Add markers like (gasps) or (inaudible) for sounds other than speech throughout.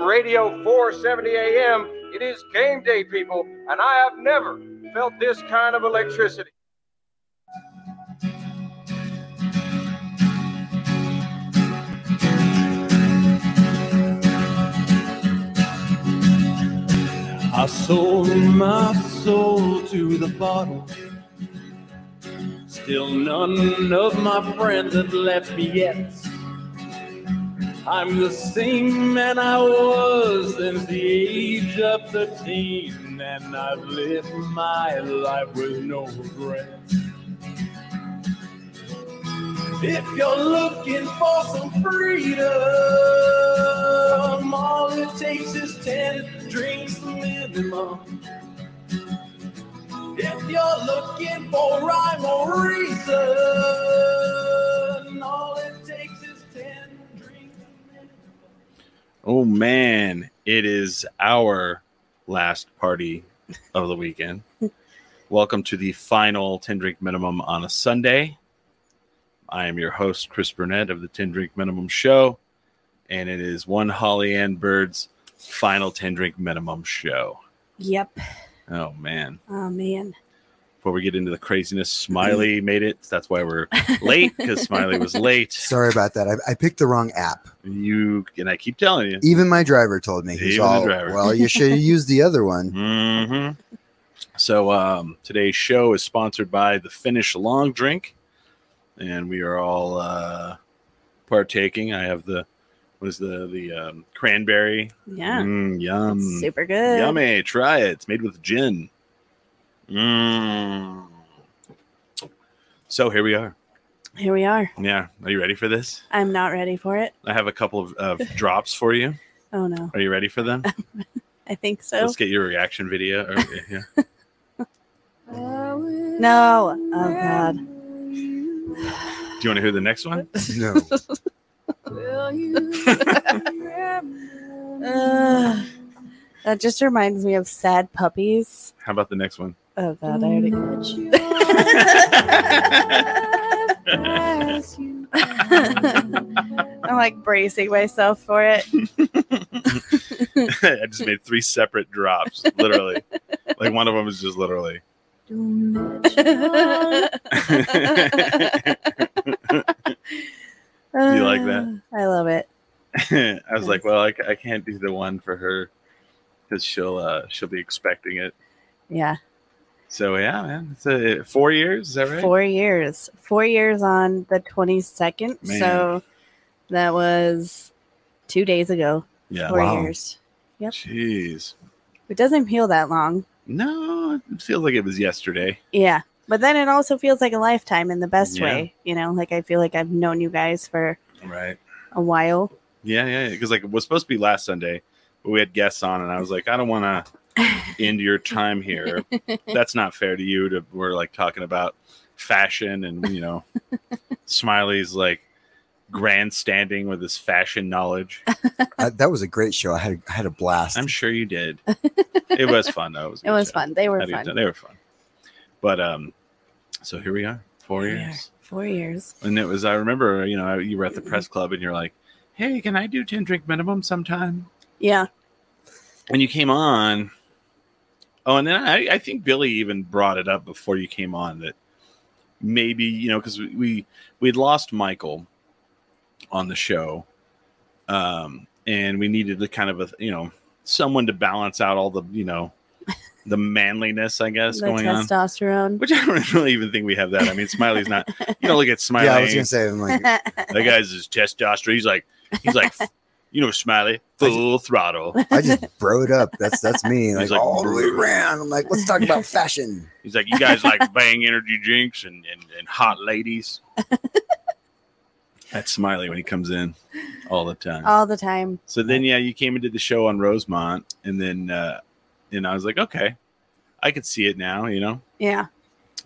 Radio 470 AM. It is game day, people, and I have never felt this kind of electricity. I sold my soul to the bottle. Still none of my friends have left me yet. I'm the same man I was since the age of 13, and I've lived my life with no regrets. If you're looking for some freedom, all it takes is 10 drinks minimum. If you're looking for rhyme or reason, all it takes is 10 drinks minimum. Oh man, it is our last party of the weekend. Welcome to the final 10 drink minimum on a Sunday. I am your host, Chris Burnett of the 10 drink minimum show, and it is one Holly Ann Bird's final 10 drink minimum show. Yep. Oh man, Oh man. before we get into the craziness, Smiley made it. That's why we're late because Smiley was late. Sorry about that. I, I picked the wrong app. You and I keep telling you, Even my driver told me. He's Even the all, driver. well, you should have used the (laughs) other one. hmm So um, today's show is sponsored by the Finnish Long Drink, and we are all uh, partaking. I have the what is the the um, cranberry? Yeah. Mm, It's yum, super good. yummy. Try it. It's made with gin. Mm. So here we are. Here we are. Yeah, are you ready for this? I'm not ready for it. I have a couple of, (laughs) of drops for you. Oh no. Are you ready for them? I think so. Let's get your reaction video. Or, yeah. No. Oh god. Do you want to hear the next one? No. Ugh. that just reminds me of sad puppies. How about the next one? Oh god, I already Mm-hmm. (laughs) I'm like bracing myself (laughs) for it. I just made three separate drops, (laughs) literally. like one of them is just literally. (laughs) you like that? I love it. I was like, well, I, ca- I can't do the one for her because she'll uh, she'll be expecting it. Yeah. So yeah, man, it's uh four years. Is that right? Four years. Four years on the 22nd. Man. So that was two days ago. Yeah. Four Wow. years. Yep. Jeez. It doesn't feel that long. No, it feels like it was yesterday. Yeah. But then it also feels like a lifetime in the best Yeah. way. You know, like I feel like I've known you guys for Right. a while. Yeah, yeah. Because like it was supposed to be last Sunday, but we had guests on, and I was like, I don't (laughs) want to end your time here. That's not fair to you. To we're like talking about fashion, and you (laughs) know, Smiley's like grandstanding with his fashion knowledge. I, that was a great show. I had I had a blast. I'm sure you (laughs) did. It was fun though. a It good was show. fun. They Had were a good time. fun. They were fun. But um, so here we are, four Here we years. Four years. And it was, I remember, you know, you were at the press club and you're like, hey, can I do 10 drink minimum sometime? Yeah. when you came on oh and then I, I think billy even brought it up before you came on that maybe you know because we, we we'd lost michael on the show um and we needed the kind of a you know someone to balance out all the you (laughs) know the manliness i guess the going on testosterone. which i don't (laughs) really even think we have that i mean smiley's not you know look at smiley (laughs) yeah, I was gonna say. I'm like, that guy's his testosterone he's like he's (laughs) like you know smiley full throttle I just (laughs) broed up. That's that's me. Like, He's like, all the way around. I'm like, let's (laughs) talk about fashion. He's like, you guys like bang energy drinks and, and, and hot ladies. That's Smiley when he comes in all the time. (laughs) All the time. so then, yeah, you came and did the show on Rosemont, and then, uh, and I was like, okay, I could see it now, you know. Yeah.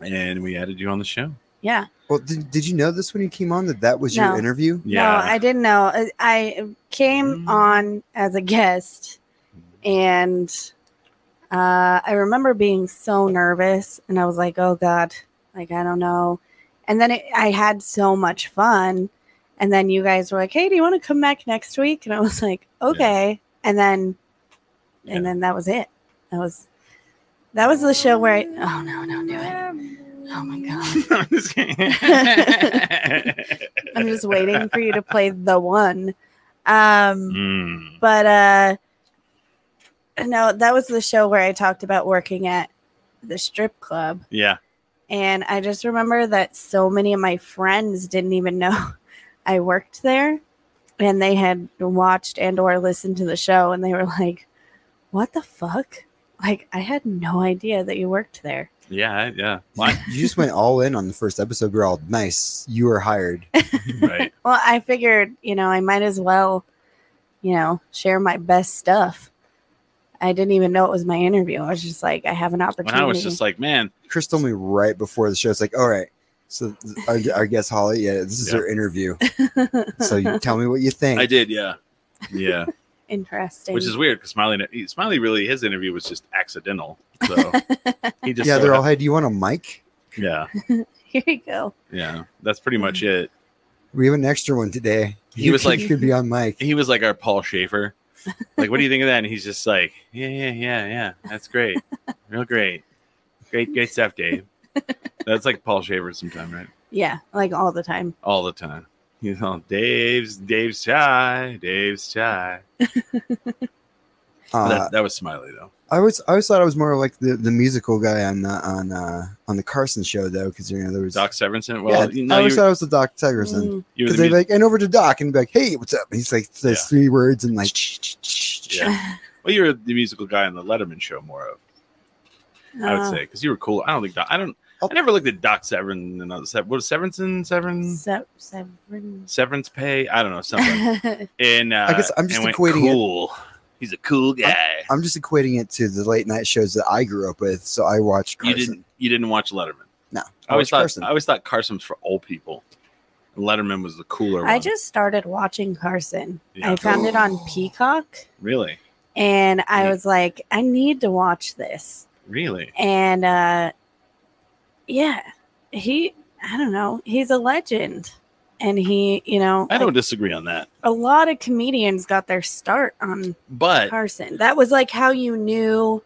And we added you on the show. (laughs) Yeah. Well, did, did you know this when you came on that that was No. your interview? Yeah, No, I didn't know. I- I came Mm. on as a guest and uh, I remember being so nervous and I was like, oh God, like, I don't know. And then it, I had so much fun. And then you guys were like, hey, do you want to come back next week? And I was like, okay, and then Yeah. and then that was it. That was that was the show where I oh no, don't do it. Oh my god. I'm just kidding. I'm just waiting for you to play the one. Um Mm. but uh no, that was the show where I talked about working at the strip club Yeah. and I just remember that so many of my friends didn't even know (laughs) I worked there and they had watched and or listened to the show and they were like, "What the fuck?" Like I had no idea that you worked there. Yeah. Yeah. Why? You just went all in on the first episode. We're all nice. You were hired. right. Well, I figured, you know, I might as well, you know, share my best stuff. I didn't even know it was my interview. I was just like, I have an When opportunity. I was just like, man, Chris told me right before the show. It's like, all right. So th- our, our guest Holly, yeah, this is Yeah. her interview. (laughs) So you tell me what you think. I did. Yeah. Yeah. Interesting. Which is weird because Smiley, he- Smiley really, his interview was just accidental. So he just, yeah, so they're all. hap- Hey, do you want a mic? yeah. (laughs) Here you go. Yeah. That's pretty much it. We have an extra one today. He You was could- like- you could be on mic. He was like our Paul Schaefer. Like, what do you think of that? And he's just like, yeah, yeah, yeah, yeah. That's great. Real great. Great, great stuff, Dave. That's like Paul Schaefer sometime, right? Yeah, like all (coughs) the time. all the time. You know, Dave's Dave's shy, Dave's shy. Uh, that, that was Smiley though. I was I always thought I was more like the, the musical guy on the on uh, on the Carson show though, because you know there was Doc Severinsen. yeah, Well, you know, I you, always you thought it was the Doc Tegerson Mm, were because the they mu- like and over to Doc and be like, hey, what's up? And he's like says Yeah. three words and like, yeah. well, you were the musical guy on the Letterman show more of. I would uh, say because you were cool. I don't think Doc, I don't. Oh. I never looked at Doc Severin and other Sever. What was Severinsen? Severin? se- Mm. seven. Severance pay? I don't know (laughs) something. And uh, I guess I'm just and went, equating it- cool. He's a cool guy. I'm just equating it to the late night shows that I grew up with, so I watched you Carson. didn't. You didn't watch Letterman. No, I always watched thought. Carson. I always thought Carson was for old people. Letterman was the cooler I one. just started watching Carson. Yeah. I found it (gasps) on Peacock really, and I Yeah. was like, I need to watch this. really. And uh yeah, he I don't know, he's a legend. And he, you know, I don't disagree on that. a lot of comedians got their start on But Carson. That was like how you knew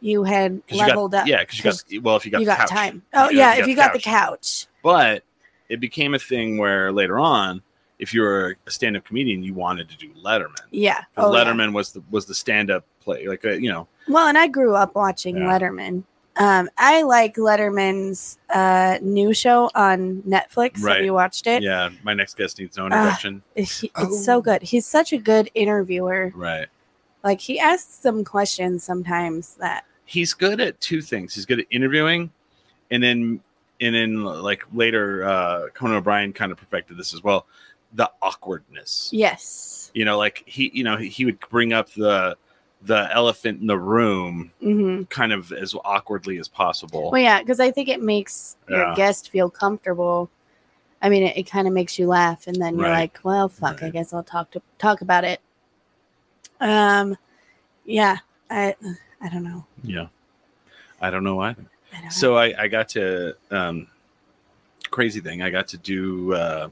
you had 'cause you got- leveled up. yeah, because you got well, if you got, you the got couch. time. Oh You yeah, got- if you got the couch. But it became a thing where later on, if you were a stand-up comedian, you wanted to do Letterman. 'Cause Yeah. Oh, yeah. Letterman was the was the stand-up play, like uh, you know, Well, and I grew up watching Yeah. Letterman. Um, I like Letterman's uh, new show on Netflix. Right. Have you watched it? yeah. My next guest needs no Ah. introduction, He- Oh. it's so good. He's such a good interviewer. right? Like he asks some questions sometimes that He's good at two things. He's good at interviewing, and then and then like later, uh, Conan O'Brien kind of perfected this as well, the awkwardness. yes, You know, like he, you know, he, he would bring up the the elephant in the room hmm kind of as awkwardly as possible. well, yeah, because I think it makes Yeah. your guest feel comfortable. I mean, it, it kind of makes you laugh, and then you're Right. like, "Well, fuck, I Right. guess I'll talk to talk about it." Um, yeah, I I don't know. Yeah. I don't know either. I don't So I, I got to um crazy thing. I got to do uh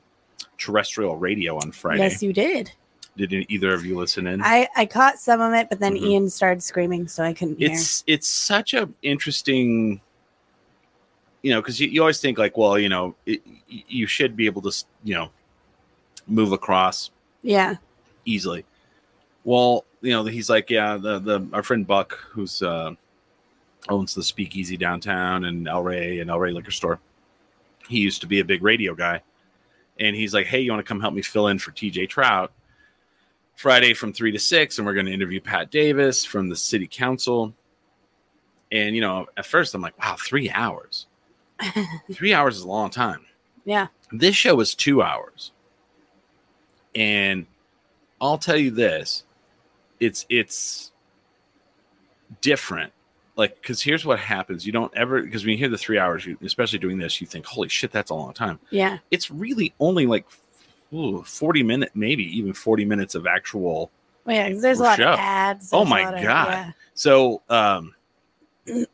terrestrial radio on Friday. Mm-hmm. Yes, you did. Did any- either of you listen in? I, I caught some of it, but then Mhm. Ian started screaming, so I couldn't hear. it's it's such a interesting you know, because you, you always think like, well, you know, it, y- you should be able to, s- you know, move across Yeah. (laughs) easily. Well, you know, he's like, yeah, the the our friend Buck, who's uh, owns the Speakeasy downtown and El Rey and El Rey liquor store. He used to be a big radio guy, and he's like, hey, you want to come help me fill in for TJ Trout Friday from three to six, and we're going to interview Pat Davis from the city council. And you know, at first I'm like, wow, three hours. three hours is a long time Yeah. this show was two hours and i'll tell you this it's it's different like because here's what happens you don't ever because when you hear the three hours you, especially doing this you think holy shit that's a long time Yeah. it's really only like ooh, 40 minute maybe even 40 minutes of actual Well, yeah, 'cause there's a Well, lot shut up. of ads. Oh there's a my lot of- (clears throat) God. so um yeah.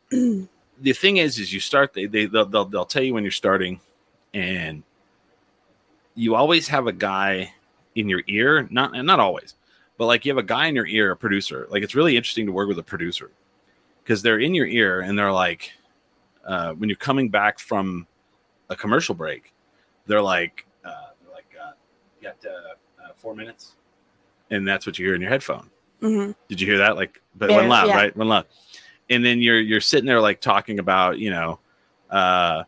the thing is, is you start they, they they'll, they'll they'll tell you when you're starting, and you always have a guy in your ear. Not not always, but like you have a guy in your ear, a producer. Like it's really interesting to work with a producer because they're in your ear and they're like, uh, when you're coming back from a commercial break, they're like, uh, they're like, uh, you got uh, uh, four minutes, and that's what you hear in your headphone. hmm Did you hear that? Like, but Yeah. one loud, Yeah. right? One loud. And then you're you're sitting there like talking about you know, uh,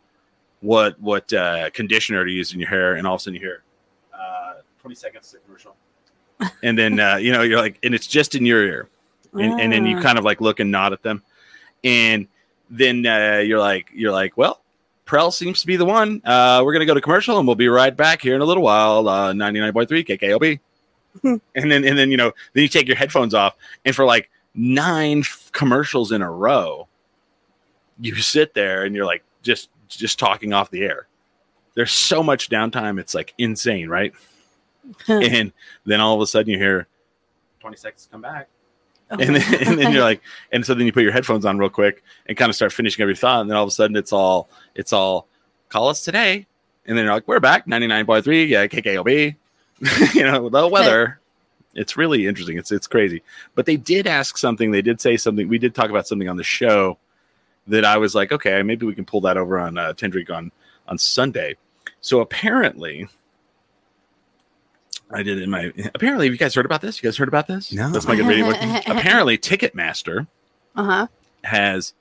what what uh, conditioner to use in your hair, and all of a sudden you hear uh, twenty seconds to commercial, and then uh, you know you're like, and it's just in your ear, and, and then you Ah. kind of like look and nod at them, and then uh, you're like you're like, well, Prell seems to be the one. Uh, we're gonna go to commercial, and we'll be right back here in a little while. Uh, Ninety nine point three KKOB, Hmm. and then and then you know then you take your headphones off, and for like nine f- commercials in a row, you sit there and you're like just just talking off the air. There's so much downtime, it's like insane, right? and then all of a sudden you hear 20 seconds come back (laughs) and then, and then you're like and so then you put your headphones on real quick and kind of start finishing every thought and then all of a sudden it's all it's all call us today and then you're like we're back 99.3 yeah kkob (laughs) you know the weather it's really interesting it's it's crazy but they did ask something they did say something we did talk about something on the show that i was like okay maybe we can pull that over on uh, tendrick on on sunday so apparently i did it in my apparently have you guys heard about this you guys heard about this No. let's make it radio apparently Ticketmaster uh huh. has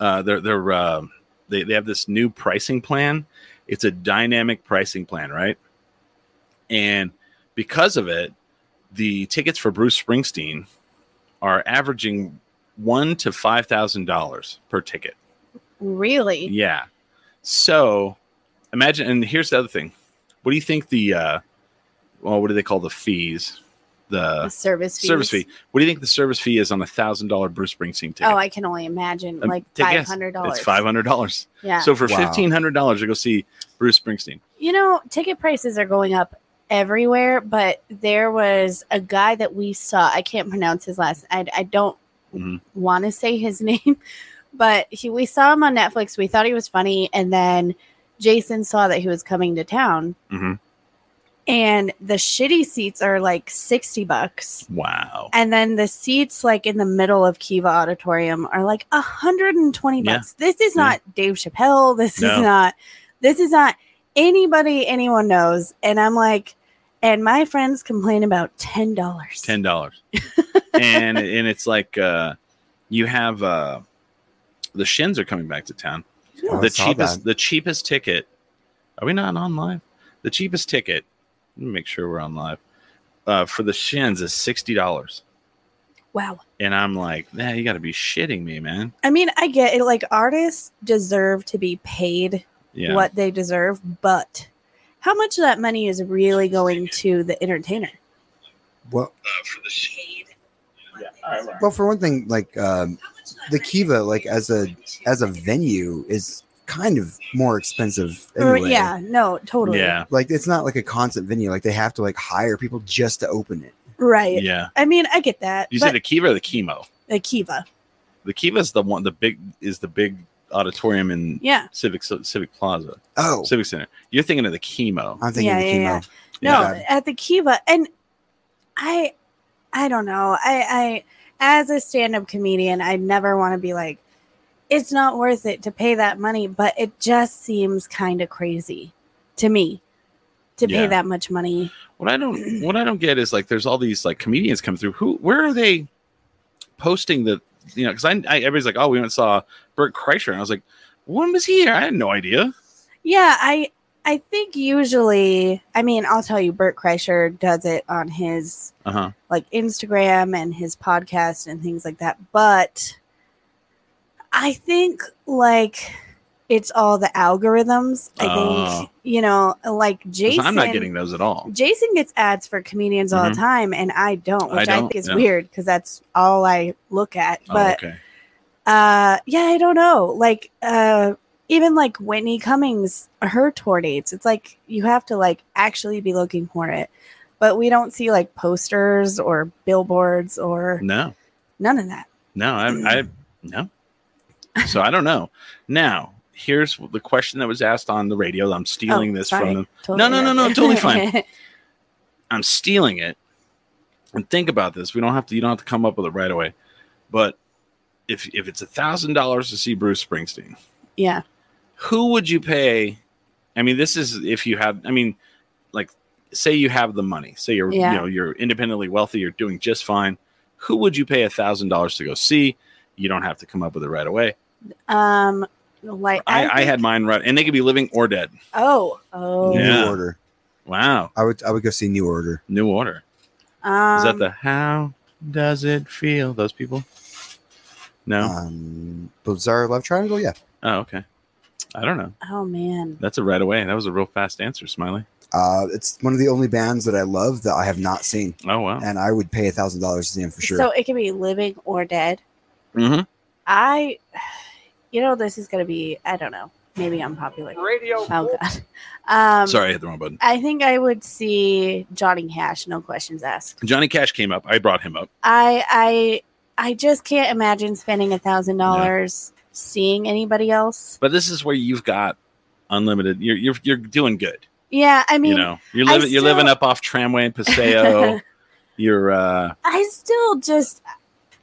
uh, their their uh, they they have this new pricing plan. It's a dynamic pricing plan, right? And because of it, the tickets for Bruce Springsteen are averaging one to five thousand dollars per ticket. Really? Yeah. So imagine, and here's the other thing. What do you think the uh, well, what do they call the fees? The The service fees. service fee. What do you think the service fee is on a thousand dollar Bruce Springsteen ticket? Oh, I can only imagine. Um, Like take a five guess. hundred dollars. it's five hundred dollars. Yeah. So for Wow. fifteen hundred dollars, you go see Bruce Springsteen. You know, ticket prices are going up everywhere, but there was a guy that we saw. I can't pronounce his last. I I don't Mhm. want to say his (laughs) name, but he we saw him on Netflix. We thought he was funny, and then Jason saw that he was coming to town, Mhm. and the shitty seats are like sixty bucks. Wow. And then the seats, like in the middle of Kiva Auditorium, are like 120 Yeah. bucks. This is Yeah. not Dave Chappelle. This No. is not. This is not anybody anyone knows. And I'm like, and my friends complain about ten dollars. Ten (laughs) dollars. and and it's like uh you have uh the shins are coming back to town. Oh, I the saw cheapest that. the cheapest ticket. Are we not on live? The cheapest ticket. Let me make sure we're on live. Uh for the shins is sixty dollars. Wow. And I'm like, nah, you gotta be shitting me, man. I mean, I get it. Like artists deserve to be paid Yeah. what they deserve, but how much of that money is really going to the entertainer? Well, Yeah, all right, right. well, for one thing, like um, the Kiva, like as a as a venue, is kind of more expensive. Or- Anyway. yeah. No. Totally. Yeah. Like it's not like a concert venue. Like they have to like hire people just to open it. Right. Yeah. I mean, I get that. You but said the Kiva or the chemo? the Kiva. The Kiva's the one, the big is the big auditorium in Yeah. Civic Civic Plaza, Oh, Civic Center. You're thinking of the chemo. I'm thinking Yeah, of yeah, chemo. yeah. No, Yeah. at the Kiva, and I, I don't know. I, I as a stand-up comedian, I never want to be like, it's not worth it to pay that money, but it just seems kind of crazy to me to Yeah. pay that much money. What I don't what I don't get is like there's all these like comedians come through. Who where are they posting the you know? Because I, I everybody's like, oh, we went and saw Bert Kreischer, and I was like, when was he here? I had no idea. Yeah, I, I think usually, I mean, I'll tell you, Bert Kreischer does it on his Uh huh. like Instagram and his podcast and things like that. But I think like it's all the algorithms. I Oh. think you know, like Jason. I'm not getting those at all. Jason gets ads for comedians all the time, and I don't, I which I, don't, think is yeah. weird because that's all I look at. oh, But okay. uh, yeah, I don't know. Like uh, even like Whitney Cummings, her tour dates. It's like you have to like actually be looking for it. But we don't see like posters or billboards or No, none of that. no, Hmm. I, I no. So I don't know. Now here's the question that was asked on the radio. I'm stealing Oh, this sorry. from them. Totally no, no, right. no, totally fine. I'm stealing it and think about this. We don't have to. You don't have to come up with it right away. But if if it's a thousand dollars to see Bruce Springsteen, (laughs) Yeah. who would you pay? I mean, this is if you had. I mean, like, say you have the money. Say you're Yeah. you know you're independently wealthy. You're doing just fine. Who would you pay a thousand dollars to go see? You don't have to come up with it right away. Um, like I, I, think- had mine right, and they could be living or dead. Oh, oh. Yeah. New Order. Wow, I would I would go see New Order. New Order. Um, is that the How Does It Feel? Those people? No. Uh, Um, Bizarre Love Triangle. Yeah. oh, okay. I don't know. Oh man. That's a right away. That was a real fast answer, Smiley. Uh, it's one of the only bands that I love that I have not seen, Oh wow. Uh, and I would pay a thousand dollars to see them for sure. So it can be living or dead. Mm-hmm. I, (sighs) you know, this is gonna be. I don't know. Maybe unpopular. Radio. Oh god. Um, Sorry, I hit the wrong button. I think I would see Johnny Cash. No questions asked. Johnny Cash came up. I brought him up. I I I just can't imagine spending a thousand dollars seeing anybody else. But this is where you've got unlimited. You're you're you're doing good. Yeah, I mean, you know, you're I living you're living still- up off Tramway and Paseo. (laughs) you're uh I still just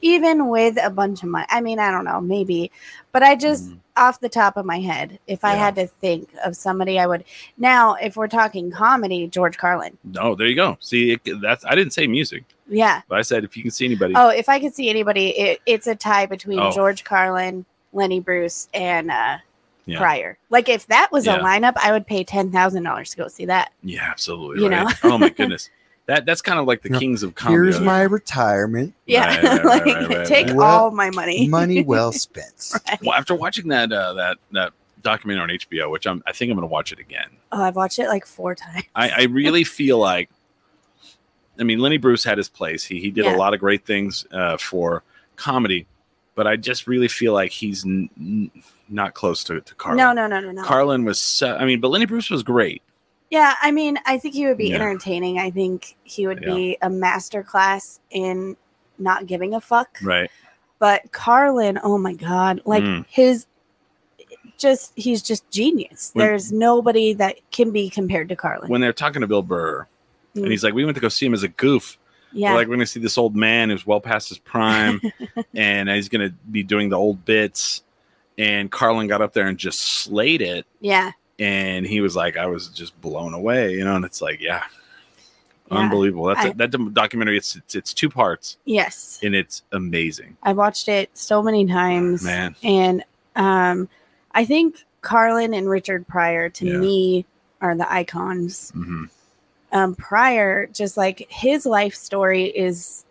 even with a bunch of money. I mean, I don't know, maybe, but I just mm, off the top of my head, if I Yeah. had to think of somebody, I would. Now, if we're talking comedy, George Carlin. no. oh, There you go. See, it, that's I didn't say music, Yeah. but I said if you can see anybody. Oh, if I could see anybody, it, it's a tie between Oh. George Carlin, Lenny Bruce, and uh, Yeah. Pryor. Like, if that was Yeah. a lineup, I would pay ten thousand dollars to go see that. Yeah, absolutely. You right. oh (laughs) my goodness. That that's kind of like the You know, kings of comedy. Here's right? (laughs) my retirement Yeah, Right, right, like right, right, right, take right. all my money. money well spent. well, after watching that uh, that that documentary on HBO, which I'm I think I'm going to watch it again. Oh, I've watched it like four times. I, I really feel like, I mean, Lenny Bruce had his place. He he did Yeah. a lot of great things uh, for comedy, but I just really feel like he's n- n- not close to to Carlin. No, no, no, no, no. Carlin was so. I mean, but Lenny Bruce was great. Yeah, I mean, I think he would be Yeah. entertaining. I think he would Yeah. be a master class in not giving a fuck. Right. But Carlin, oh my god, like Mm. his just he's just genius. When- There's nobody that can be compared to Carlin. When they're talking to Bill Burr, and Mm. he's like, "We went to go see him as a goof." We're yeah. like we're gonna see this old man who's well past his (laughs) prime, and he's gonna be doing the old bits. And Carlin got up there and just slayed it, yeah. and he was like, "I was just blown away," you know. And it's like, yeah, Yeah. unbelievable. That's I- a, that dom- documentary. It's, it's it's two parts, Yes. and it's amazing, I watched it so many times. man. And um I think Carlin and Richard Pryor to Yeah. me are the icons hmm um, Pryor, just like his life story is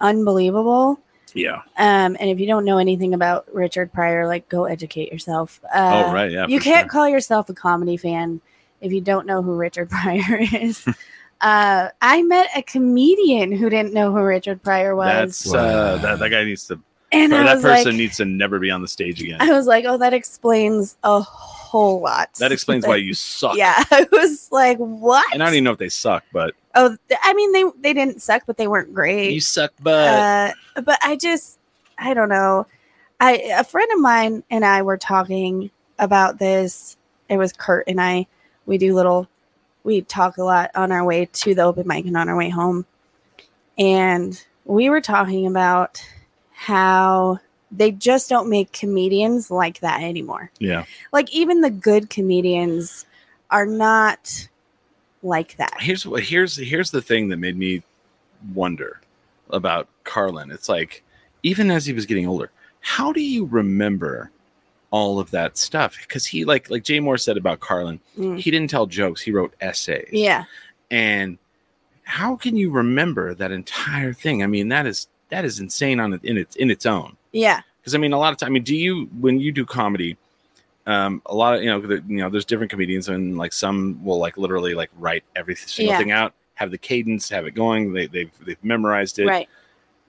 unbelievable. Yeah. Um, and if you don't know anything about Richard Pryor, like go educate yourself. Uh, oh right. Yeah. you for can't sure. call yourself a comedy fan if you don't know who Richard (laughs) Pryor is. (laughs) uh, I met a comedian who didn't know who Richard Pryor was, That's uh, that, that guy needs to. and or I that was person like, needs to never be on the stage again. (laughs) I was like, oh, that explains a whole lot. That explains (laughs) why you suck. Yeah, I was like, what? And I don't even know if they suck, but oh, th- I mean, they they didn't suck, but they weren't great. you suck, but Uh, but I just, I don't know. I a friend of mine and I were talking about this. It was Kurt and I. We do little, we talk a lot on our way to the open mic and on our way home, and we were talking about how they just don't make comedians like that anymore. yeah. Like even the good comedians are not like that. here's what here's here's the thing that made me wonder about Carlin. It's like even as he was getting older, how do you remember all of that stuff? Because he like like Jay Moore said about Carlin, Mm. he didn't tell jokes, he wrote essays. Yeah, And how can you remember that entire thing? I mean, that is that is insane on it in its in its own yeah, because I mean, a lot of time. I mean, do you when you do comedy? Um, a lot of you know, the, you know, there's different comedians, and like some will like literally like write every single Yeah. thing out, have the cadence, have it going. They they've they've memorized it, right.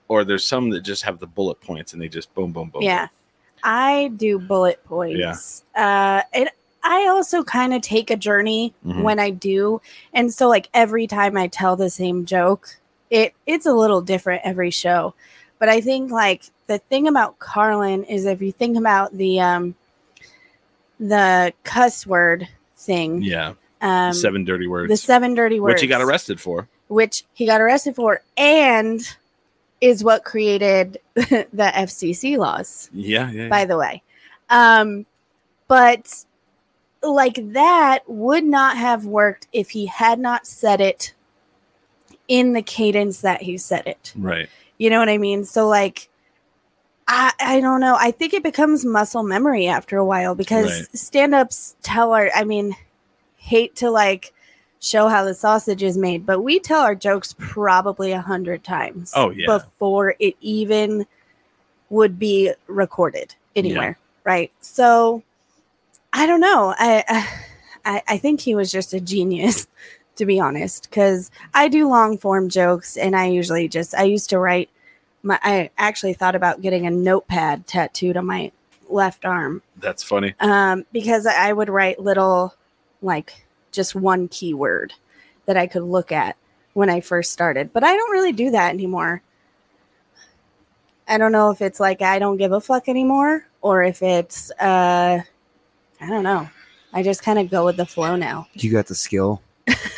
or there's some that just have the bullet points and they just boom boom boom. Yeah. I do bullet points. Uh and I also kind of take a journey Mhm. when I do. And so like every time I tell the same joke, it it's a little different every show. But I think like the thing about Carlin is if you think about the um the cuss word thing. yeah. Um seven dirty words. the seven dirty words. What you got arrested for? which he got arrested for and is what created (laughs) the FCC laws, Yeah, yeah. by the way. Um, but like that would not have worked if he had not said it in the cadence that he said it. right. You know what I mean? So like I I don't know. I think it becomes muscle memory after a while because Right. stand-ups tell our I mean hate to like show how the sausage is made, but we tell our jokes probably a hundred times Oh, yeah. before it even would be recorded anywhere. Right. So I don't know. I, I I think he was just a genius, to be honest, because I do long form jokes, and I usually just I used to write. My I actually thought about getting a notepad tattooed on my left arm That's funny. um, because I would write little, like just one keyword that I could look at when I first started. But I don't really do that anymore. I don't know if it's like I don't give a fuck anymore or if it's, uh, I don't know. I just kind of go with the flow now. (laughs) You got the skill.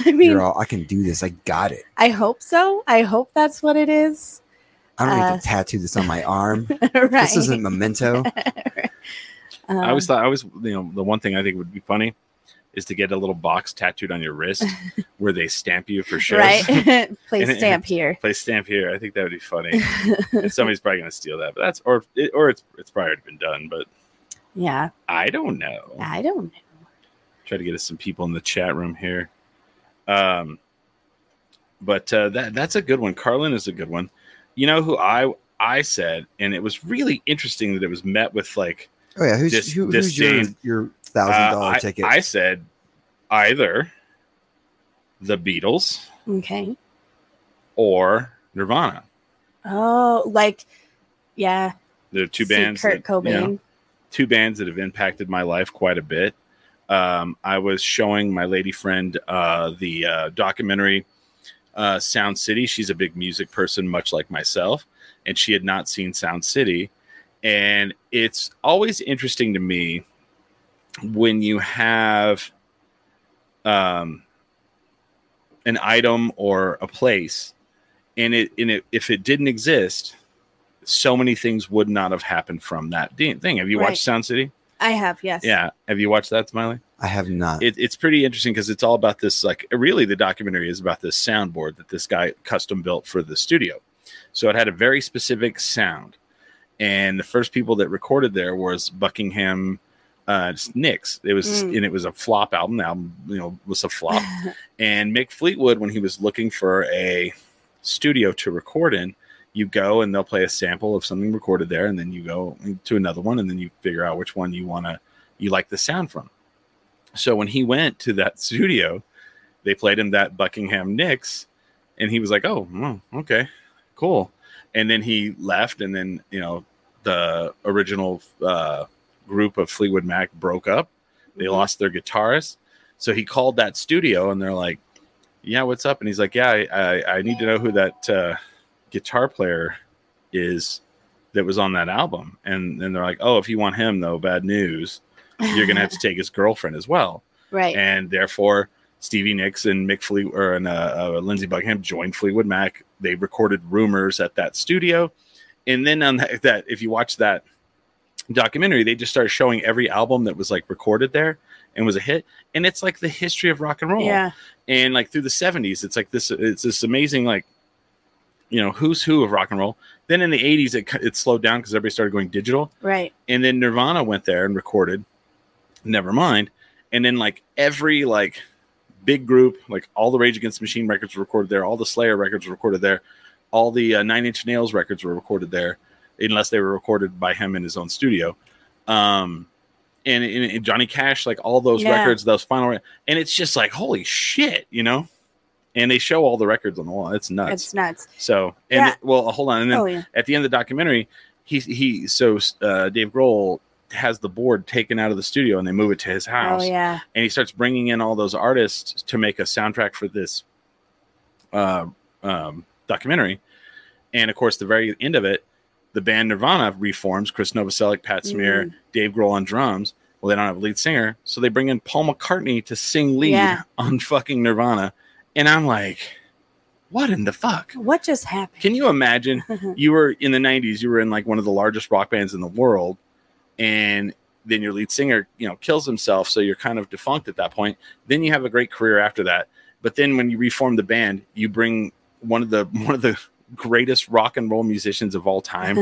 I mean, You're all, I can do this. I got it. I hope so. I hope that's what it is. (laughs) I don't Uh, need to tattoo this on my (laughs) arm. right. This isn't memento. Um, I always thought I was you know the one thing I think would be funny is to get a little box tattooed on your (laughs) wrist where they stamp you for shows. (laughs) right. Please And- (laughs) stamp here. (laughs) Place stamp here. I think that would be funny. and somebody's probably gonna steal that. But that's or it, or it's it's probably already been done. But Yeah. I don't know. I don't know. Try to get us some people in the chat room here. Um, but uh, that that's a good one. Carlin is a good one. You know who I I said, and it was really interesting that it was met with like Oh yeah, who's, Dis- who, who's your disdain. your thousand Uh, dollar I- ticket? I said either the Beatles Okay. or Nirvana. Oh, like, yeah. There are two See bands, Kurt that, you know, Cobain. two bands that have impacted my life quite a bit. Um, I was showing my lady friend uh, the uh, documentary uh, Sound City. She's a big music person, much like myself, and she had not seen Sound City. And it's always interesting to me when you have um, an item or a place, and it, and it if it didn't exist, so many things would not have happened from that de- thing. Have you Right. watched Sound City? I have, yes. Yeah. Have you watched that, Smiley? I have not. It, it's pretty interesting because it's all about this. Like, really, the documentary is about this soundboard that this guy custom built for the studio. So it had a very specific sound, and the first people that recorded there was Buckingham uh, Nicks. It was, Mm. and it was a flop album. The album, you know, was a flop. and Mick Fleetwood, when he was looking for a studio to record in, you go and they'll play a sample of something recorded there, and then you go to another one, and then you figure out which one you want to you like the sound from. So when he went to that (laughs) studio, they played him that Buckingham Nicks, and he was like, "Oh, mm, okay, cool." And then he left, and then you know the original uh, group of Fleetwood Mac broke up. They Mhm. lost their guitarist, so he called that studio, and they're like, "Yeah, what's up?" And he's like, "Yeah, I, I, I need to know who that uh, guitar player is that was on that album." And then they're like, "Oh, if you want him, though, bad news. You're gonna have to take his girlfriend as well." (laughs) right. and therefore Stevie Nicks and Mick Fleet or and uh, uh, Lindsey Buckingham joined Fleetwood Mac. They recorded "Rumors" at that studio, and then on that, that if you watch that documentary, they just started showing every album that was like recorded there and was a hit, and it's like the history of rock and roll yeah. and like through the 70s it's like this it's this amazing like you know who's who of rock and roll then in the 80s it, cu- it slowed down because everybody started going digital Right. and then nirvana went there and recorded never mind and then like every like big group like all the rage against the machine records were recorded there all the slayer records were recorded there all the uh, nine inch nails records were recorded there unless they were recorded by him in his own studio um and, and, and johnny cash like all those Yeah. records those final re- and it's just like holy shit you know and they show all the records on the wall it's nuts It's nuts. so and Yeah. well hold on and then oh yeah. at the end of the documentary, he he so uh, Dave Grohl has the board taken out of the studio and they move it to his house, Oh yeah. and he starts bringing in all those artists to make a soundtrack for this uh, um, documentary. And of course, the very end of it, the band Nirvana reforms. Chris Novoselic, Pat Smear, Mm-hmm. Dave Grohl on drums. Well, they don't have a lead singer, so they bring in Paul McCartney to sing lead Yeah. on fucking Nirvana, and I'm like, what in the fuck? What just happened? Can you imagine? You were in the 90s, you were in like one of the largest rock bands in the world, and then your lead singer, you know, kills himself. So you're kind of defunct at that point. Then you have a great career after that. But then when you reform the band, you bring one of the (laughs) one of the greatest rock and roll musicians of all (laughs) time.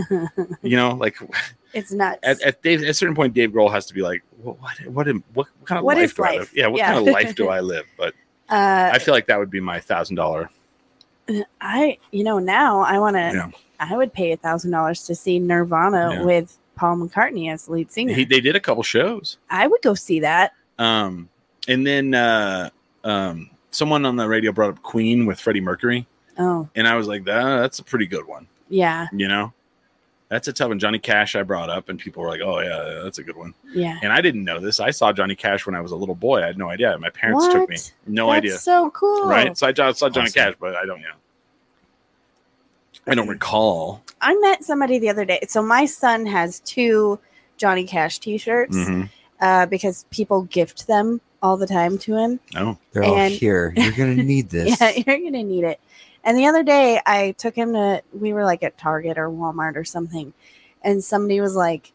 you know, like (laughs) it's nuts. at, at Dave, at a certain point, Dave Grohl has to be like, what, what, what, am- what, what kind of What life is do I life? live? Yeah, what Yeah. kind of life (laughs) do I live? But uh, I feel like that would be my thousand dollar. I, you know, now I want to. Yeah. I would pay a thousand dollars to see Nirvana Yeah. with Paul McCartney as lead singer. He They did a couple shows, I would go see that. um, and then uh, um, someone on the radio brought up Queen with Freddie Mercury, Oh and I was like, "Ah, that's a pretty good one, yeah, you know. That's a tough one. Johnny Cash I brought up, and people were like, "Oh yeah, yeah, that's a good one." yeah. And I didn't know this. I saw Johnny Cash when I was a little boy. I had no idea. My parents took me. What? No That's idea. so cool. right? So I jo- saw Johnny Awesome. Cash, but I don't know. I don't recall. I met somebody the other day. So my son has two Johnny Cash T-shirts Mm-hmm. uh, because people gift them all the time to him. (laughs) No. They're all And- here. You're (laughs) gonna need this. Yeah, you're gonna need it. And the other day, I took him to. We were like at Target or Walmart or something, and somebody was like,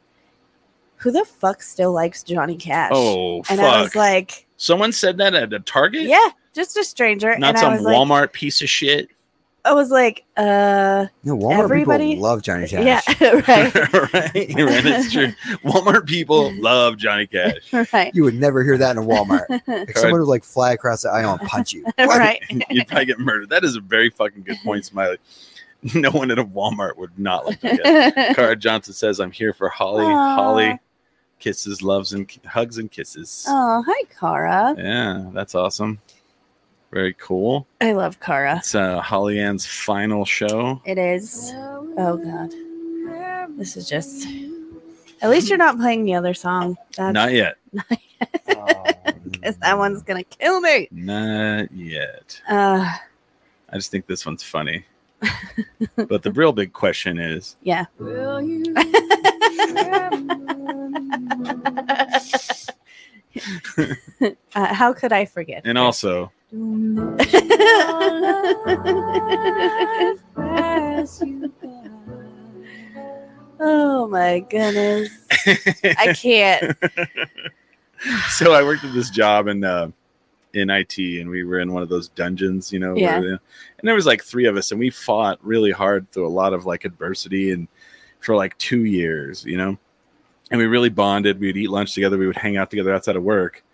"Who the fuck still likes Johnny Cash?" Oh fuck! and I was like, Someone said that at a Target. "Yeah, just a stranger." Not and I some was like, Walmart piece of shit. I was like, "Uh, No, Walmart Everybody- people love Johnny Cash. yeah, right. (laughs) right, You're (laughs) right, That's true. Walmart people love Johnny (laughs) Cash. (laughs) right, You would never hear that in a (laughs) Walmart. Like someone would like fly across the aisle and punch you. What? right." You'd probably get murdered. That is a very fucking good point, Smiley. No one at a Walmart would not like Johnny (laughs) Cash. Cara Johnson says, "I'm here for Holly. Aw. Holly kisses, loves, and hugs and kisses." oh, hi, Cara. Yeah, that's awesome. Very cool. I love Cara. It's uh, Holly Ann's final show. It is. Oh God, this is just. At least you're not playing the other song. That's Not yet. because that one's gonna kill me. Not yet. Uh, I just think this one's (laughs) funny. but the real big question is yeah. (laughs) Uh, how could I forget? and also (laughs) oh my goodness. (laughs) I can't. so I worked at this job in uh, in IT, and we were in one of those dungeons, you know. Yeah. where- and there was like three of us, and we fought really hard through a lot of like adversity, and for like two years, you know. And we really bonded. We would eat lunch together. We would hang out together outside of work.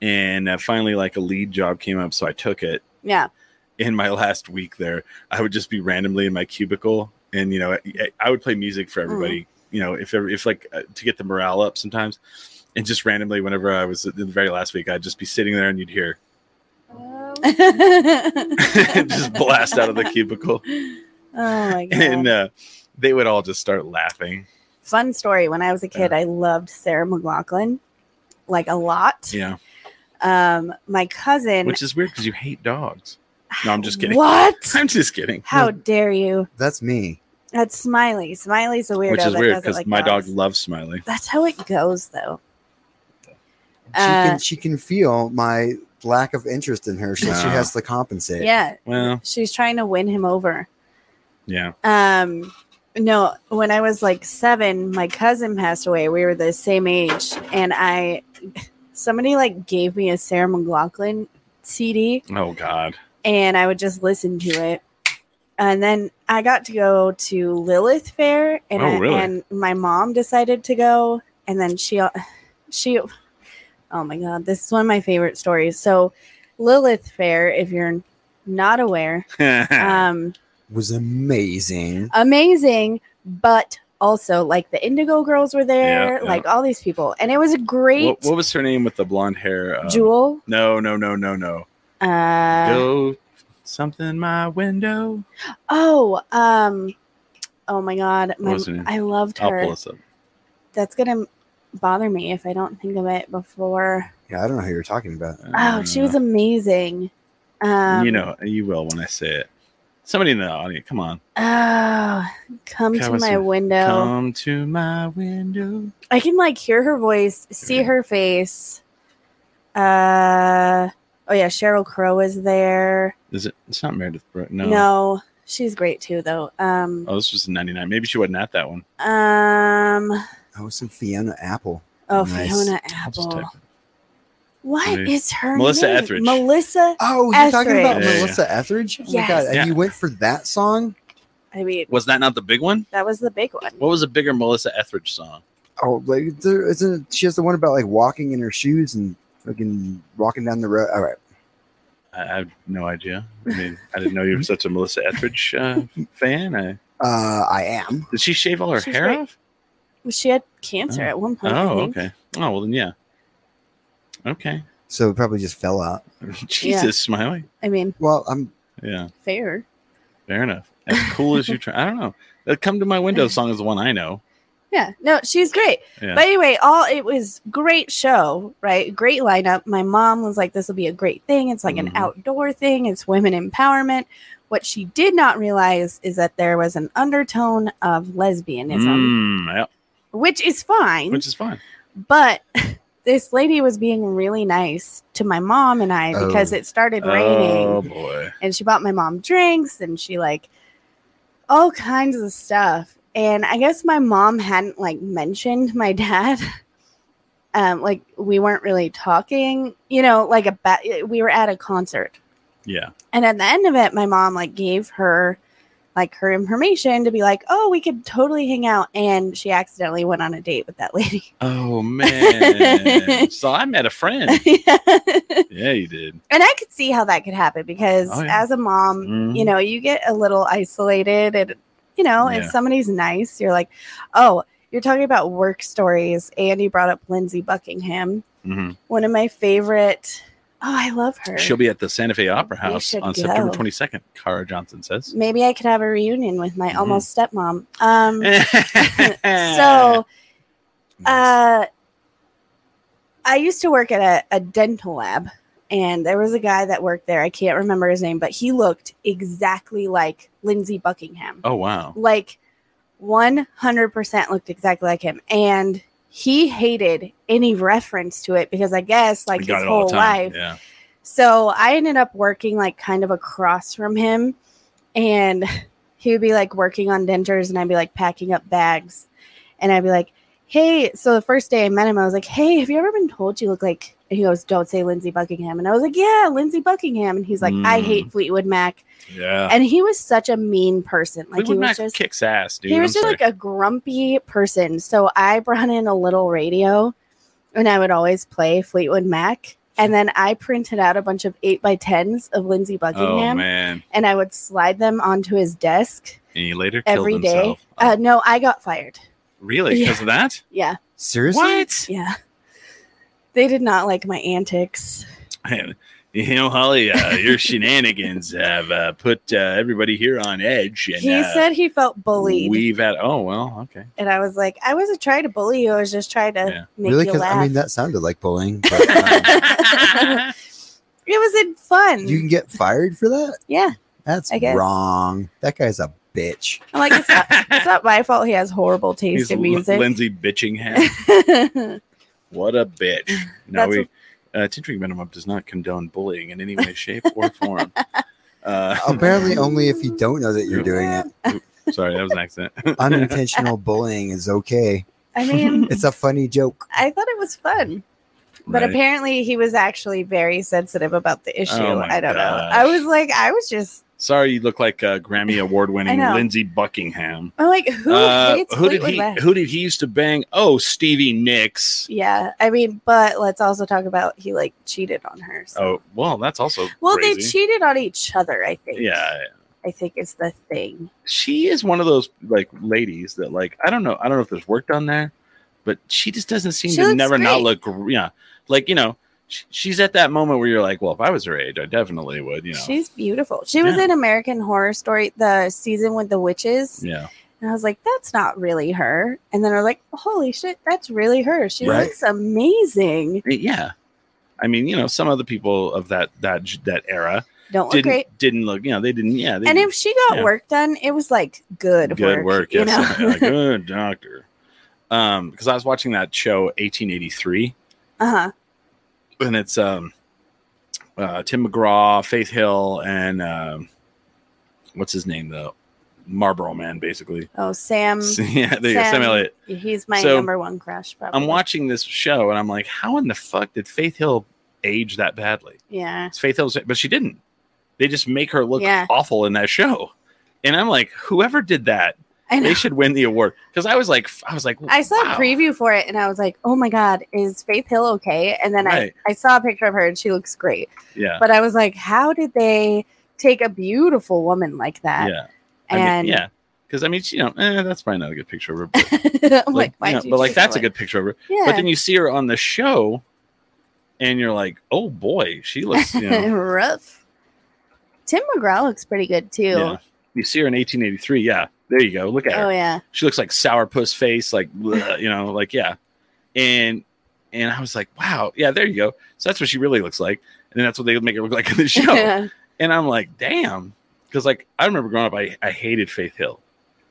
And uh, finally, like a lead job came up, so I took it. Yeah. (laughs) in my last week there, I would just be randomly in my cubicle, and you know, I, I would play music Mm. for everybody. You know, if ever- if like uh, to get the morale up sometimes, and just randomly whenever I was in the very last week, I'd just be sitting there and you'd (laughs) hear (laughs) just blast out of the (laughs) cubicle, Oh my god. (laughs) and uh, they would all just start laughing. Fun story. When I was a kid, I loved Sarah McLaughlin like a lot. Yeah, Um, my cousin. which is weird because you hate dogs. No, I'm (sighs) just kidding. What? (laughs) I'm just kidding. How dare you? That's me. That's Smiley. Smiley's a weirdo. Which is that weird doesn't because like my dogs. dog loves Smiley. That's how it goes, though. She Uh, can she can feel my lack of interest in her, so she No. has to compensate. Yeah, Well, she's trying to win him over. yeah, Um, no, when I was like seven, my cousin passed away. We were the same age, and I somebody like gave me a Sarah McLaughlin CD, oh god, (laughs) and I would just listen to it. And then I got to go to Lilith Fair, and Oh, I- really? and my mom decided to go, and then she she oh my god, this is one of my favorite stories. So Lilith Fair, if you're not aware, um, Was amazing. amazing, but also like the Indigo Girls were there, Yeah, yeah. like all these people, and it was a great what, what was her name with the blonde hair? Um, jewel. No, no, no, no, no. Uh, Go something my window. oh, um, oh my God, my, was her name? I loved I'll her. pull this up. That's gonna bother me if I don't think of it before. Yeah, I don't know who you're talking about. Oh, she was amazing. Um, Mm. Uh, you know, you will when I say it. Somebody in the audience, come on. Oh, come to Come my to- window. Come to my window. I can like hear her voice, see Okay. her face. Uh, Oh yeah, Cheryl Crow is there. Is it? It's not Meredith Brooks. No. No, she's great too though. Um, Oh, this was in '99. Maybe she wasn't at that one. um, Oh, some Fiona Apple. oh Nice. Fiona I'll just Apple. type it. What is Maybe. her Melissa name? Etheridge. Melissa. Oh, you're talking about Etheridge. Yeah, yeah, Melissa Etheridge? Oh my Yes. god, Yeah. and you went for that song? I mean, Was that not the big one? that was the big one. What was a bigger Melissa Etheridge song? Oh, like there isn't she has the one about like walking in her shoes and fucking walking down the road. All right. I, I have no idea. I mean, I didn't know you were such a Melissa Etheridge uh, fan. I, Uh I am. did she shave all her She's hair great. Mm-hmm. off? She had cancer at one point. I Oh, think. okay. Oh, well then, yeah. Okay. So it probably just fell out. (laughs) Jesus, Smiley. I mean, Well, I'm Yeah, fair. fair enough. As cool as you try. I don't know. That "Come to My Window" song is the one I (laughs) know. Yeah, no, she's great. Yeah. But anyway, all it was great show, right? Great lineup. My mom was like, "This will be a great thing. It's like Mhm. an outdoor thing. It's women empowerment." What she did not realize is that there was an undertone of lesbianism, Mm, yeah, which is fine. which is fine. but (laughs) this lady was being really nice to my mom and I because Oh. it started raining Oh boy. and she bought my mom drinks and she like all kinds of stuff and i guess my mom hadn't like mentioned my (laughs) dad um like we weren't really talking you know like about we were at a concert Yeah. and at the end of it my mom like gave her like her information to be like oh we could totally hang out and she accidentally went on a date with that lady (laughs) Oh man. so I met a friend. Yeah, you did. and i could see how that could happen because Oh, yeah. as a mom (laughs) you Mhm. know, you get a little isolated and you know, Yeah. if somebody's nice, you're like, "Oh, you're talking about work stories." And you brought up Lindsay Buckingham, Mhm. one of my favorite. Oh, I love her. She'll be at the Santa Fe Opera We House should on September go. 22nd. Cara Johnson says. Maybe I could have a reunion with my Mhm. almost stepmom. Um (laughs) (laughs) so so uh I used to work at a, a dental lab and there was a guy that worked there. I can't remember his name, but he looked exactly like Lindsay Buckingham. (laughs) Oh wow. like 100% looked exactly like him and he hated any reference to it because i guess like We his got it all whole the time. life Yeah. so i ended up working like kind of across from him and he would be like working on dentures and i'd be like packing up bags and i'd be like hey so the first day i met him i was like hey have you ever been told you look like and he goes don't say lindsay buckingham and i was like yeah lindsay buckingham and he's like i Mm. hate fleetwood mac Yeah. and he was such a mean person like Fleetwood he was Mac just kicks ass, dude. he I'm was just sorry. like a grumpy person. So I brought in a little radio and I would always play Fleetwood Mac. And then I printed out a bunch of eight by tens of Lindsey oh Buckingham man. and I would slide them onto his desk And he later killed every day. himself. Oh, Uh, no, I got fired. really? Because of that? Yeah. seriously What? (laughs) Yeah. They did not like my antics. You know, Holly, uh, (laughs) your shenanigans have uh, put uh, everybody here on edge. And, he uh, said he felt bullied. We've had. Oh well. (laughs) Okay. and I was like, I wasn't trying to bully you. I was just trying to Yeah. make really? you Because laugh. I mean, that sounded like (laughs) bullying. But, uh, Um, (laughs) it was in fun. you can get fired for that? yeah. That's I guess. wrong. That guy's a bitch. I'm like, it's not, it's not my fault he has horrible taste He's in music. Lindsay Bitchingham. What a bitch. No, That's we. Uh, Tinkering Minimum does not condone bullying in any way, shape, or (laughs) form. Um, Uh, Apparently, only if you don't know that you're doing (laughs) it. (laughs) sorry, that was an accident. Unintentional bullying is okay. (laughs) (laughs) I mean, It's a funny joke. I thought it was fun, but Right. apparently he was actually very sensitive about the issue. Oh my I don't know. gosh. I was like, I was just, Sorry, you look like uh, Grammy (laughs) I award-winning know. Lindsay Buckingham. I'm like, who Uh, hates who did Fleetwood he? Mac? Who did he used to bang? Oh, Stevie Nicks. yeah, I mean, but let's also talk about he like cheated on her. So. Oh, well, that's also well, they crazy. cheated on each other. I think. Yeah, I think it's the thing. she is one of those like ladies that like I don't know I don't know if there's work done there, but she just doesn't seem She to looks never not great. look gr- yeah like you know sh- she's at that moment where you're like well if I was her age I definitely would you know She's beautiful. She was Yeah. in American Horror Story, the season with the witches. yeah And I was like, that's not really her. And then I was like, holy shit, that's really her. She Right. looks amazing. I- yeah I mean you know some other people of that that j- that era Don't look didn't great. didn't look you know they didn't yeah they And if she got yeah. work done, it was like good, did good work, You yes know? (laughs) Yeah, good doctor um because I was Uh-huh. watching that show 1883 uh huh. and it's um uh, Tim McGraw, Faith Hill, and uh, what's his name, the Marlboro man, basically. Oh, Sam. yeah, (laughs) there you go, Sam Elliott. He's my So, number one crush. Probably. I'm watching this show and I'm like, how in the fuck did Faith Hill age that badly? Yeah. It's Faith Hill's, but she didn't. They just make her look Yeah. awful in that show. And I'm like, whoever did that, I know. they should win the award. Because I was like, I was like, I saw wow. a preview for it and I was like, oh my God, is Faith Hill okay? And then Right. I, I saw a picture of her and she looks great. Yeah. But I was like, how did they take a beautiful woman like that? Yeah. I mean, And yeah. Because I mean, you know, eh, that's probably not a good picture of her. But (laughs) I'm like, like, why you know, but like that's a good picture of her. yeah. But then you see her on the show and you're like, oh boy, she looks, you know. (laughs) rough. Tim McGraw looks pretty good too. yeah. You see her in 1883. Yeah. There you go. Look at her. Oh (laughs) yeah. she looks like sourpuss face, like (laughs) bleh, you know, like yeah. And and I was like, wow, yeah, there you go. So that's what she really looks like, and then that's what they make her look like in the (laughs) show. and I'm like, damn, because like I remember growing up, I, I hated Faith Hill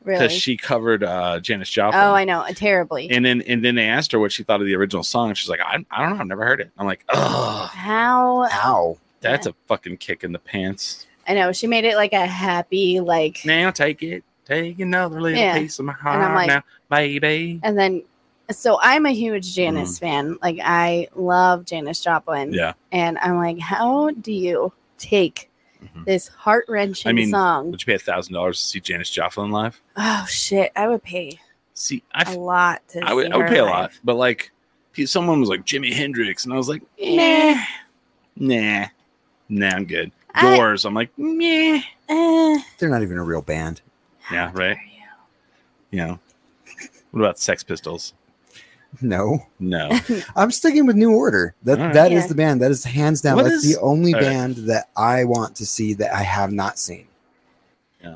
because really. she covered uh, Janis Joplin. oh, I know. Terribly. and then and then they asked her what she thought of the original song. and She's like, I, I don't know, I've never heard it. I'm like, oh, how Ow. that's a fucking kick in the pants. I know she made it like a happy like, Now take it, take another little Yeah. piece of my heart I'm like- now, baby. and then so I'm a huge Janis fan. Like I love Janis Joplin. Mm-hmm. Yeah, and I'm like, how do you take Mhm. this heart wrenching I mean, song? would you pay a thousand dollars to see Janis Joplin live? Oh shit, I would pay See, I, a f- lot to. I would, see I would her pay a live. lot, but like, pe- someone was like Jimi Hendrix, and I was like, Eh, nah, nah, I'm good. I- Doors, I, am like, (sighs) meh. eh, They're not even a real band. how Yeah, right. dare you. You know, what about Sex Pistols? No. No, I'm sticking with New Order. That All that is right. Yeah. the band. That is hands down. What That's is- the only All right. band that I want to see that I have not seen.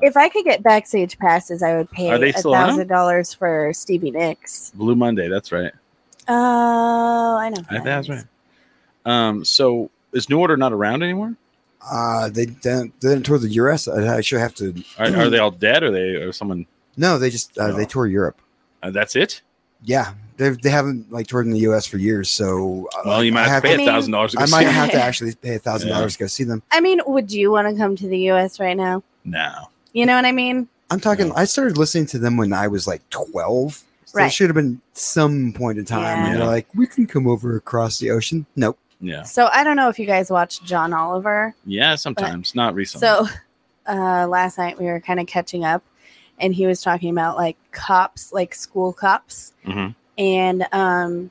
If I could get backstage passes, I would pay Are they a still on? thousand dollars for Stevie Nicks. Blue Monday. That's right. Oh, I know. who I think that that's is. right. Um, so is New Order not around anymore? Uh they didn't they didn't tour the US. I, I should have to Are, are they all dead? Or they or someone? No, they just uh, No. they tour Europe. Uh, that's it. Yeah. They they haven't like toured in the US for years, so uh, Well, you might I have have to I pay mean, a thousand dollars. to go I see might them. (laughs) (laughs) have to actually pay a thousand dollars to go see them. I mean, would you want to come to the U.S. right now? No, You know what I mean? I'm talking. Yeah. I started listening to them when I was like 12. So Right. It should have been some point in time when Yeah. they're like, we can come over across the ocean. Nope. yeah, So I don't know if you guys watched John Oliver. yeah. Sometimes, not recently. So uh, last night we were kind of catching up, and he was talking about like cops, like school cops, Mhm. and um,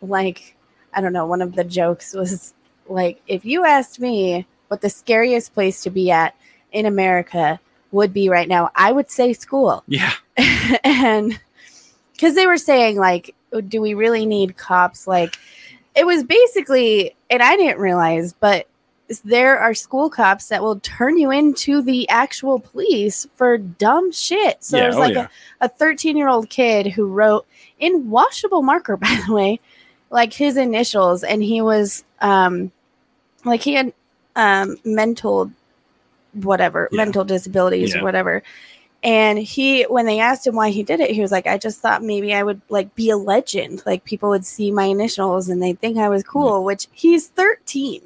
like I don't know. One of the jokes was like, if you asked me what the scariest place to be at in America would be right now, I would say school, yeah, (laughs) and because they were saying like, "Oh, do we really need cops? Like, it was basically, and I didn't realize, but is there are school cops that will turn you into the actual police for dumb shit. So yeah, there's oh like yeah. a 13 year old kid who wrote in washable marker, (laughs) by the way, like his initials, and he was um, like he had um, mental whatever, Yeah. mental disabilities Yeah. or whatever. And he, when they asked him why he did it, he was like, "I just thought maybe I would like be a legend, like people would see my initials and they'd think I was cool." Which he's 13.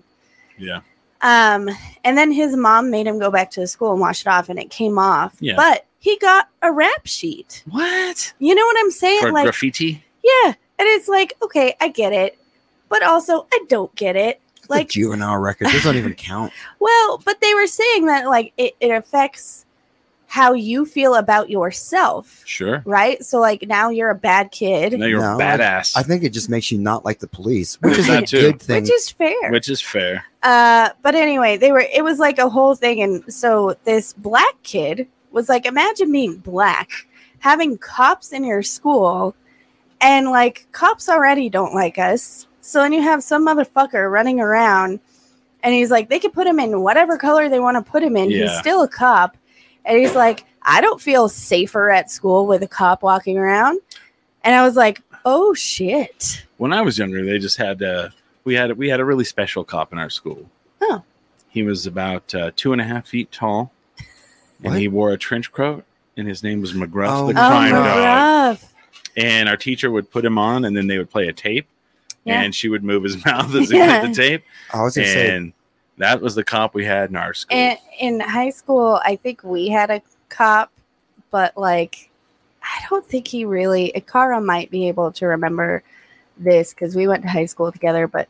yeah, Um, and then his mom made him go back to school and wash it off, and it came off. Yeah. But he got a rap sheet. What You know what I'm saying? for like, graffiti? yeah. And it's like, okay, I get it, but also I don't get it. It's a Like, juvenile record. Those don't even count. well, but they were saying that like it, it affects how you feel about yourself, Sure. right? So like now you're a bad kid, No, you're a No, badass, I think it just makes you not like the police, which (laughs) is a That too. good thing. which is fair. which is fair. Uh, but anyway, they were it was like a whole thing, and so this black kid was like, imagine being black, having cops in your school, and like cops already don't like us. So then you have some motherfucker running around, and he's like, they could put him in whatever color they want to put him in. He's Yeah. still a cop, and he's like, I don't feel safer at school with a cop walking around. And I was like, oh shit. When I was younger, they just had uh, we had we had a really special cop in our school. Oh. he was about uh, two and a half feet tall, and What? he wore a trench coat, and his name was McGruff Oh the my Crime God. Dog. rough. And our teacher would put him on, and then they would play a tape, Yeah. and she would move his (laughs) mouth as he Yeah. played the tape, I was gonna say and That was the comp we had in our school. And in high school, I think we had a cop, but like, I don't think he really. Ikara might be able to remember this because we went to high school together, but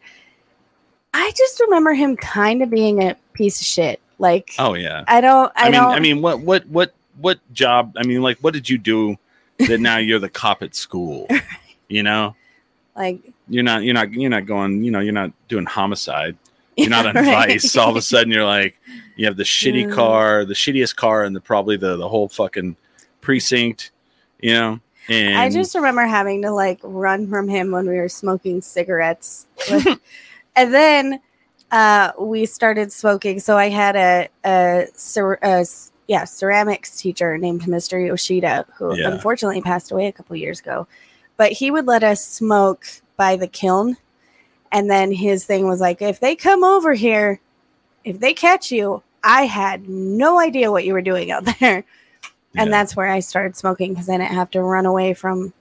I just remember him kind of being a piece of shit. Like, oh yeah. I don't, I, I, mean, don't. I mean, what, what, what, what job? I mean, like, what did you do that now you're the cop at (laughs) school? You know, like, you're not, you're not, you're not going. You know, you're not doing (laughs) homicide. You're not on yeah, right. Mm. vice. All of a sudden, you're like, you have the shitty Yeah. car, the shittiest car, and the probably the the whole fucking precinct. You know, and I just remember having to like run from him when we were smoking cigarettes. Like, (laughs) and then uh, we started smoking. So I had a, a, cer- a s- yeah, ceramics teacher named Mr. Yoshida, who Yeah. unfortunately passed away a couple years ago. But he would let us smoke by the kiln. And then his thing was like, if they come over here, if they catch you, I had no idea what you were doing out (laughs) there. And Yeah. that's where I started smoking because I didn't have to run away from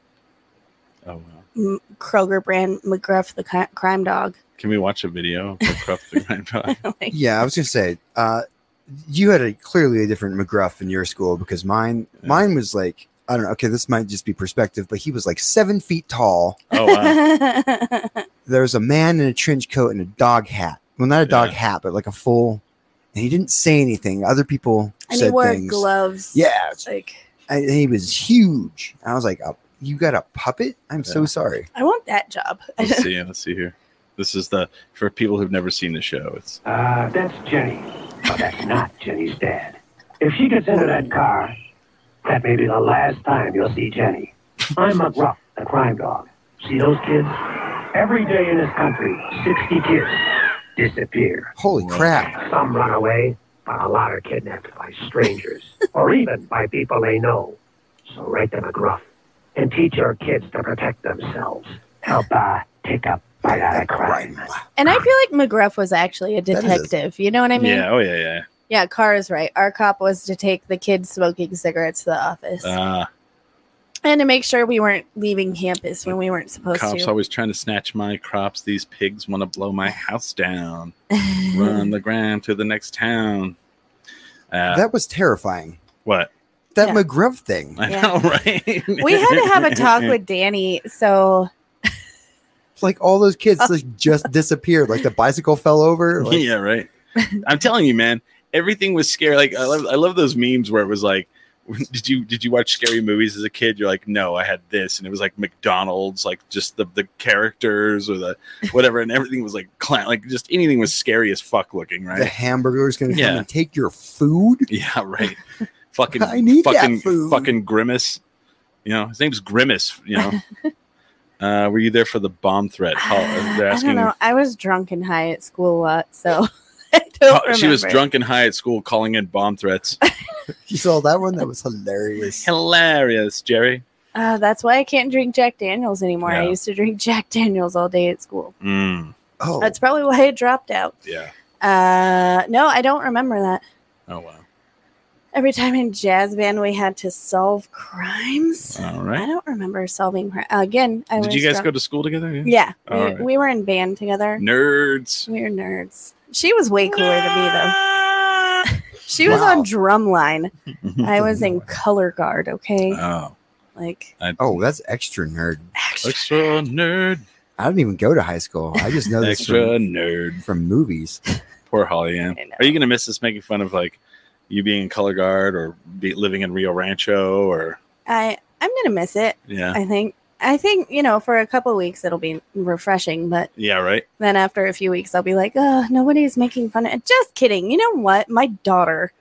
Oh, wow. M- Kroger brand McGruff the cri- crime dog. (laughs) Can we watch a video of Gruff the Grind Dog? Like, Yeah, I was gonna say, uh, you had a clearly a different McGruff in your school because mine, Yeah. mine was like, I don't know. Okay, this might just be perspective, but he was like seven feet tall. Oh, wow. There was a man in a trench coat and a dog hat. Well, not a dog hat, but like a full. And he didn't say anything. Other people and he said wore things. gloves. Yeah, Like, and he was huge. And I was like, oh, "You got a puppet? I'm so Yeah. sorry." (laughs) I want that job. Let's see. Let's see here. This is the for people who've never seen the show. It's Ah, that's Jenny. But that's not Jenny's dad. If she gets into that car, that may be the last time you'll see Jenny. I'm McGruff, the crime dog. See those kids? Every day in this country, 60 kids disappear. Holy Wow. crap! Some run away, but a lot are kidnapped by (laughs) strangers or even by people they know. So write them a gruff and teach your kids to protect themselves. Help uh, take a bite out of crime. And I feel like McGruff was actually a is a- detective. You know what I mean? yeah. Oh yeah. Yeah. Yeah, Carr is right. Our cop was to take the kids smoking cigarettes to the office Uh, and to make sure we weren't leaving campus when we weren't supposed cops to. always trying to snatch my crops. These pigs want to blow my house (laughs) down. Run the gram to the next town. Uh, That was terrifying. what? (laughs) That Yeah. McGruff thing. I Yeah. know, right? we had to have a (laughs) talk with Danny. So Like all those kids Oh. like, just disappeared. Like the bicycle fell over. Like, (laughs) yeah, right. I'm telling you, man. Everything was scary. Like I love, I love those memes where it was like, did you did you watch scary movies as a kid? You're like, no, I had this, and it was like McDonald's, like just the the characters or the whatever, and everything was like clown, like just anything was scary as fuck looking, the right? hamburger's going to come Yeah. and take your food. (laughs) yeah, right. Fucking, I need that fucking, food. fucking grimace. You know, his name's Grimace. You know. Uh, were you there for the bomb threat? (sighs) Paul, they're I asking don't know. I was drunk and high at school a lot. So (laughs) I don't Ca- she was remember. drunk and high at school calling in bomb threats. You saw that one? That was hilarious. Hilarious, Jerry. Uh, that's why I can't drink Jack Daniels anymore. I Yeah. used to drink (laughs) Jack Daniels all day at school. Mm, Oh, That's probably why I dropped out. yeah. Uh, no, I don't remember that. Oh, wow. Every time in jazz band we had to solve crimes. All I right. don't remember solving crimes. Again, I Did was you guys drunk. go to school together? Yeah. Yeah, we, All right. we were in band together. Nerds. We were nerds. She was way cooler than me though. (laughs) she was Wow. on drumline. I was in color guard. Okay, Oh, like oh, that's extra nerd. extra. extra nerd. I didn't even go to high school. I just know this Extra from, nerd. from movies. Poor Holly Ann. I know. Are you going to miss us making fun of like you being in color guard or be living in Rio Rancho or, I I'm gonna miss it. yeah. I think I think you know for a couple weeks it'll be refreshing, but Yeah, right. then after a few weeks I'll be like, oh, nobody's making fun of. Just kidding. You know what? My daughter,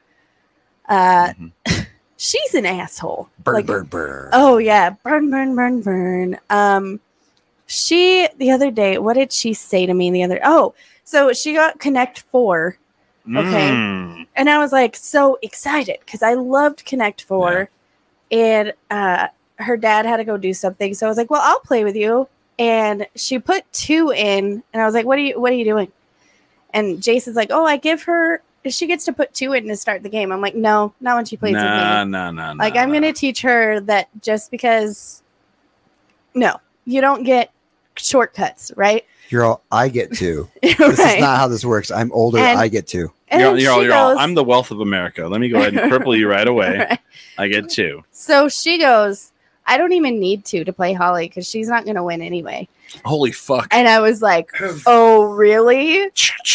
uh, Mhm. she's an asshole. Burn, Like, burn, burn. Oh yeah, burn, burn, burn, burn. Um, she the other day, what did she say to me the other? Oh, so she got Connect Four, okay. Mm. and I was like so excited because I loved Connect Four, and uh, her dad had to go do something, so I was like, "Well, I'll play with you." And she put two in, and I was like, "What are you? What are you doing?" And Jason's like, "Oh, I give her. She gets to put two in to start the game." I'm like, "No, not when she plays with me." Nah, nah, nah, nah. Like I'm nah. gonna teach her that just because no, you don't get shortcuts, right? (laughs) You're all I get to. This right. is not how this works. I'm older. And- I get to. and you're, you're, she you're all, goes- I'm the wealth of America. Let me go ahead and cripple you right (laughs) away. I get two. So she goes, I don't even need to to play Holly because she's not going to win anyway. Holy fuck. And I was like, oh, really?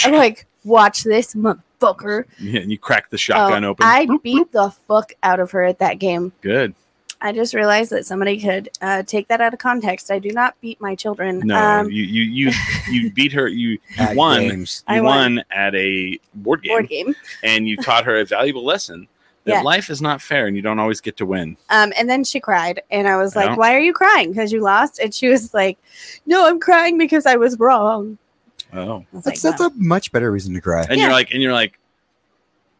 I'm like, watch this, motherfucker. Yeah, and you crack the shotgun Oh, open. I beat the fuck out of her at that game. Good. I just realized that somebody could uh, take that out of context. I do not beat my children. No, um, you, you you you (laughs) beat her. You, you At won. games. I You won. won. at a board game, board game. and you taught her a valuable lesson that Yeah. life is not fair, and you don't always get to win. Um, and then she cried, and I was I like, don't- "Why are you crying? Because you lost?" And she was like, "No, I'm crying because I was wrong." Oh, I was That's like, that's a much better reason to cry. and Yeah. you're like, and you're like,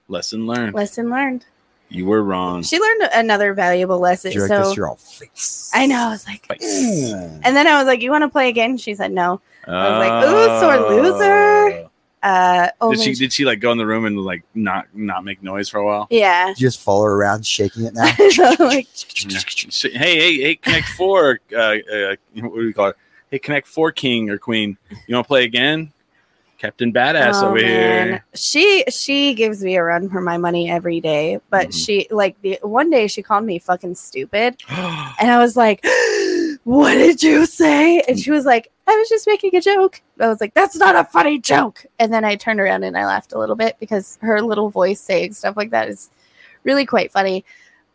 lesson learned. "Wow, lesson learned. You were wrong. She learned another valuable lesson. You're like so this. You're all face. Mm. I know. I was like, Face. and then I was like, "You want to play again?" She said, "No." was like, Oh. ooh, sore loser. Uh, only Did she did she like go in the room and like not not make noise for a while? yeah. (laughs) You just follow her around, shaking it now. So, like, Yeah. She- Hey, hey, hey, Connect Four. Uh, uh, what do we call it? Hey, Connect Four, King or Queen. You want to play again? Captain Badass oh, over (gasps) man. (gasps) here. She she gives me a run for my money every day, but Mhm. she like the one day she called me fucking stupid, And I was like, (gasps) What did you say? And she was like, I was just making a joke. I was like, That's not a funny joke. And then I turned around and I laughed a little bit because her little voice saying stuff like that is really quite funny.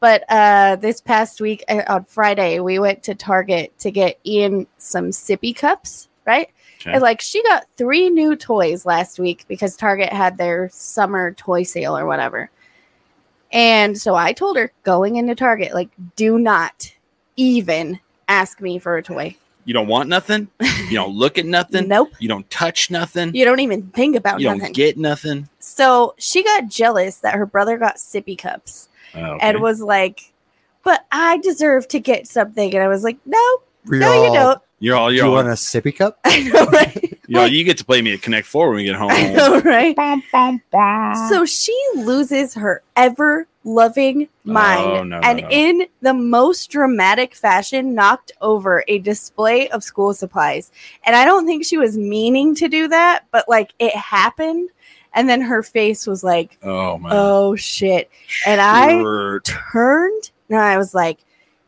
But uh, this past week uh, on Friday, we went to Target to get Ian some sippy cups, right? Okay. And like she got three new toys last week because Target had their summer toy sale or whatever. And so I told her going into Target, like, do not even ask me for a toy. You don't want nothing. You don't look at (laughs) nothing. nope. You don't touch nothing. You don't even think about you don't nothing. get nothing. so she got jealous that her brother got sippy cups Oh, and was like, but I deserve to get something. And I was like, no, We're no, you all, don't. (laughs) you're all Do you're you all, want a sippy cup? I know, right? you know, you get to play me at Connect Four when we get home. (laughs) I know, right? Ah. So she loses her ever loving mind Oh, no, no, and no. in the most dramatic fashion knocked over a display of school supplies. And I don't think she was meaning to do that, but like it happened and then her face was like, Oh man. "Oh shit." and I- Sure. Turned and I was like,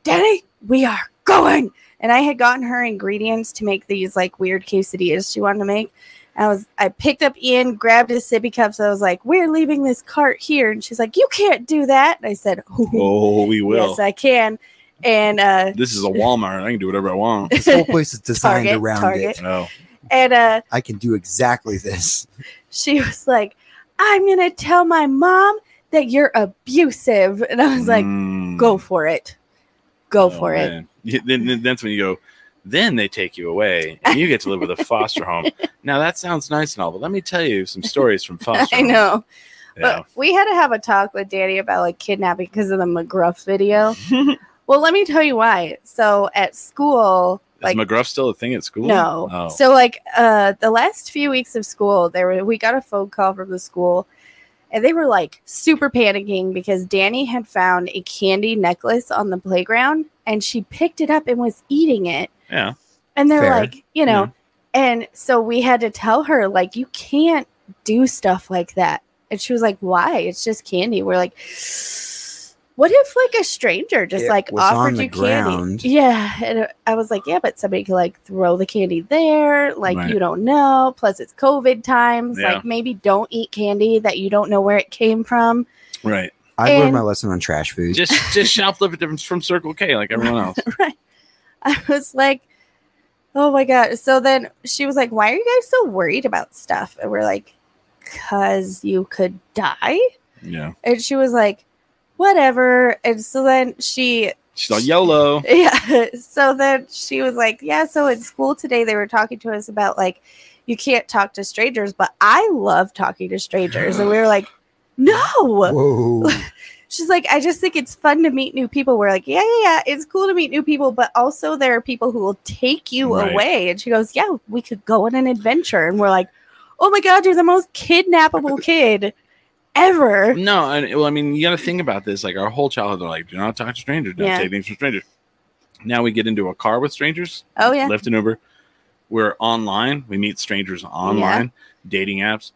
"Daddy, we are going." And I had gotten her ingredients to make these like weird quesadillas she wanted to make. I was I picked up Ian, grabbed his sippy cups. I was like, "We're leaving this cart here," and she's like, "You can't do that." And I said, Oh, we will. Yes, I can. And uh this (laughs) is a Walmart. I can do whatever I want. This whole place is designed Target, around Target. it. Oh, and uh I can do exactly this. she (laughs) was like, I'm gonna tell my mom that you're abusive. And I was like, Mm. go for it. Go for it. it. Oh, Then, then that's when you go. Then they take you away, and you get to live with a foster home. (laughs) Now that sounds nice and all, but let me tell you some stories from foster. I know. homes. But we had to have a talk with Danny about like kidnapping because of the McGruff video. Yeah. Well, let me tell you why. So at school, like is McGruff still a thing at school? No. Oh. So like uh the last few weeks of school, there were, we got a phone call from the school and they were like super panicking because Danny had found a candy necklace on the playground and she picked it up and was eating it. Yeah. Mm-hmm. And they're Fair. like, you know, and so we had to tell her like you can't do stuff like that. And she was like, "Why? It's just candy." We're like, "What if like a stranger just It like was on offered the you ground. candy?" Yeah, and I was like, "Yeah, but somebody could like throw the candy there. Like Right. you don't know. Plus it's COVID times. Yeah. Like maybe don't eat candy that you don't know where it came from." (laughs) Right. I And- learned my lesson on trash food. Just just shoplift it from Circle K like everyone (laughs) else. I was like, oh my God. So then she was like, why are you guys so worried about stuff? And we're like, because you could die. Yeah. And she was like, whatever. And so then she, She's all YOLO. yeah. (laughs) So then she was like, yeah. So in school today, they were talking to us about like, you can't talk to strangers, but I love talking to strangers. And we were like, no. Whoa. She's like, I just think it's fun to meet new people. We're like, yeah, yeah, yeah, it's cool to meet new people, but also there are people who will take you Right. away. And she goes, yeah, we could go on an adventure. And we're like, oh my god, you're the most kidnappable kid ever. No, and well, I mean, you got to think about this. Like our whole childhood, they're like, do not talk to strangers, don't Yeah. take things from strangers. Now we get into a car with strangers, Oh yeah, left an Uber, we're online. We meet strangers online, dating apps.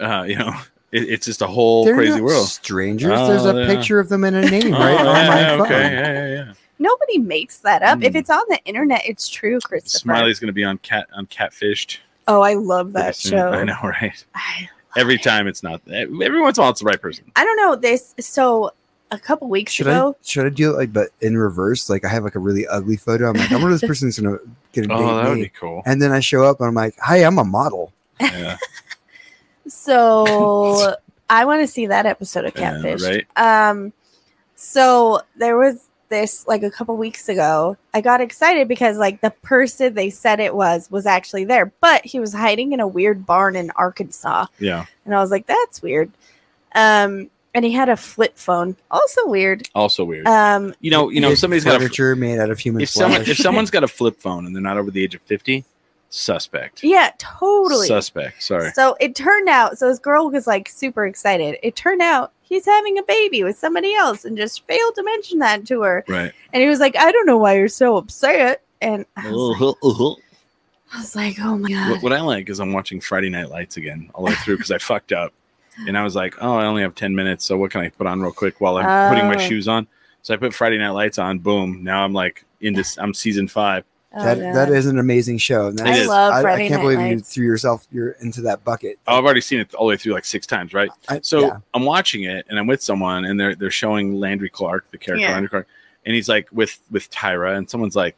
Uh, you know, (laughs) it, it's just a whole They're crazy not world. Strangers. There's Oh, a yeah. picture of them in a name Oh, right on yeah, my yeah, phone. okay, yeah, yeah, yeah. Nobody makes that up. If Mm. it's on the internet, it's true, Christopher. Smiley's gonna be on cat on catfished. Oh, I love pretty that soon. show. I know, (laughs) right? (sighs) I Every time it's not. Every once in a while, it's the right person. I don't know this. So a couple weeks Should I ago, should I do it like but in reverse? Like I have like a really ugly photo. I'm like, I wonder if this person's gonna gonna Oh, that date would me. be (laughs) cool. And then I show up and I'm like, hi, I'm a model. Yeah, (laughs) so I want to see that episode of Yeah, Catfish. right? Um, so there was this like a couple weeks ago. I got excited because like the person they said it was was actually there, but he was hiding in a weird barn in Arkansas, yeah. and I was like, that's weird. Um, and he had a flip phone, also weird. Also weird. Um, you know, you know, Weird if somebody's got a furniture made out of human if someone flesh. if someone's got a flip phone and they're not over the age of fifty, suspect. yeah, totally. Suspect. Sorry. So it turned out, so this girl was like super excited. It turned out he's having a baby with somebody else and just failed to mention that to her. (laughs) Right. And he was like, I don't know why you're so upset. And I was, like, What, I was like, oh my God. what I like is I'm watching Friday Night Lights again all the way through because I fucked up, and I was like, oh, I only have ten minutes, so what can I put on real quick while I'm putting my Oh. shoes on? So I put Friday Night Lights on. Boom. Now I'm like into I'm season five. (laughs) Oh, that, God. that is an amazing show. And that's- is. love I, I Friday can't Night believe you Lights. threw yourself you're into that bucket. Oh, I've already seen it all the way through like six times, right? I- So yeah. I'm watching it and I'm with someone and they're they're showing Landry Clark, the character Yeah. Landry Clark, and he's like with with Tyra, and someone's like,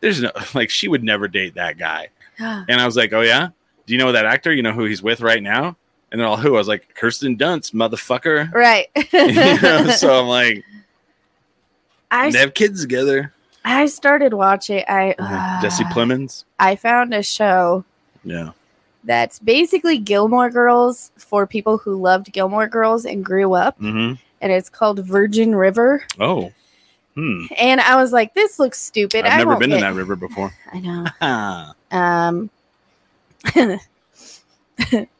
There's no (laughs) like she would never date that guy. And I was like, Oh yeah? Do you know that actor? You know who he's with right now? And they're all who? I was like, Kirsten Dunst, motherfucker. (laughs) (sighs) right. (laughs) You know, so I'm like, I, they have kids together. I started watching. I, Oh Jesse ah, Plemons. I found a show Yeah. that's basically Gilmore Girls for people who loved Gilmore Girls and grew up. hmm And it's called Virgin River. Oh. Hmm. And I was like, this looks stupid. I I've never won't been get- in that river before. I know. Ah. Um, (laughs)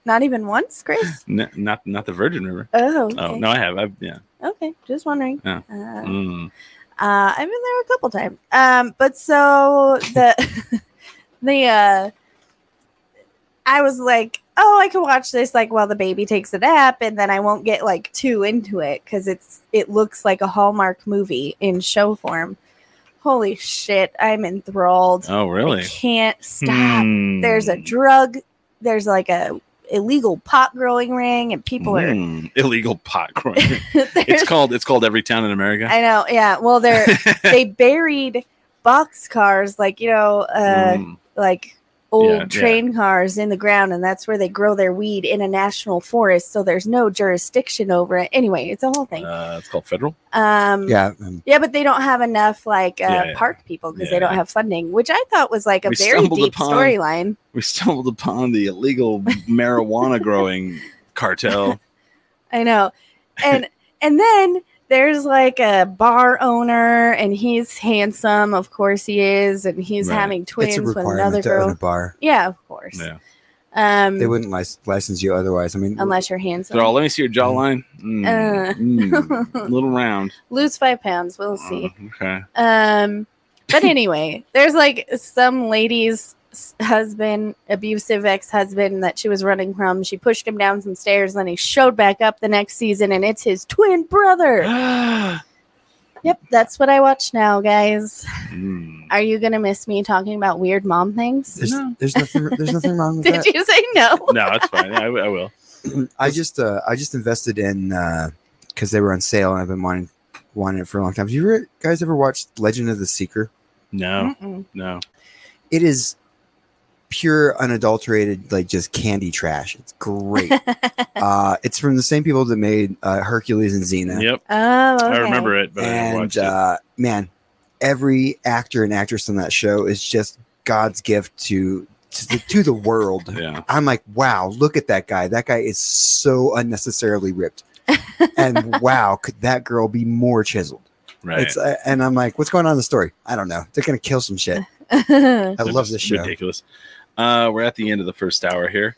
not even once, Grace. N- not not the Virgin River. Oh, okay. Oh no, I have. I've yeah. Okay, just wondering. Yeah. Uh, Mm. uh, I've been there a couple times. Um, but so the (laughs) the uh, I was like, oh, I can watch this like while the baby takes a nap, and then I won't get like too into it because it's it looks like a Hallmark movie in show form. Holy shit, I'm enthralled. Oh, really? I can't stop. Hmm. there's a drug there's like a illegal pot growing ring and people (laughs) are Hmm. illegal (laughs) pot growing. it's There's- called it's called every town in America. i know yeah well (laughs) they're they buried box cars like you know uh Hmm. like old Yeah, yeah. train cars in the ground and that's where they grow their weed in a national forest so there's no jurisdiction over it anyway it's a whole thing Uh, it's called federal. um yeah. um, yeah, but they don't have enough like uh, Yeah, yeah. park people because Yeah. they don't have funding, which I thought was like a We very stumbled deep upon- storyline. We stumbled upon the illegal (laughs) marijuana growing cartel. I know. (laughs) And and then there's like a bar owner and he's handsome, of course he is, and he's Right. having It's twins a with another requirement to own a girl. bar. Yeah, of course. Yeah. Um They wouldn't lic- license you otherwise. I mean, unless you're handsome. They're all, (laughs) let me see your jawline. Mm. Uh. (laughs) Mm. A little round. Lose five pounds, we'll see. Oh, okay. Uh-huh. Um but anyway, (laughs) there's like some lady's s- husband, abusive ex-husband that she was running from. She pushed him down some stairs, then he showed back up the next season and it's his twin (gasps) brother. yep, that's what I watch now, guys. Mm. Are you gonna miss me talking about weird mom things? there's, there's nothing. There's nothing wrong with (laughs) Did that. you say no? No, that's fine. I, I will. I just uh, I just invested in because they were on sale and I've been wanting wanting it for a long time. Have you re- guys ever watched Legend of the Seeker? No, Hmm. no. It is pure unadulterated like just candy trash. It's (laughs) great. uh, it's from the same people that made uh, Hercules and Xena. Yep. Oh, okay. I remember it, but I didn't watch and uh, man, every actor and actress on that show is just God's gift to to the, to the world. it. (laughs) Yeah. I'm like, wow, look at that guy. That guy is so unnecessarily ripped. and wow, could that girl be more chiseled? Right. It's uh, and I'm like, what's going on in the story? I don't know. They're gonna kill some shit. I They're love just this show. Ridiculous. Uh, we're at the end of the first hour here.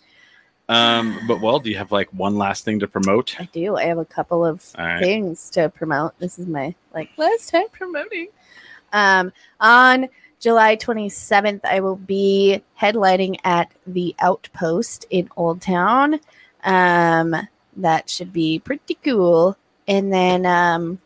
Um, but well, do you have like one last thing to promote? (laughs) I do. I have a couple of All right. things to promote. This is my like last time promoting. Um, on July 27th, I will be headlining at the Outpost in Old Town. Um, that should be pretty cool. And then um,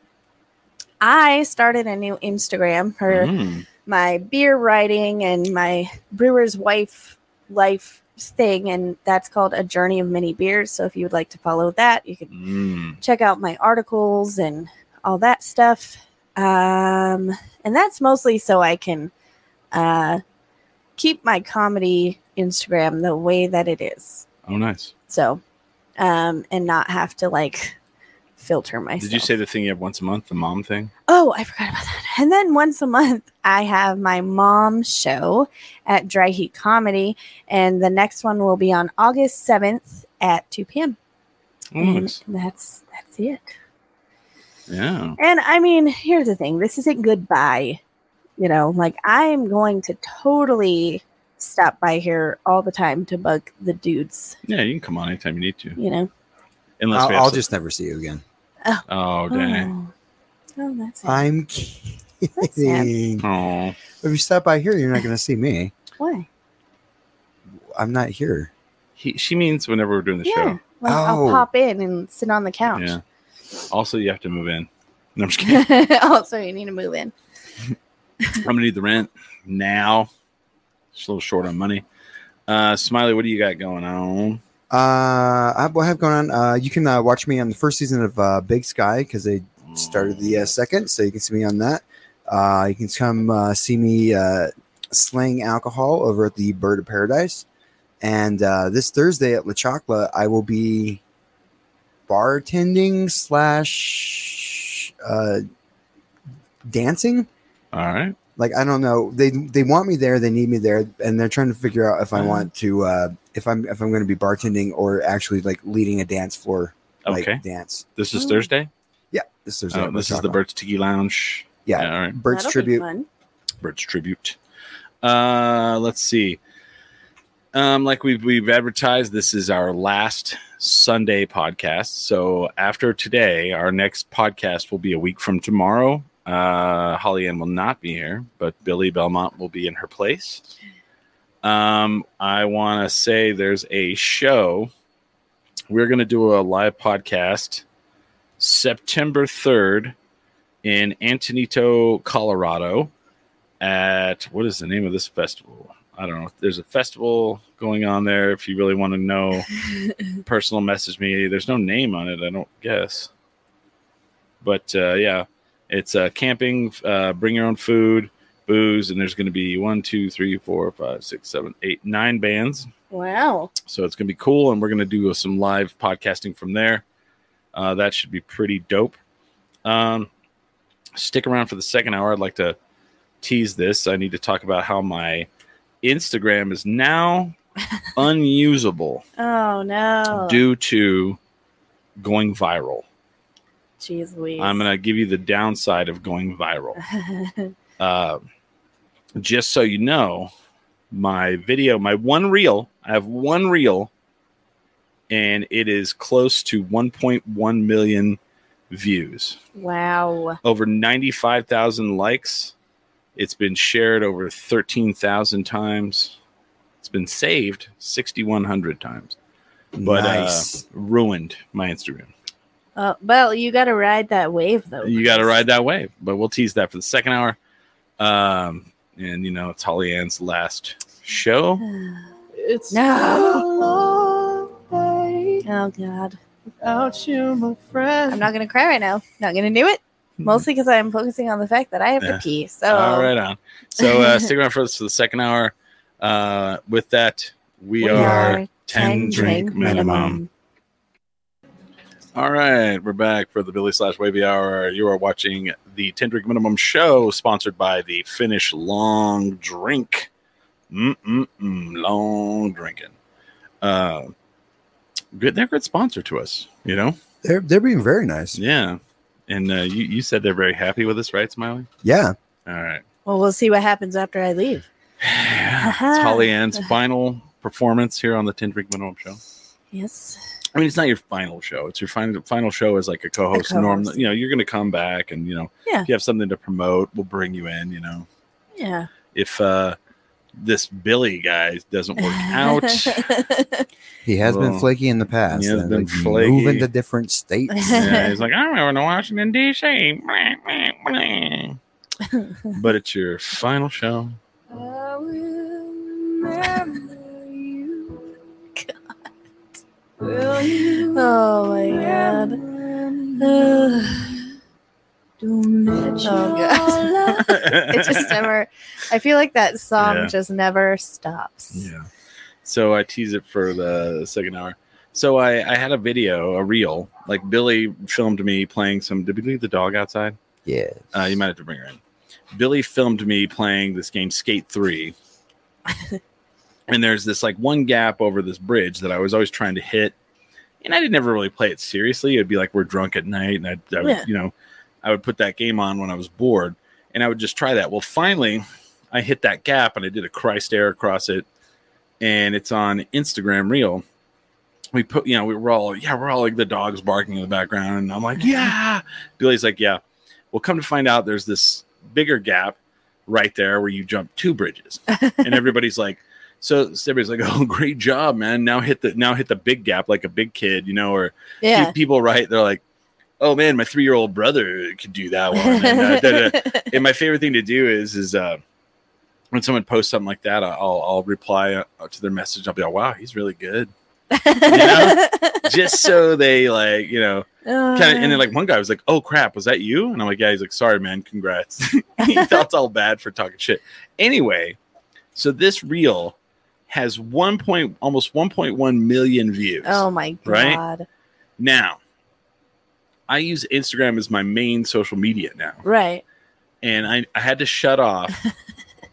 I started a new Instagram for Mm. my beer writing and my brewer's wife life thing and that's called a journey of many beers so if you would like to follow that you can Mm. check out my articles and all that stuff um and that's mostly so i can uh keep my comedy instagram the way that it is Oh, nice. so um and not have to like filter myself Did you say the thing you have once a month, the mom thing? Oh, I forgot about that. And then once a month, I have my mom show at Dry Heat Comedy. And the next one will be on August 7th at 2 p.m. Oh, And nice. that's that's it. Yeah. And I mean, here's the thing this isn't goodbye. You know, like I'm going to totally stop by here all the time to bug the dudes, Yeah, you can come on anytime you need to. you know. Unless we I'll, have I'll some- just never see you again. Oh, dang. Oh. Oh, that's it. I'm That's kidding. Oh. If you stop by here, you're not going to see me. Why? I'm not here. He, she means whenever we're doing the Yeah. show. Like, I'll Oh. pop in and sit on the couch. Yeah. Also, you have to move in. No, I'm just (laughs) kidding. also, you need to move in. I'm gonna need the rent now. Just a little short on money. Uh, Smiley, what do you got going on? Uh, I, what I have going on? Uh, you can uh, watch me on the first season of uh, Big Sky because they started the uh, second, so you can see me on that. Uh, you can come uh, see me uh, slaying alcohol over at the Bird of Paradise, and uh, this Thursday at La Chocla, I will be bartending slash uh, dancing. All right. Like I don't know, they they want me there, they need me there, and they're trying to figure out if I Mhm. want to uh, if I'm if I'm going to be bartending or actually like leading a dance floor like Okay. dance. This is Oh. Thursday. This Thursday, Oh, at La this is the Chocla. Birds Tiki Lounge. Yeah, All right. Birds That'll be tribute. fun. Birds tribute. Uh, let's see. Um, like we've we've advertised, this is our last Sunday podcast. So after today, our next podcast will be a week from tomorrow. Uh, Holly Ann will not be here, but Billy Belmont will be in her place. Um, I want to say there's a show. We're going to do a live podcast September 3rd in Antonito, Colorado at what is the name of this festival? I don't know. There's a festival going on there. If you really want to know, personal message me. There's no name on it, I don't guess. But uh, yeah, it's uh, camping, uh, bring your own food, booze, and there's going to be one, two, three, four, five, six, seven, eight, nine bands. Wow. So it's going to be cool. And we're going to do some live podcasting from there. Uh, that should be pretty dope. Um, stick around for the second hour. I'd like to tease this. I need to talk about how my Instagram is now unusable Oh no. due to going viral. Jeez Louise. I'm going to give you the downside of going viral. Uh, just so you know, my video, my one reel, I have one reel, and it is close to 1.1 million views, (laughs) wow. over 95,000 likes. It's been shared over 13,000 times. It's been saved 6,100 times. But nice. uh, ruined my Instagram. Uh, well, you got to ride that wave though. You got to Chris. ride that wave, but we'll tease that for the second hour. Um, and you know, it's Holly Ann's last show. (sighs) It's a No. long day Oh God. without you, my friend. I'm not gonna cry right now. Not gonna do it. Mostly because I'm focusing on the fact that I have Yeah. to pee. So. All right, on. So uh, stick around for us for the second hour. Uh, with that, we, are, 10 drink minimum. All right, we're back for the Billy slash Wavy Hour. You are watching the 10 Drink Minimum Show, sponsored by the Finnish Long Drink. Mm-mm-mm, long drinking. Uh, good, they're a good sponsor to us, you know? they're they're being very nice. Yeah. And uh, you, you said they're very happy with us, right, Smiley? Yeah, All right. Well, we'll see what happens after I leave. it's Holly Ann's final performance here on the 10 Drink Minimum Show. Yes. I mean, it's not your final show. It's your final final show as like a co-host. A co-host. Norm, you know, you're going to come back, and you know, Yeah. if you have something to promote, we'll bring you in. You know, Yeah. if uh, this Billy guy doesn't (laughs) work out. He has been Well, flaky in the past. he has and, been like, flaky. Moving to (laughs) different states. yeah, he's like, I'm going to Washington D.C. Blah, blah, blah. but it's your final show. I will remember you. God. Will you Oh my (sighs) god. remember? Ugh. Don't let Oh, your God. love- it just never I feel like that song Yeah. just never stops. Yeah. So I tease it for the second hour. So I, I had a video, a reel, like Billy filmed me playing some. Did we leave the dog outside? Yeah. Uh, you might have to bring her in. Billy filmed me playing this game Skate 3. and there's this like one gap over this bridge that I was always trying to hit. And I didn't ever really play it seriously. It'd be like we're drunk at night. And I'd, I would, Yeah. you know, I would put that game on when I was bored and I would just try that. Well, finally, I hit that gap and I did a Christ air across it. And it's on Instagram Reel. We put, you know, we were all, yeah, we're all like the dogs barking in the background. And I'm like, yeah. Billy's like, yeah. Well, come to find out, there's this bigger gap right there where you jump two bridges, and everybody's like, so, so everybody's like, (laughs) oh, great job, man! Now hit the now hit the big gap like a big kid, you know, or Yeah. pe- people right, they're like, oh man, my three year old brother could do that one. And, uh, da, da, (laughs) da. and my favorite thing to do is is uh, when someone posts something like that, I'll I'll reply uh, to their message. I'll be like, wow, he's really good, know? (laughs) just so they like, you know kind of, Uh, Uh-huh. and then like one guy was like, "Oh crap, was that you?" And I'm like, "Yeah." He's like, "Sorry, man. Congrats." (laughs) he felt all bad for talking shit. Anyway, so this reel has one point, almost 1.1 million views. oh my god. Right? Now, I use Instagram as my main social media now, Right. and I, I had to shut off